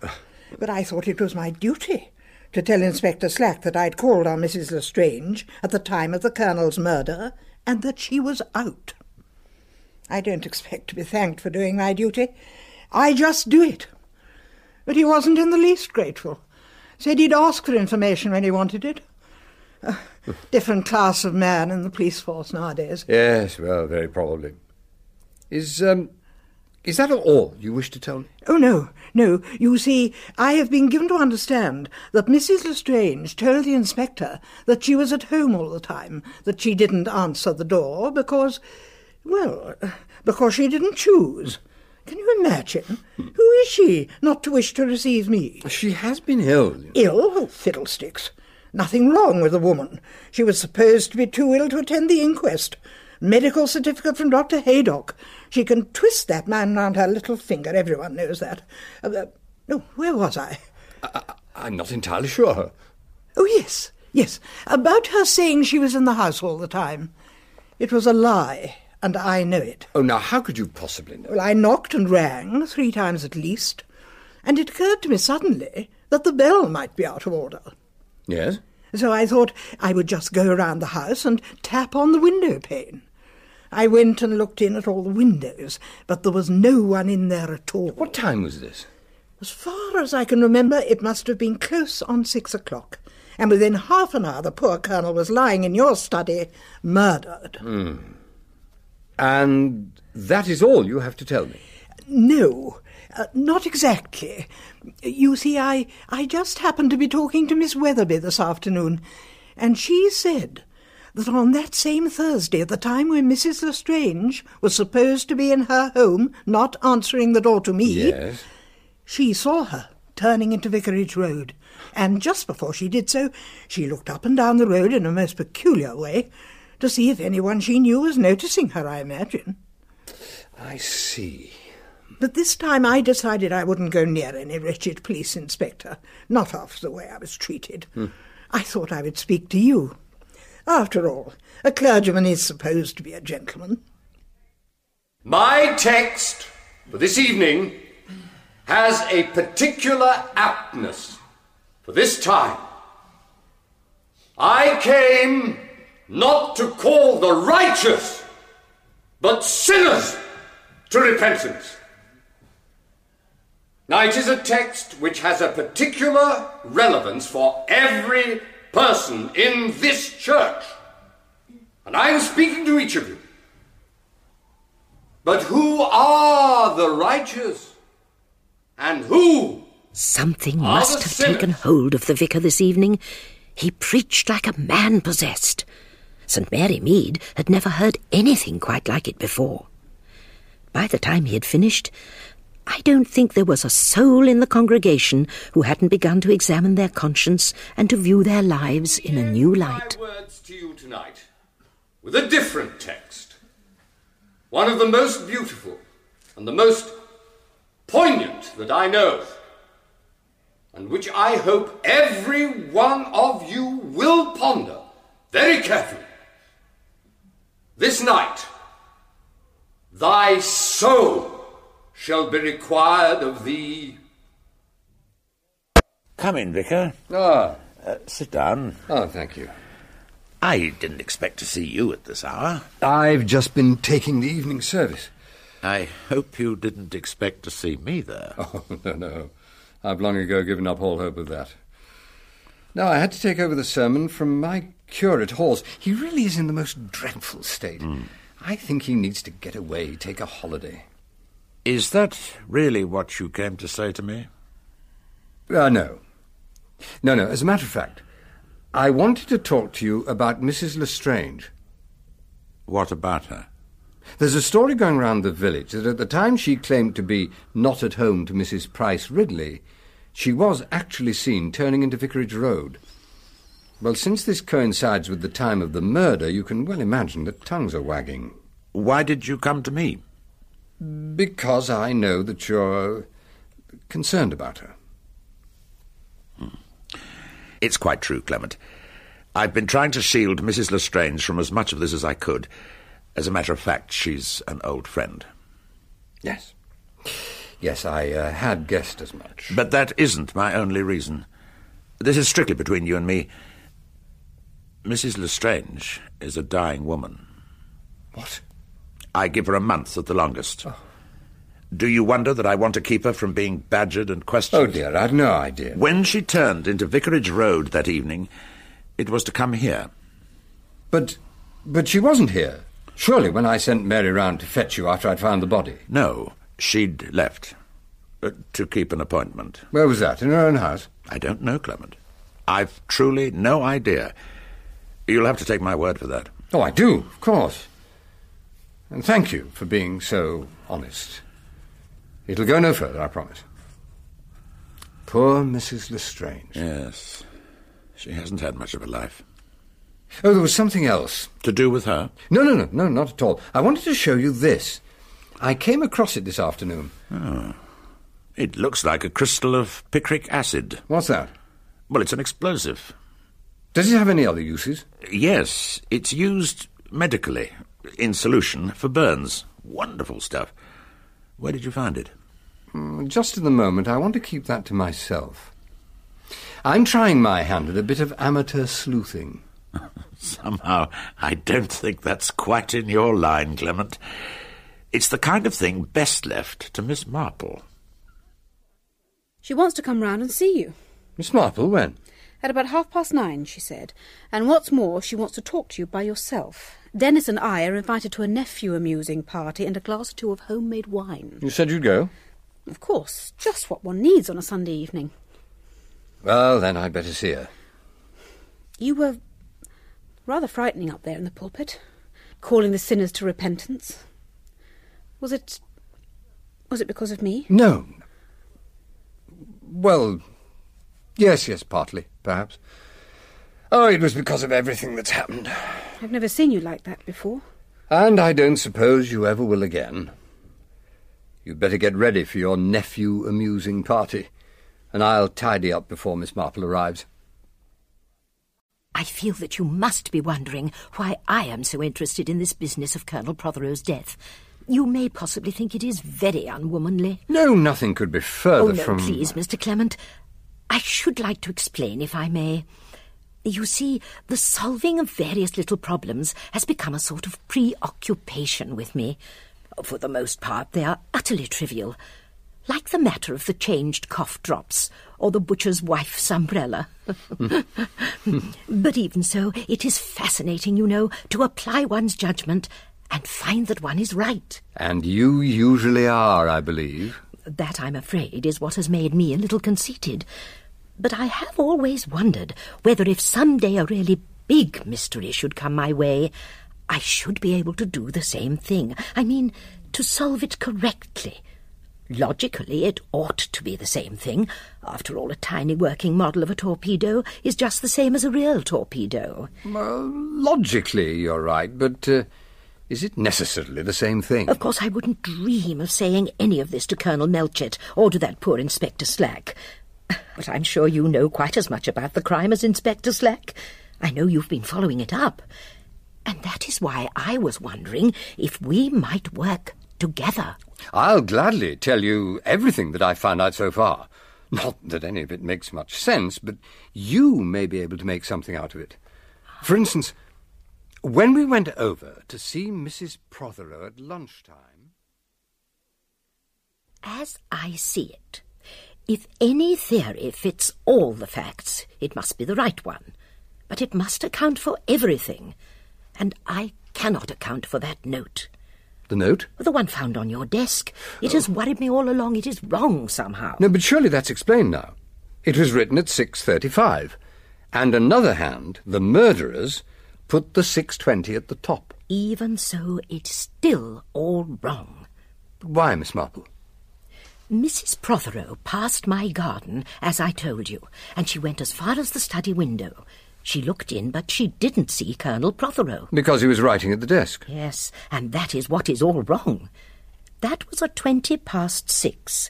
Speaker 29: But I thought it was my duty to tell Inspector Slack that I'd called on Mrs. Lestrange at the time of the Colonel's murder and that she was out. I don't expect to be thanked for doing my duty. I just do it. But he wasn't in the least grateful. Said he'd ask for information when he wanted it. Uh, different class of man in the police force nowadays.
Speaker 3: Yes, well, very probably. Is, um, is that all you wish to tell me?
Speaker 29: Oh, no, no. You see, I have been given to understand that Mrs. Lestrange told the inspector that she was at home all the time, that she didn't answer the door because, well, because she didn't choose. Can you imagine? Who is she not to wish to receive me?
Speaker 3: She has been ill.
Speaker 29: Ill? Oh, fiddlesticks. Nothing wrong with the woman. She was supposed to be too ill to attend the inquest. Medical certificate from Dr. Haydock. She can twist that man round her little finger. Everyone knows that. Uh, uh, oh, where was I?
Speaker 3: I'm not entirely sure.
Speaker 29: Oh, yes, yes. About her saying she was in the house all the time. It was a lie, and I know it.
Speaker 3: Oh, now, how could you possibly know?
Speaker 29: Well, I knocked and rang three times at least, and it occurred to me suddenly that the bell might be out of order.
Speaker 3: Yes?
Speaker 29: So I thought I would just go around the house and tap on the window pane. I went and looked in at all the windows, but there was no one in there at all. What
Speaker 3: time was this?
Speaker 29: As far as I can remember, it must have been close on six o'clock, and within half an hour the poor colonel was lying in your study, murdered.
Speaker 3: Hmm. And that is all you have to tell me.
Speaker 29: No, uh, not exactly. You see, I, I just happened to be talking to Miss Weatherby this afternoon, and she said that on that same Thursday, at the time when Mrs. Lestrange was supposed to be in her home, not answering the door to me,
Speaker 3: Yes.
Speaker 29: she saw her turning into Vicarage Road. And just before she did so, she looked up and down the road in a most peculiar way to see if anyone she knew was noticing her, I imagine.
Speaker 3: I see.
Speaker 29: But this time I decided I wouldn't go near any wretched police inspector, not after the way I was treated.
Speaker 3: Hmm.
Speaker 29: I thought I would speak to you. After all, a clergyman is supposed to be a gentleman.
Speaker 3: My text for this evening has a particular aptness for this time. I came not to call the righteous, but sinners to repentance. Now, it is a text which has a particular relevance for every person in this church. And I am speaking to each of you. But who are the righteous? And who?
Speaker 1: Something
Speaker 3: Are
Speaker 1: must
Speaker 3: the
Speaker 1: have
Speaker 3: sinners-
Speaker 1: taken hold of the vicar this evening. He preached like a man possessed. St. Mary Mead had never heard anything quite like it before. By the time he had finished, I don't think there was a soul in the congregation who hadn't begun to examine their conscience and to view their lives in a new light.
Speaker 3: words to you tonight with a different text. One of the most beautiful and the most poignant that I know, and which I hope every one of you will ponder very carefully. This night, thy soul shall be required of thee.
Speaker 18: Come in, Vicar. Uh,
Speaker 3: Ah.
Speaker 18: sit down.
Speaker 3: Oh, thank you.
Speaker 18: I didn't expect to see you at this hour.
Speaker 3: I've just been taking the evening service.
Speaker 18: I hope you didn't expect to see me there.
Speaker 3: [LAUGHS] Oh, no, no. I've long ago given up all hope of that. Now, I had to take over the sermon from my curate, Hawes. He really is in the most dreadful state.
Speaker 18: Hmm.
Speaker 3: I think he needs to get away, take a holiday.
Speaker 18: Is that really what you came to say to me?
Speaker 3: Uh, no. No, no. As a matter of fact, I wanted to talk to you about Mrs. Lestrange.
Speaker 18: What about her?
Speaker 3: There's a story going round the village that at the time she claimed to be not at home to Mrs. Price Ridley, she was actually seen turning into Vicarage Road. Well, since this coincides with the time of the murder, you can well imagine that tongues are wagging.
Speaker 18: Why did you come to me?
Speaker 3: Because I know that you're concerned about her.
Speaker 18: It's quite true, Clement. I've been trying to shield Mrs. Lestrange from as much of this as I could. As a matter of fact, she's an old friend.
Speaker 3: Yes. Yes, I uh, had guessed as much.
Speaker 18: But that isn't my only reason. This is strictly between you and me. Mrs. Lestrange is a dying woman.
Speaker 3: What? Oh.
Speaker 18: I give her a month at the longest. Do you wonder that I want to keep her from being badgered and questioned?
Speaker 3: Oh, dear, I've no idea.
Speaker 18: When she turned into Vicarage Road that evening, it was to come here.
Speaker 3: But, but she wasn't here. Surely when I sent Mary round to fetch you after I'd found the body.
Speaker 18: No, she'd left. uh, to keep an appointment.
Speaker 3: Where was that? In her own house?
Speaker 18: I don't know, Clement. I've truly no idea. You'll have to take my word for that.
Speaker 3: Oh, I do, of course. And thank you for being so honest. It'll go no further, I promise. Poor Mrs. Lestrange.
Speaker 18: Yes. She hasn't had much of a life.
Speaker 3: Oh, there was something else.
Speaker 18: To do with her?
Speaker 3: No, no, no, no, not at all. I wanted to show you this. I came across it this afternoon.
Speaker 18: Oh. It looks like a crystal of picric acid.
Speaker 3: What's that?
Speaker 18: Well, it's an explosive.
Speaker 3: Does it have any other uses?
Speaker 18: Yes, it's used medically, in solution, for burns. Wonderful stuff. Where did you find it? [LAUGHS]
Speaker 3: Mm, Just at the moment, I want to keep that to myself. I'm trying my hand at a bit of amateur sleuthing.
Speaker 18: Somehow, I don't think that's quite in your line, Clement. It's the kind of thing best left to Miss Marple.
Speaker 6: She wants to come round and see you.
Speaker 3: Miss Marple, when?
Speaker 6: At about half past nine, she said. And what's more, she wants to talk to you by yourself. Dennis and I are invited to a nephew amusing party and a glass or two of homemade wine.
Speaker 3: You said you'd go.
Speaker 6: Of course, just what one needs on a Sunday evening.
Speaker 3: Well, then I'd better see her.
Speaker 6: You were rather frightening up there in the pulpit, calling the sinners to repentance. Was it. was it because of me?
Speaker 3: No. Well, yes, yes, partly, perhaps. Oh, it was because of everything that's happened.
Speaker 6: I've never seen you like that before.
Speaker 3: And I don't suppose you ever will again. You'd better get ready for your nephew amusing party, and I'll tidy up before Miss Marple arrives.
Speaker 1: I feel that you must be wondering why I am so interested in this business of Colonel Prothero's death. You may possibly think it is very unwomanly.
Speaker 3: No, nothing could be further
Speaker 1: oh, no,
Speaker 3: from.
Speaker 1: please, Mr. Clement. I should like to explain, if I may. You see, the solving of various little problems has become a sort of preoccupation with me. For the most part, they are utterly trivial, like the matter of the changed cough drops or the butcher's wife's umbrella. [LAUGHS] But even so, it is fascinating, you know, to apply one's judgment and find that one is right.
Speaker 3: And you usually are, I believe.
Speaker 1: That, I'm afraid, is what has made me a little conceited. But I have always wondered whether if some day a really big mystery should come my way, I should be able to do the same thing. I mean, to solve it correctly. Logically, it ought to be the same thing. After all, a tiny working model of a torpedo is just the same as a real torpedo.
Speaker 3: Well, logically, you're right, but uh, is it necessarily the same thing?
Speaker 1: Of course, I wouldn't dream of saying any of this to Colonel Melchett or to that poor Inspector Slack. But I'm sure you know quite as much about the crime as Inspector Slack. I know you've been following it up. And that is why I was wondering if we might work together.
Speaker 3: I'll gladly tell you everything that I've found out so far. Not that any of it makes much sense, but you may be able to make something out of it. For instance, when we went over to see Mrs. Prothero at lunchtime.
Speaker 1: As I see it, if any theory fits all the facts, it must be the right one. But it must account for everything. And I cannot account for that note.
Speaker 3: The note? Oh.
Speaker 1: The one found on your desk. It has worried me all along. It is wrong somehow.
Speaker 3: No, but surely that's explained now. It was written at 6.35. And another hand, the murderers, put the 6.20 at the top.
Speaker 1: Even so, it's still all wrong.
Speaker 3: Why, Miss Marple?
Speaker 1: Mrs. Prothero passed my garden, as I told you, and she went as far as the study window. She looked in, but she didn't see Colonel Prothero.
Speaker 3: Because he was writing at the desk.
Speaker 1: Yes, and that is what is all wrong. That was at twenty past six.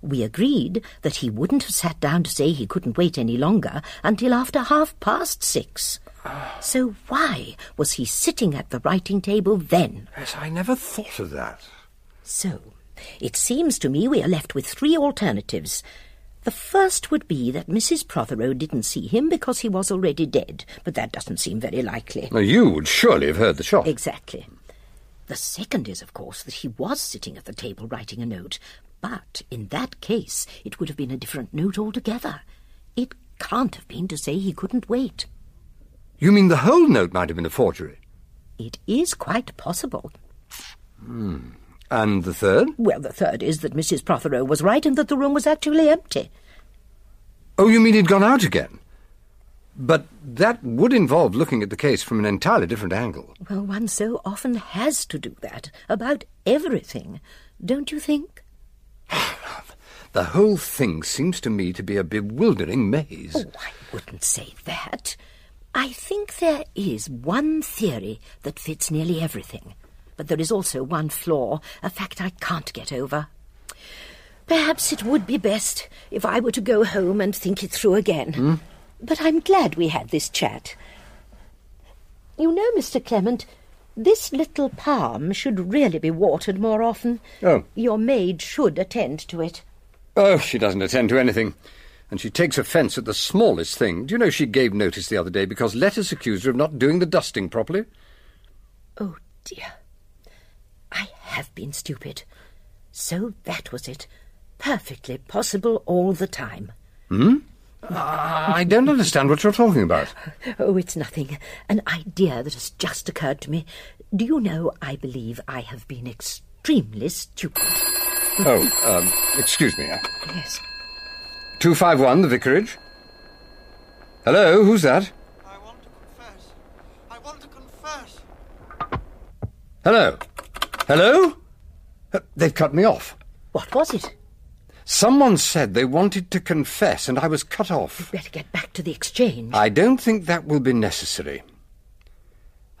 Speaker 1: We agreed that he wouldn't have sat down to say he couldn't wait any longer until after half past six.
Speaker 3: Ah.
Speaker 1: So why was he sitting at the writing table then?
Speaker 3: Yes, I never thought of that.
Speaker 1: So, it seems to me we are left with three alternatives. The first would be that Mrs. Prothero didn't see him because he was already dead, but that doesn't seem very likely.
Speaker 3: Now, you would surely have heard the shot.
Speaker 1: Exactly. The second is, of course, that he was sitting at the table writing a note, but in that case it would have been a different note altogether. It can't have been to say he couldn't wait.
Speaker 3: You mean the whole note might have been a forgery?
Speaker 1: It is quite possible.
Speaker 3: Hmm. And the third?
Speaker 1: Well, the third is that Mrs. Prothero was right and that the room was actually empty.
Speaker 3: Oh, you mean he'd gone out again? But that would involve looking at the case from an entirely different angle.
Speaker 1: Well, one so often has to do that about everything, don't you think?
Speaker 3: The whole thing seems to me to be a bewildering maze.
Speaker 1: Oh, I wouldn't say that. I think there is one theory that fits nearly everything. But there is also one flaw, a fact I can't get over. Perhaps it would be best if I were to go home and think it through again. But I'm glad we had this chat. You know, Mr. Clement, this little palm should really be watered more often.
Speaker 3: Oh.
Speaker 1: Your maid should attend to it.
Speaker 3: Oh, she doesn't attend to anything. And she takes offence at the smallest thing. Do you know she gave notice the other day because letters accused her of not doing the dusting properly?
Speaker 1: Oh, dear. I have been stupid. So that was it. Perfectly possible all the time.
Speaker 3: Hmm? I don't understand what you're talking about.
Speaker 1: Oh, it's nothing. An idea that has just occurred to me. Do you know, I believe I have been extremely stupid.
Speaker 3: Oh, um, excuse me.
Speaker 1: Yes.
Speaker 3: 251, the vicarage. Hello, who's that? I want to confess. I want to confess. Hello? Hello? Uh, They've cut me off.
Speaker 1: What was it?
Speaker 3: Someone said they wanted to confess, and I was cut off.
Speaker 1: Better get back to the exchange.
Speaker 3: I don't think that will be necessary.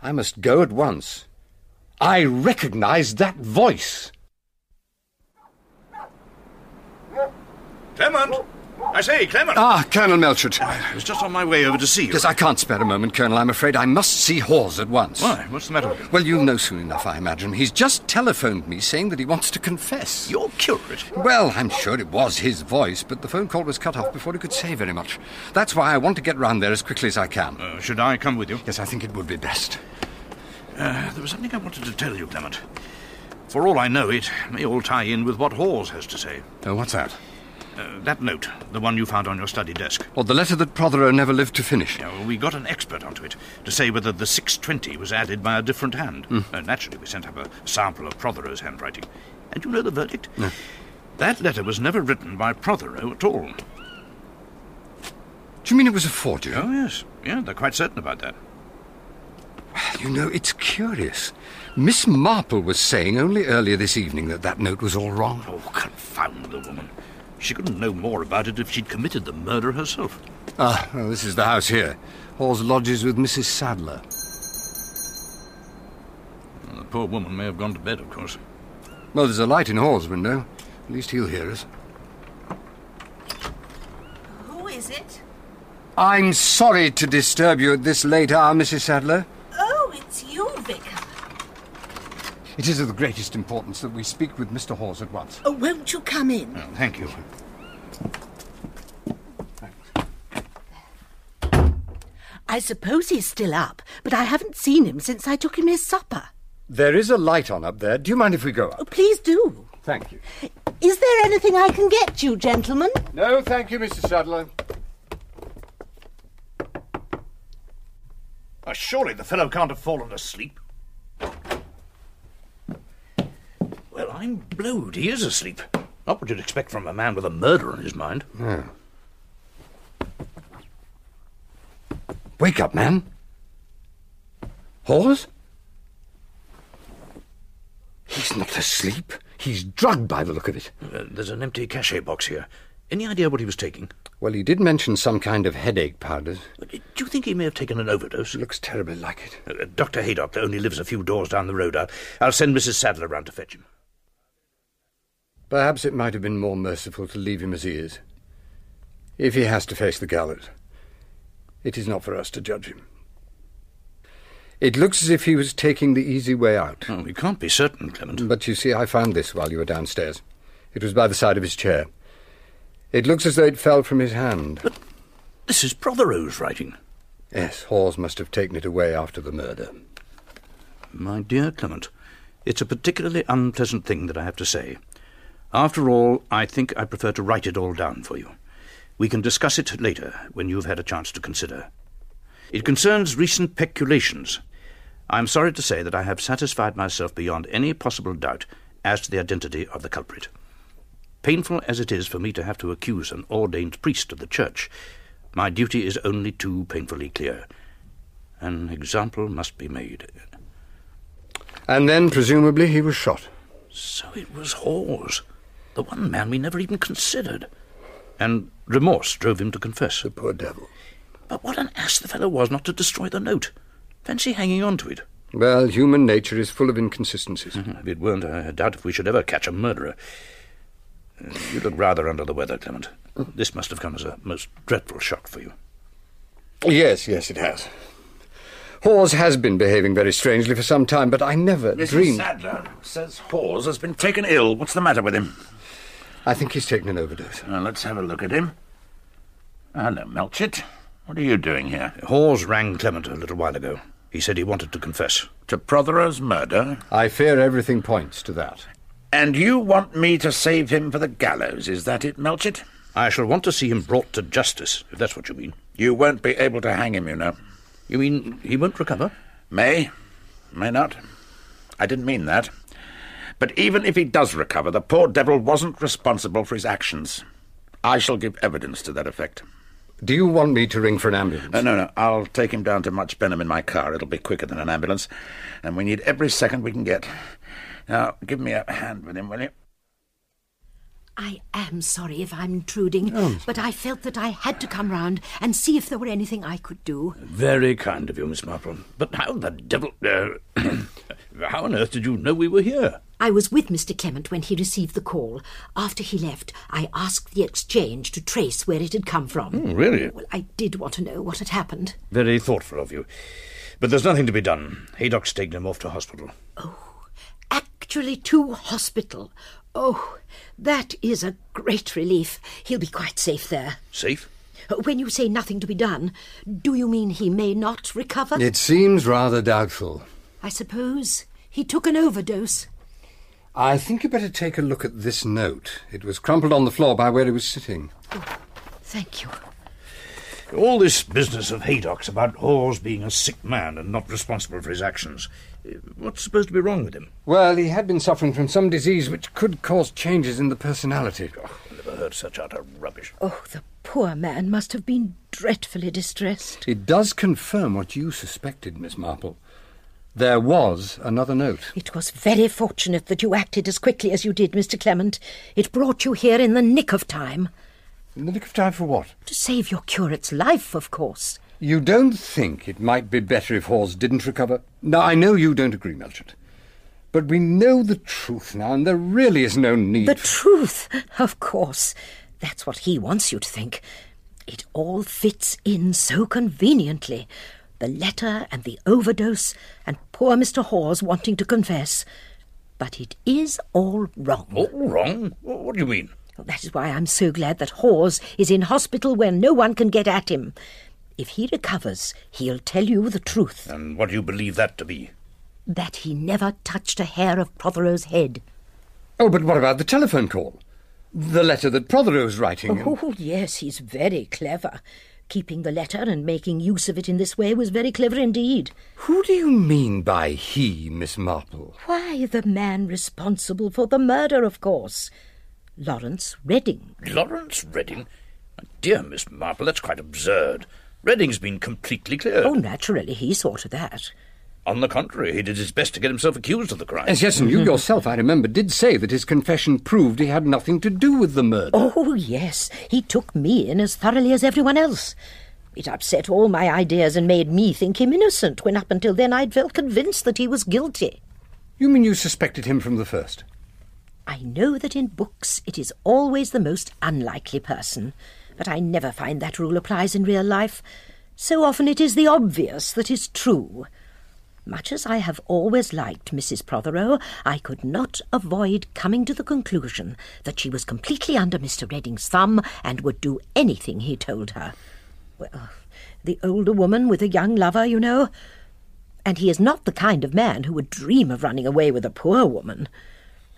Speaker 3: I must go at once. I recognize that voice.
Speaker 21: Clement! I say, Clement!
Speaker 3: Ah, Colonel Melchett.
Speaker 21: I was just on my way over to see you.
Speaker 3: Yes, I can't spare a moment, Colonel. I'm afraid I must see Hawes at once.
Speaker 21: Why? What's the matter with
Speaker 3: Well, you'll know soon enough, I imagine. He's just telephoned me saying that he wants to confess.
Speaker 21: You're curate?
Speaker 3: Well, I'm sure it was his voice, but the phone call was cut off before he could say very much. That's why I want to get round there as quickly as I can.
Speaker 21: Uh, should I come with you?
Speaker 3: Yes, I think it would be best.
Speaker 21: Uh, there was something I wanted to tell you, Clement. For all I know, it may all tie in with what Hawes has to say.
Speaker 3: Oh, what's that?
Speaker 21: Uh, that note, the one you found on your study desk.
Speaker 3: Or the letter that Prothero never lived to finish.
Speaker 21: Uh, we got an expert onto it to say whether the 620 was added by a different hand.
Speaker 3: Hmm.
Speaker 21: Uh, naturally, we sent up a sample of Prothero's handwriting. And you know the verdict? That letter was never written by Prothero at all.
Speaker 3: Do you mean it was a forgery?
Speaker 21: Oh, yes. Yeah, they're quite certain about that.
Speaker 3: You know, it's curious. Miss Marple was saying only earlier this evening that that note was all wrong.
Speaker 21: Oh, confound the woman. She couldn't know more about it if she'd committed the murder herself.
Speaker 3: Ah, well, this is the house here. Hawes lodges with Mrs. Sadler.
Speaker 21: Well, the poor woman may have gone to bed, of course.
Speaker 3: Well, there's a light in Hawes' window. At least he'll hear us.
Speaker 10: Who is it?
Speaker 3: I'm sorry to disturb you at this late hour, Mrs. Sadler.
Speaker 10: Oh, it's you, Vicar.
Speaker 3: It is of the greatest importance that we speak with Mr. Hawes at once.
Speaker 10: Oh, won't you come in?
Speaker 3: Oh,
Speaker 21: Thank you.
Speaker 10: I suppose he's still up, but I haven't seen him since I took him his supper.
Speaker 3: There is a light on up there. Do you mind if we go up?
Speaker 10: Oh, please do.
Speaker 3: Thank you.
Speaker 10: Is there anything I can get you, gentlemen?
Speaker 3: No, thank you, Mrs. Sadler.
Speaker 21: Uh, surely the fellow can't have fallen asleep. Well, I'm blowed. He is asleep. Not what you'd expect from a man with a murder on his mind.
Speaker 3: No. Wake up, man. Hawes? He's not asleep. He's drugged by the look of it.
Speaker 21: Uh, there's an empty cachet box here. Any idea what he was taking? Uh,
Speaker 3: Well, he did mention some kind of headache powders.
Speaker 21: Do you think he may have taken an overdose?
Speaker 3: Looks terribly like
Speaker 21: it. Uh, Dr. Haydock only lives a few doors down the road. I'll, I'll send Mrs. Sadler round to fetch him.
Speaker 3: Perhaps it might have been more merciful to leave him as he is. If he has to face the gallows, it is not for us to judge him. It looks as if he was taking the easy way out.
Speaker 21: we can't be certain, Clement.
Speaker 3: But you see, I found this while you were downstairs. It was by the side of his chair. It looks as though it fell from his hand. But
Speaker 21: this is Prothero's writing.
Speaker 3: Yes, Hawes must have taken it away after the murder.
Speaker 21: My dear Clement, it's a particularly unpleasant thing that I have to say. After all, I think I prefer to write it all down for you. We can discuss it later when you've had a chance to consider. It concerns recent peculations. I'm sorry to say that I have satisfied myself beyond any possible doubt as to the identity of the culprit. Painful as it is for me to have to accuse an ordained priest of the church, my duty is only too painfully clear. An example must be made.
Speaker 3: And then, presumably, he was shot.
Speaker 21: So it was Hawes, the one man we never even considered. And remorse drove him to confess. The
Speaker 3: poor devil.
Speaker 21: But what an ass the fellow was not to destroy the note. Fancy hanging on to it.
Speaker 3: Well, human nature is full of inconsistencies.
Speaker 21: [LAUGHS] If it weren't, I doubt if we should ever catch a murderer. Uh, You look rather under the weather, Clement. This must have come as a most dreadful shock for you.
Speaker 3: Yes, yes, it has. Hawes has been behaving very strangely for some time, but I never
Speaker 18: Mrs.
Speaker 3: dreamed.
Speaker 18: Sadler says Hawes has been taken ill. What's the matter with him?
Speaker 3: I think he's taken an overdose.
Speaker 18: let's have a look at him. Hello, Melchett. What are you doing here?
Speaker 21: Hawes rang Clement a little while ago. He said he wanted to confess.
Speaker 18: To Prothero's murder?
Speaker 3: I fear everything points to that.
Speaker 18: And you want me to save him for the gallows, is that it, Melchett?
Speaker 21: I shall want to see him brought to justice, if that's what you mean.
Speaker 18: You won't be able to hang him, you know.
Speaker 21: You mean he won't recover?
Speaker 18: May. May not. I didn't mean that. But even if he does recover, the poor devil wasn't responsible for his actions. I shall give evidence to that effect. Uh,
Speaker 3: Do you want me to ring for an ambulance?
Speaker 18: no, no. I'll take him down to Much Benham in my car. It'll be quicker than an ambulance. And we need every second we can get. Now, give me a hand with him, will you?
Speaker 1: I am sorry if I'm intruding, but I felt that I had to come round and see if there were anything I could do.
Speaker 21: Very kind [COUGHS] of you, Miss Marple. But how the devil. Uh, how on earth did you know we were here?
Speaker 1: I was with Mr. Clement when he received the call. After he left, I asked the exchange to trace where it had come from.
Speaker 21: Oh, really?
Speaker 1: Well, I did want to know what had happened.
Speaker 21: Very thoughtful of you. But there's nothing to be done. Haydock's taken him off to hospital.
Speaker 1: Actually, to hospital. Oh, that is a great relief. He'll be quite safe there.
Speaker 21: Safe?
Speaker 1: When you say nothing to be done, do you mean he may not recover?
Speaker 3: It seems rather doubtful.
Speaker 1: I suppose he took an overdose.
Speaker 3: I think you better take a look at this note. It was crumpled on the floor by where he was sitting.
Speaker 1: Thank you.
Speaker 21: All this business of Haydock's about Hawes being a sick man and not responsible for his actions. uh, What's supposed to be wrong with him?
Speaker 3: Well, he had been suffering from some disease which could cause changes in the personality.
Speaker 21: Never heard such utter rubbish.
Speaker 1: Oh, the poor man must have been dreadfully distressed.
Speaker 3: It does confirm what you suspected, Miss Marple. There was another note.
Speaker 1: It was very fortunate that you acted as quickly as you did, Mr. Clement. It brought you here in the nick of time.
Speaker 3: In the nick of time for what?
Speaker 1: To save your curate's life, of course.
Speaker 3: You don't think it might be better if Hawes didn't recover? Now, I know you don't agree, Melchett. But we know the truth now, and there really is no need.
Speaker 1: The truth, of course. That's what he wants you to think. It all fits in so conveniently. The letter and the overdose, and poor Mr. Hawes wanting to confess. But it is all wrong.
Speaker 21: All wrong? Wh- What do you mean?
Speaker 1: Well, That is why I'm so glad that Hawes is in hospital where no one can get at him. If he recovers, he'll tell you the truth
Speaker 21: And what do you believe that to be?
Speaker 1: that he never touched a hair of Prothero's head.
Speaker 3: Oh, but what about the telephone call? The letter that Prothero's writing. and-
Speaker 1: Oh, yes, he's very clever. Keeping the letter and making use of it in this way was very clever indeed.
Speaker 3: Who do you mean by he, Miss Marple?
Speaker 1: Why, the man responsible for the murder, of course. Lawrence Redding.
Speaker 21: Lawrence Redding? My dear Miss Marple, that's quite absurd. Redding's been completely cleared.
Speaker 1: Oh, naturally, he saw to that.
Speaker 21: On the contrary, he did his best to get himself accused of the crime. Mm-hmm.
Speaker 3: Yes, yes, and you yourself, I remember, did say that his confession proved he had nothing to do with the murder.
Speaker 1: Oh, yes, he took me in as thoroughly as everyone else. It upset all my ideas and made me think him innocent, when up until then I'd felt convinced that he was guilty.
Speaker 3: You mean you suspected him from the first?
Speaker 1: I know that in books it is always the most unlikely person, but I never find that rule applies in real life. So often it is the obvious that is true. Much as I have always liked Mrs. Prothero, I could not avoid coming to the conclusion that she was completely under Mr. Redding's thumb and would do anything he told her. Well, the older woman with a young lover, you know. And he is not the kind of man who would dream of running away with a poor woman.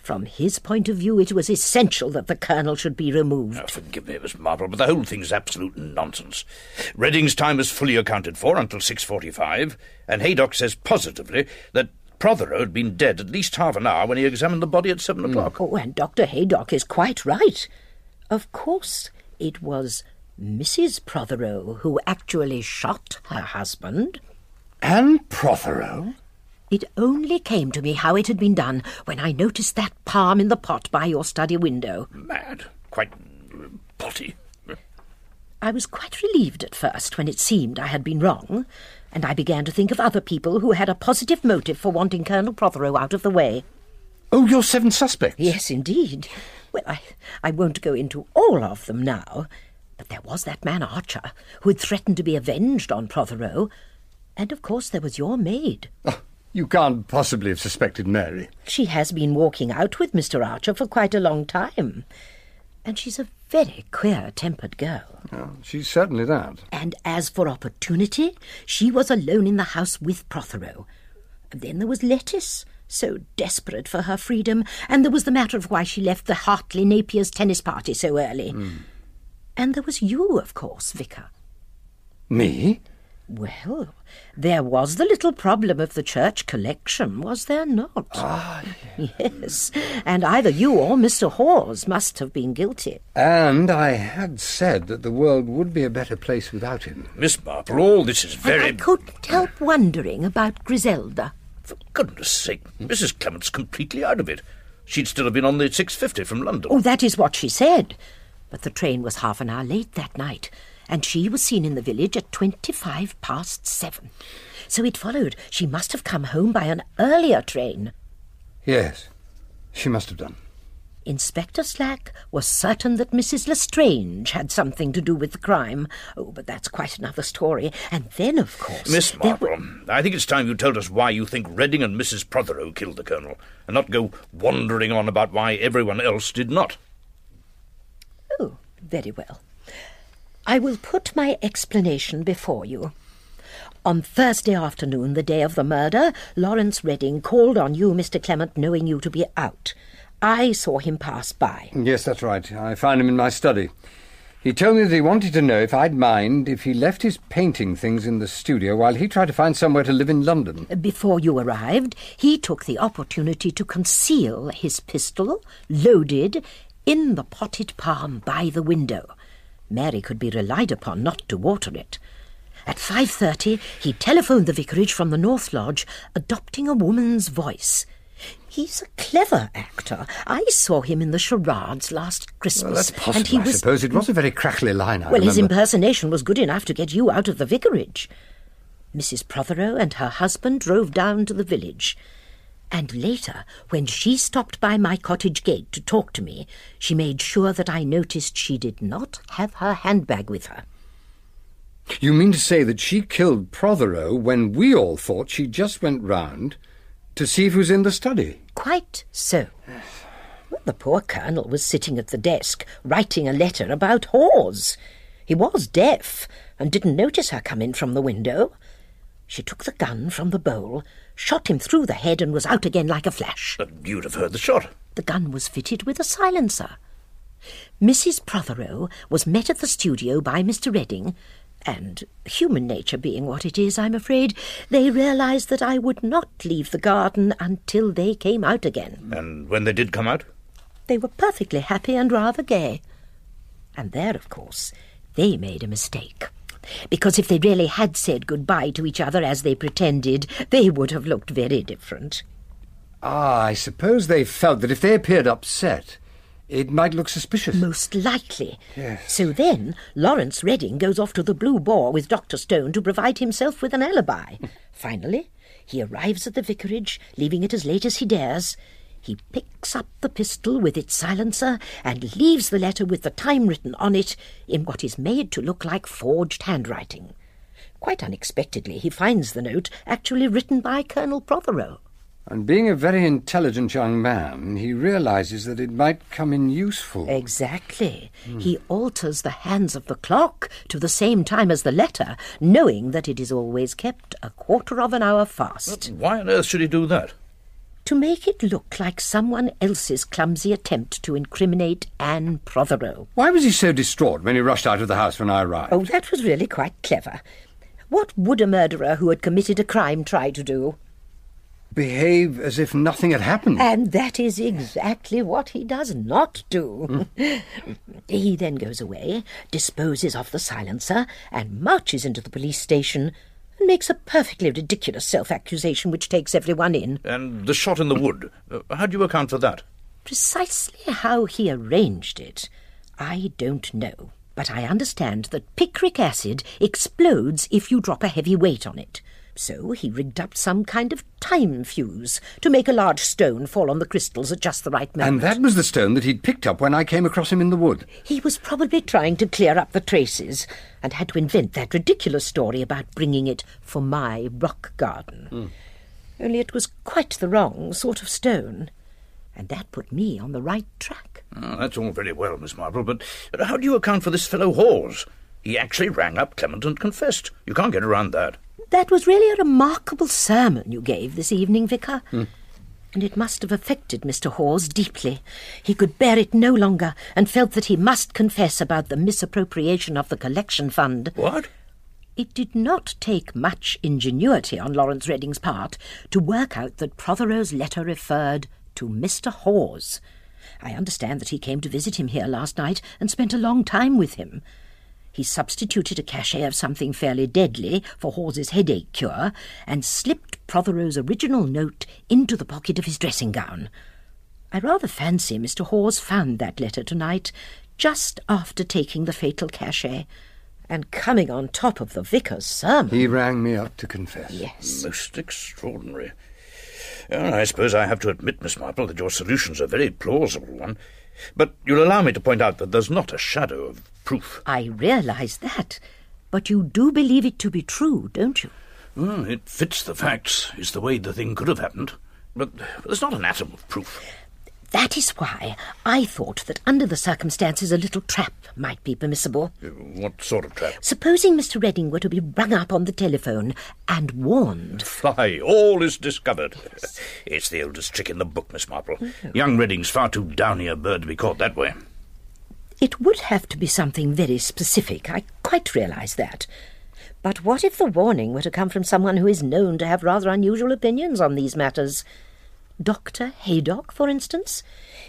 Speaker 1: From his point of view, it was essential that the colonel should be removed.
Speaker 21: Oh, forgive me, Miss Marple, but the whole thing's absolute nonsense. Redding's time is fully accounted for until 6.45, and Haydock says positively that Prothero had been dead at least half an hour when he examined the body at 7 o'clock.
Speaker 1: Oh, and Dr. Haydock is quite right. Of course, it was Mrs. Prothero who actually shot her husband.
Speaker 3: And Prothero?
Speaker 1: It only came to me how it had been done when I noticed that palm in the pot by your study window.
Speaker 21: Mad. Quite uh, potty.
Speaker 1: I was quite relieved at first when it seemed I had been wrong, and I began to think of other people who had a positive motive for wanting Colonel Prothero out of the way.
Speaker 3: Oh, your seven suspects?
Speaker 1: Yes, indeed. Well, I, I won't go into all of them now, but there was that man Archer who had threatened to be avenged on Prothero, and of course there was your maid.
Speaker 3: Ah, You can't possibly have suspected Mary.
Speaker 1: She has been walking out with Mr. Archer for quite a long time, and she's a very queer tempered girl.
Speaker 3: Oh, she's certainly that.
Speaker 1: And as for opportunity, she was alone in the house with Prothero. And then there was Lettice, so desperate for her freedom, and there was the matter of why she left the Hartley Napier's tennis party so early.
Speaker 3: Hmm.
Speaker 1: And there was you, of course, Vicar.
Speaker 3: Me?
Speaker 1: Well, there was the little problem of the church collection, was there not? Ah, [LAUGHS] yes. And either you or Mr. Hawes must have been guilty.
Speaker 3: And I had said that the world would be a better place without him.
Speaker 21: Miss Marple, all this is
Speaker 1: I
Speaker 21: very...
Speaker 1: couldn't help wondering about Griselda.
Speaker 21: Goodness sake, Mrs Clement's completely out of it. She'd still have been on the 6.50 from London.
Speaker 1: Oh, that is what she said. But the train was half an hour late that night, and she was seen in the village at twenty five past seven. So it followed she must have come home by an earlier train.
Speaker 3: Yes. She must have done.
Speaker 1: Inspector Slack was certain that Mrs. Lestrange had something to do with the crime. Oh, but that's quite another story. And then, of course,
Speaker 21: Miss
Speaker 1: there were-
Speaker 21: Marple, I think it's time you told us why you think Redding and Mrs. Prothero killed the Colonel, and not go wandering on about why everyone else did not.
Speaker 1: Oh, very well. I will put my explanation before you. On Thursday afternoon, the day of the murder, Lawrence Redding called on you, Mr. Clement, knowing you to be out. I saw him pass by.
Speaker 3: Yes, that's right. I found him in my study. He told me that he wanted to know if I'd mind if he left his painting things in the studio while he tried to find somewhere to live in London.
Speaker 1: Before you arrived, he took the opportunity to conceal his pistol, loaded, in the potted palm by the window. Mary could be relied upon not to water it. At 5.30, he telephoned the vicarage from the North Lodge, adopting a woman's voice. He's a clever actor. I saw him in the charades last Christmas.
Speaker 3: Well, that's possible,
Speaker 1: and he
Speaker 3: I
Speaker 1: was...
Speaker 3: suppose. It was a very crackly line, I
Speaker 1: Well, his
Speaker 3: remember.
Speaker 1: impersonation was good enough to get you out of the vicarage. Mrs. Prothero and her husband drove down to the village. And later, when she stopped by my cottage gate to talk to me, she made sure that I noticed she did not have her handbag with her.
Speaker 3: You mean to say that she killed Prothero when we all thought she just went round to see if he was in the study?
Speaker 1: Quite so. Well, the poor colonel was sitting at the desk, writing a letter about whores. He was deaf, and didn't notice her come in from the window. She took the gun from the bowl, shot him through the head, and was out again like a flash.
Speaker 21: But you'd have heard the shot.
Speaker 1: The gun was fitted with a silencer. Mrs. Prothero was met at the studio by Mr. Redding, and human nature being what it is, I'm afraid, they realised that I would not leave the garden until they came out again.
Speaker 21: And when they did come out,
Speaker 1: They were perfectly happy and rather gay. And there, of course, they made a mistake. Because if they really had said goodbye to each other as they pretended, they would have looked very different.
Speaker 3: Ah, I suppose they felt that if they appeared upset, it might look suspicious.
Speaker 1: Most likely. So then, Lawrence Redding goes off to the Blue Boar with Dr. Stone to provide himself with
Speaker 3: [LAUGHS]
Speaker 1: an alibi. Finally, he arrives at the vicarage, leaving it as late as he dares. He picks up the pistol with its silencer and leaves the letter with the time written on it in what is made to look like forged handwriting. Quite unexpectedly, he finds the note actually written by Colonel Prothero.
Speaker 3: And being a very intelligent young man, he realizes that it might come in useful.
Speaker 1: Exactly. Eh, He alters the hands of the clock to the same time as the letter, knowing that it is always kept a quarter of an hour fast.
Speaker 21: why on earth should he do that?
Speaker 1: To make it look like someone else's clumsy attempt to incriminate Anne Prothero.
Speaker 3: Why was he so distraught when he rushed out of the house when I arrived?
Speaker 1: Oh, that was really quite clever. What would a murderer who had committed a crime try to do?
Speaker 3: Behave as if nothing had happened.
Speaker 1: And that is exactly what he does not do.
Speaker 3: Hmm.
Speaker 1: [LAUGHS] he then goes away, disposes of the silencer, and marches into the police station and makes a perfectly ridiculous self accusation which takes everyone in.
Speaker 21: And the shot in the wood, uh, how do you account for that?
Speaker 1: Precisely how he arranged it, I don't know. But I understand that picric acid explodes if you drop a heavy weight on it. So he rigged up some kind of time fuse to make a large stone fall on the crystals at just the right moment.
Speaker 3: And that was the stone that he'd picked up when I came across him in the wood.
Speaker 1: He was probably trying to clear up the traces and had to invent that ridiculous story about bringing it for my rock garden. Only it was quite the wrong sort of stone, and that put me on the right track.
Speaker 21: Ah, that's all very well, Miss Marple, but, but how do you account for this fellow Hawes? He actually rang up Clement and confessed. You can't get around that.
Speaker 1: That was really a remarkable sermon you gave this evening, Vicar.
Speaker 21: Hmm.
Speaker 1: And it must have affected Mr. Hawes deeply. He could bear it no longer and felt that he must confess about the misappropriation of the collection fund.
Speaker 21: What?
Speaker 1: It did not take much ingenuity on Lawrence Redding's part to work out that Prothero's letter referred to Mr. Hawes. I understand that he came to visit him here last night and spent a long time with him. He substituted a cachet of something fairly deadly for Hawes's headache cure and slipped Prothero's original note into the pocket of his dressing gown. I rather fancy Mr. Hawes found that letter tonight, just after taking the fatal cachet and coming on top of the vicar's sermon.
Speaker 3: He rang me up to confess.
Speaker 1: Yes.
Speaker 21: Most extraordinary. Well, I suppose I have to admit, Miss Marple, that your solution's a very plausible one. But you'll allow me to point out that there's not a shadow of proof.
Speaker 1: I realise that, but you do believe it to be true, don't you?
Speaker 21: Well, it fits the facts, is the way the thing could have happened. But there's not an atom of proof.
Speaker 1: That is why I thought that under the circumstances a little trap might be permissible.
Speaker 21: What sort of trap?
Speaker 1: Supposing Mr. Redding were to be rung up on the telephone and warned.
Speaker 21: Fly, all is discovered. It's the oldest trick in the book, Miss Marple.
Speaker 1: Oh.
Speaker 21: Young Redding's far too downy a bird to be caught that way.
Speaker 1: It would have to be something very specific. I quite realise that. But what if the warning were to come from someone who is known to have rather unusual opinions on these matters? Dr. Haydock, for instance?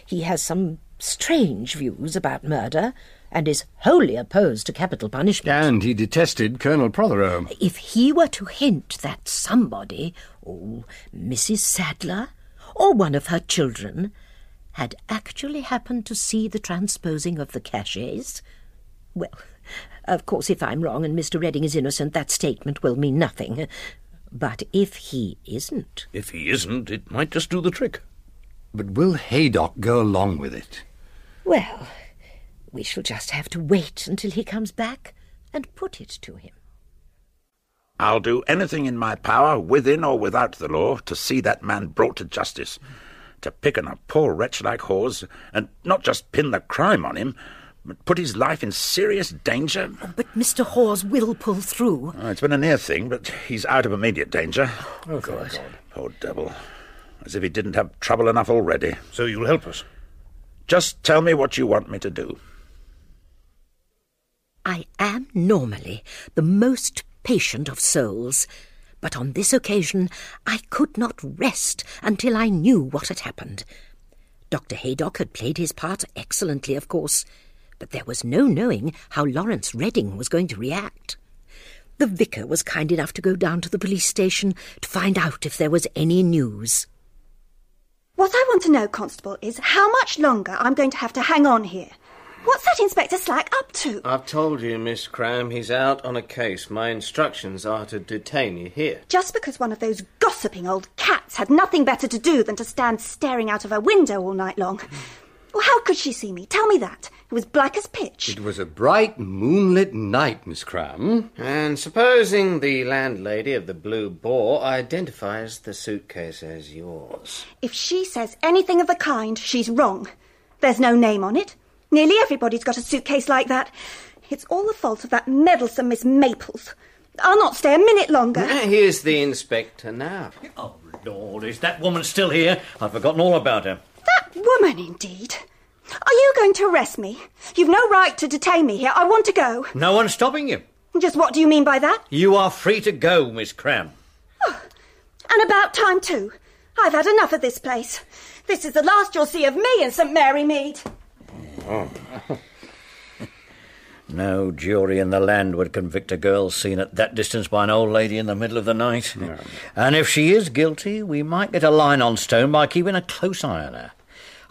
Speaker 1: He has some strange views about murder and is wholly opposed to capital punishment.
Speaker 3: And he detested Colonel Prothero.
Speaker 1: If he were to hint that somebody, or Mrs. Sadler, or one of her children, had actually happened to see the transposing of the caches, well, of course, if I'm wrong and Mr. Redding is innocent, that statement will mean nothing. But if he isn't,
Speaker 21: If he isn't, it might just do the trick.
Speaker 3: But will Haydock go along with it?
Speaker 1: well, we shall just have to wait until he comes back and put it to him.
Speaker 18: I'll do anything in my power, within or without the law, to see that man brought to justice. To pick on a poor wretch like Hawes, and not just pin the crime on him, but put his life in serious danger.
Speaker 10: But Mr. Hawes will pull through.
Speaker 18: Oh, it's been a near thing, but he's out of immediate danger. Oh, God. Poor devil. As if he didn't have trouble enough already.
Speaker 21: So you'll help us?
Speaker 18: Just tell me what you want me to do.
Speaker 1: I am normally the most patient of souls, but on this occasion I could not rest until I knew what had happened. Dr. Haydock had played his part excellently, of course, but there was no knowing how Lawrence Redding was going to react. The vicar was kind enough to go down to the police station to find out if there was any news.
Speaker 9: What I want to know, Constable, is how much longer I'm going to have to hang on here. What's that Inspector Slack up to?
Speaker 24: I've told you, Miss Cram, he's out on a case. My instructions are to detain you here.
Speaker 9: Just because one of those gossiping old cats had nothing better to do than to stand staring out of her window all night long. Well, how could she see me? Tell me that. It was black as pitch.
Speaker 3: It was a bright, moonlit night, Miss Cram.
Speaker 24: And supposing the landlady of the Blue Boar identifies the suitcase as yours.
Speaker 9: If she says anything of the kind, she's wrong. There's no name on it. Nearly everybody's got a suitcase like that. It's all the fault of that meddlesome Miss Maples. I'll not stay a minute longer.
Speaker 24: Ah, Here's the inspector now.
Speaker 19: Oh, Lord, is that woman still here? I've forgotten all about her.
Speaker 9: Woman, indeed. Are you going to arrest me? You've no right to detain me here. I want to go.
Speaker 19: No one's stopping you.
Speaker 9: Just what do you mean by that?
Speaker 19: You are free to go, Miss Cram.
Speaker 9: And about time, too. I've had enough of this place. This is the last you'll see of me in St. Mary Mead.
Speaker 19: Oh. [LAUGHS] no jury in the land would convict a girl seen at that distance by an old lady in the middle of the night. And if she is guilty, we might get a line on stone by keeping a close eye on her.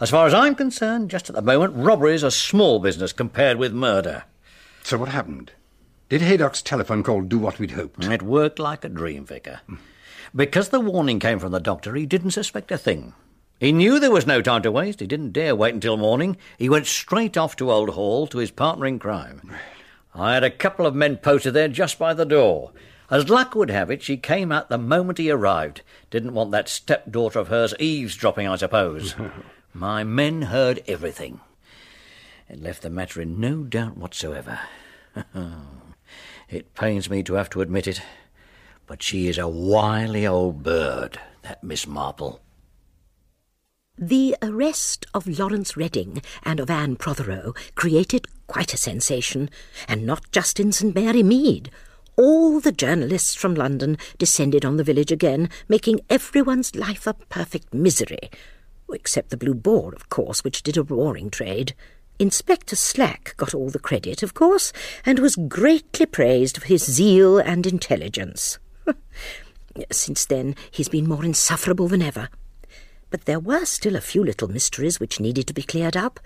Speaker 19: As far as I'm concerned, just at the moment, robbery is a small business compared with murder.
Speaker 3: So what happened? Did Haydock's telephone call do what we'd hoped? Mm.
Speaker 19: It worked like a dream, Vicar. Because the warning came from the doctor, he didn't suspect a thing. He knew there was no time to waste. He didn't dare wait until morning. He went straight off to Old Hall to his partner in crime. I had a couple of men posted there just by the door. As luck would have it, she came out the moment he arrived. Didn't want that stepdaughter of hers eavesdropping, I suppose. My men heard everything. It left the matter in no doubt whatsoever. [LAUGHS] it pains me to have to admit it, but she is a wily old bird, that Miss Marple.
Speaker 1: The arrest of Lawrence Redding and of Anne Prothero created quite a sensation, and not just in St Mary Mead. All the journalists from London descended on the village again, making everyone's life a perfect misery. Except the Blue Boar, of course, which did a roaring trade. Inspector Slack got all the credit, of course, and was greatly praised for his zeal and intelligence. [LAUGHS] Since then, he's been more insufferable than ever. But there were still a few little mysteries which needed to be cleared up,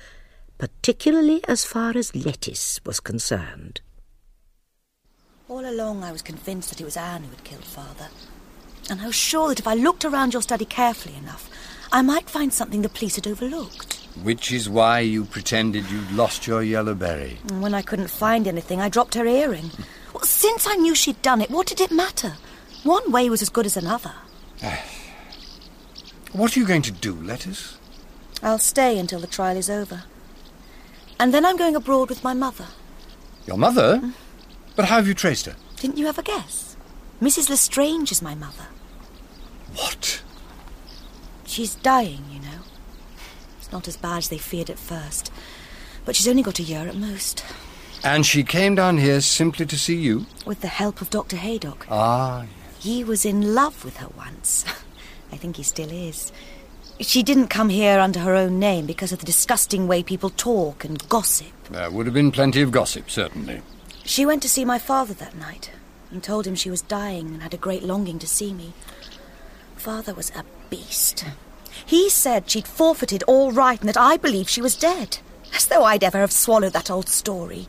Speaker 1: particularly as far as lettuce was concerned.
Speaker 13: All along, I was convinced that it was Anne who had killed Father.
Speaker 8: And I was sure that if I looked around your study carefully enough, I might find something the police had overlooked.
Speaker 3: Which is why you pretended you'd lost your yellow berry.
Speaker 8: And when I couldn't find anything, I dropped her earring. Well, since I knew she'd done it, what did it matter? One way was as good as another.
Speaker 3: What are you going to do, Letters?
Speaker 8: I'll stay until the trial is over. And then I'm going abroad with my mother.
Speaker 3: Your mother? But how have you traced her?
Speaker 8: Didn't you ever guess? Mrs. Lestrange is my mother.
Speaker 3: What?
Speaker 8: She's dying, you know. It's not as bad as they feared at first. But she's only got a year at most,
Speaker 3: And she came down here simply to see you?
Speaker 8: with the help of Dr. Haydock.
Speaker 3: Ah,
Speaker 8: He was in love with her once. I think he still is. She didn't come here under her own name because of the disgusting way people talk and gossip.
Speaker 3: there would have been plenty of gossip, certainly.
Speaker 8: She went to see my father that night and told him she was dying and had a great longing to see me. Father was a beast. He said she'd forfeited all right and that I believed she was dead, as though I'd ever have swallowed that old story.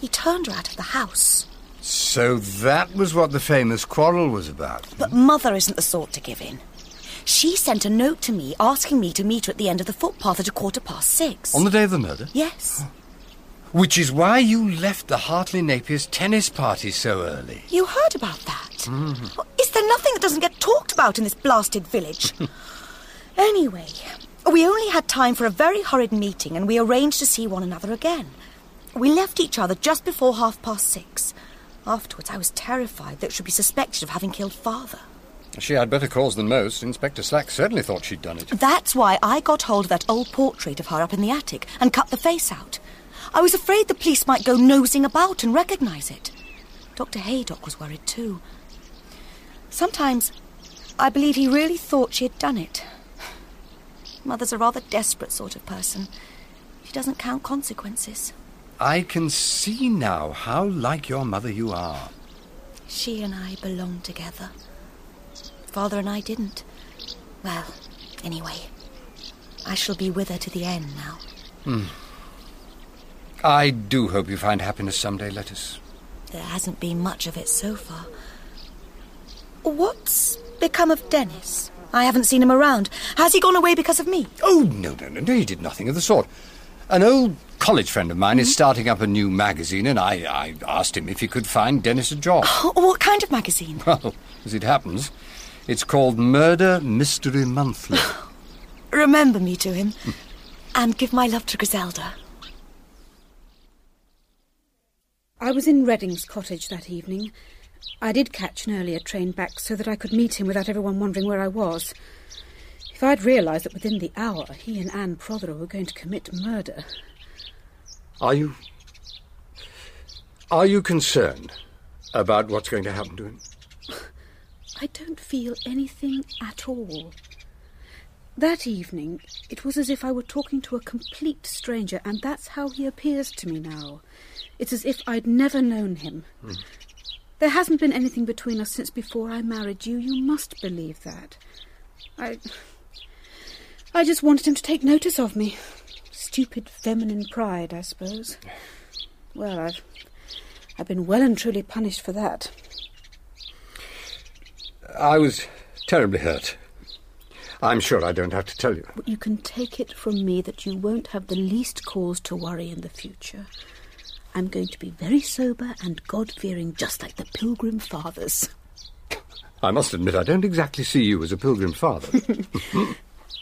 Speaker 8: He turned her out of the house.
Speaker 3: So that was what the famous quarrel was about.
Speaker 8: But Mother isn't the sort to give in. She sent a note to me asking me to meet her at the end of the footpath at a quarter past six.
Speaker 3: On the day of the murder?
Speaker 8: Yes.
Speaker 3: Which is why you left the Hartley Napier's tennis party so early.
Speaker 8: You heard about that.
Speaker 3: Mhm.
Speaker 8: Is there nothing that doesn't get talked about in this blasted village? anyway, we only had time for a very hurried meeting and we arranged to see one another again. We left each other just before half past six. Afterwards, I was terrified that she'd be suspected of having killed Father.
Speaker 3: She had better cause than most. Inspector Slack certainly thought she'd done it.
Speaker 8: That's why I got hold of that old portrait of her up in the attic and cut the face out. I was afraid the police might go nosing about and recognize it. Dr. Haydock was worried too. Sometimes I believe he really thought she had done it. Mother's a rather desperate sort of person. She doesn't count consequences.
Speaker 3: I can see now how like your mother you are.
Speaker 8: She and I belong together. Father and I didn't. Well, anyway, I shall be with her to the end now.
Speaker 3: Hmm. I do hope you find happiness someday, Lettuce.
Speaker 8: There hasn't been much of it so far. What's become of Dennis? I haven't seen him around. Has he gone away because of me?
Speaker 3: Oh, no, no, no, no, he did nothing of the sort. An old college friend of mine is starting up a new magazine, and I, I asked him if he could find Dennis a job.
Speaker 8: Oh, What kind of magazine?
Speaker 3: [LAUGHS] Well, as it happens, it's called Murder
Speaker 8: [LAUGHS]
Speaker 3: Mystery Monthly.
Speaker 8: Remember me to him. and give my love to Griselda.
Speaker 6: I was in Redding's cottage that evening. I did catch an earlier train back so that I could meet him without everyone wondering where I was. If I'd realised that within the hour he and Anne Prothero were going to commit murder.
Speaker 30: Are you. Are you concerned about what's going to happen to him?
Speaker 6: I don't feel anything at all. That evening, it was as if I were talking to a complete stranger, and that's how he appears to me now. It's as if I'd never known him.
Speaker 3: Hmm.
Speaker 6: There hasn't been anything between us since before I married you. You must believe that. I. I just wanted him to take notice of me. Stupid feminine pride, I suppose. Well, I've. I've been well and truly punished for that.
Speaker 30: I was terribly hurt. I'm sure I don't have to tell you.
Speaker 6: But you can take it from me that you won't have the least cause to worry in the future. I'm going to be very sober and God fearing, just like the Pilgrim Fathers.
Speaker 30: I must admit, I don't exactly see you as a pilgrim father.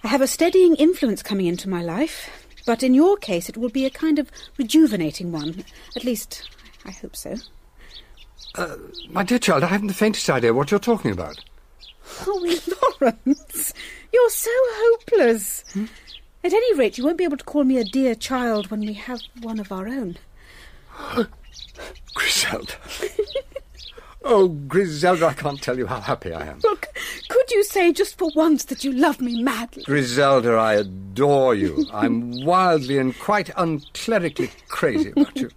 Speaker 6: I have a steadying influence coming into my life, but in your case it will be a kind of rejuvenating one. At least, I hope so.
Speaker 30: uh, [LAUGHS] my dear child, I haven't the faintest idea what you're talking about.
Speaker 6: Oh, Lawrence, you're so hopeless. At any rate, you won't be able to call me a dear child when we have one of our own.
Speaker 30: Griselda. oh, Griselda, I can't tell you how happy I am.
Speaker 6: Could you say just for once that you love me madly?
Speaker 30: Griselda, I adore you. I'm wildly and quite unclerically crazy about [LAUGHS] you.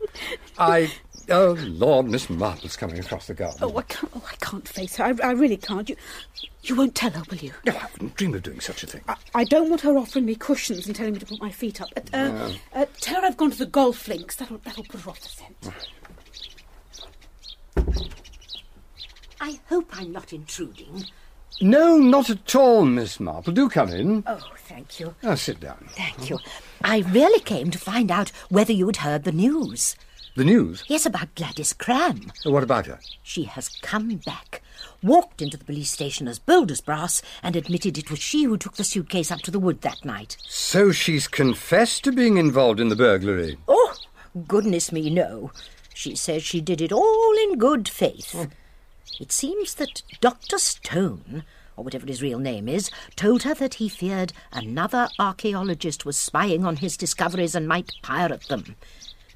Speaker 30: I. Oh, Lord, Miss Marple's coming across the garden.
Speaker 6: Oh, I can't, oh, I can't face her. I, I really can't. You, you won't tell her, will you?
Speaker 30: No, I wouldn't dream of doing such a thing.
Speaker 6: I don't want her offering me cushions and telling me to put my feet up. Uh, uh,
Speaker 30: No.
Speaker 6: uh, tell her I've gone to the golf links. That'll, that'll put her off the scent.
Speaker 1: I hope I'm not intruding.
Speaker 3: No, not at all, Miss Marple. Do come
Speaker 30: Uh.
Speaker 3: in.
Speaker 1: Oh, thank you.
Speaker 3: Now sit down.
Speaker 1: Thank you. I really came to find out whether you'd heard the news.
Speaker 3: The news?
Speaker 1: Yes, about Gladys Cram.
Speaker 3: What about her?
Speaker 1: She has come back, walked into the police station as bold as brass, and admitted it was she who took the suitcase up to the wood that night.
Speaker 3: So she's confessed to being involved in the burglary.
Speaker 1: Oh, goodness me, no. She says she did it all in good faith. It seems that Dr. Stone, or whatever his real name is, told her that he feared another archaeologist was spying on his discoveries and might pirate them.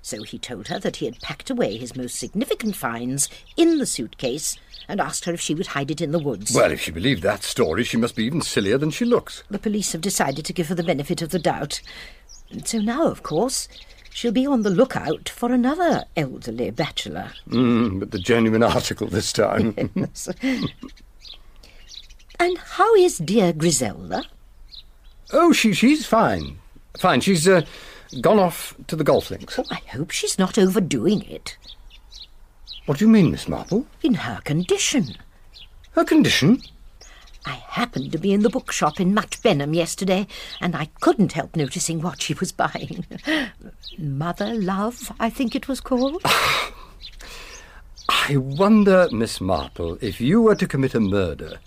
Speaker 1: So he told her that he had packed away his most significant finds in the suitcase and asked her if she would hide it in the woods.
Speaker 3: Well, if she believed that story, she must be even sillier than she looks.
Speaker 1: The police have decided to give her the benefit of the doubt. So now, of course, she'll be on the lookout for another elderly bachelor.
Speaker 3: Mm, but the genuine [LAUGHS] article this time.
Speaker 1: Yes. and how is dear Griselda?
Speaker 3: [LAUGHS] Oh, she, she's fine. Fine. She's uh, gone off to the golf links.
Speaker 1: Oh, I hope she's not overdoing it.
Speaker 3: What do you mean, Miss Marple?
Speaker 1: In her condition.
Speaker 3: Her condition?
Speaker 1: I happened to be in the bookshop in Mutt Benham yesterday, and I couldn't help noticing what she was [LAUGHS] buying. Mother Love, I think it was called.
Speaker 3: I wonder, Miss Marple, if you were to commit a murder,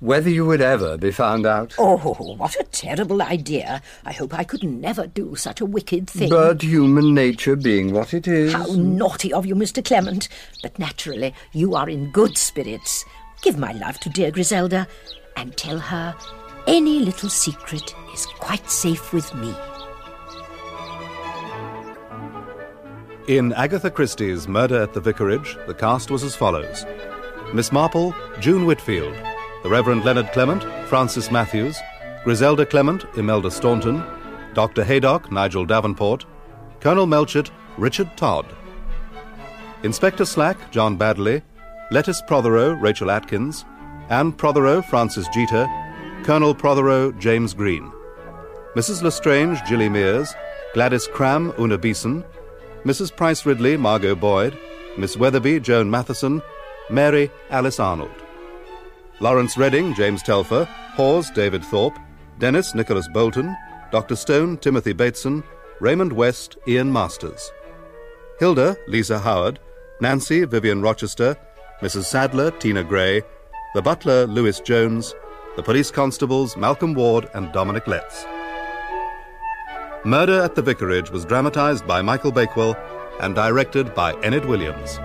Speaker 3: whether you would ever be found out.
Speaker 1: [LAUGHS] Oh, what a terrible idea. I hope I could never do such a wicked thing.
Speaker 3: But human nature being what it is.
Speaker 1: How naughty of you, Mr. Clement. But naturally, you are in good spirits. Give my love to dear Griselda and tell her any little secret is quite safe with me.
Speaker 2: In Agatha Christie's Murder at the Vicarage, the cast was as follows Miss Marple, June Whitfield, the Reverend Leonard Clement, Francis Matthews, Griselda Clement, Imelda Staunton, Dr. Haydock, Nigel Davenport, Colonel Melchett, Richard Todd, Inspector Slack, John Baddeley, Lettuce Prothero, Rachel Atkins, Anne Prothero, Francis Jeter, Colonel Prothero, James Green, Mrs. Lestrange, Jilly Mears, Gladys Cram, Una Beeson, Mrs. Price Ridley, Margot Boyd, Miss Weatherby, Joan Matheson, Mary, Alice Arnold. Lawrence Redding, James Telfer, Hawes, David Thorpe, Dennis, Nicholas Bolton, Dr. Stone, Timothy Bateson, Raymond West, Ian Masters. Hilda, Lisa Howard, Nancy, Vivian Rochester, Mrs. Sadler, Tina Gray, the butler, Lewis Jones, the police constables, Malcolm Ward and Dominic Letts. Murder at the Vicarage was dramatized by Michael Bakewell and directed by Enid Williams.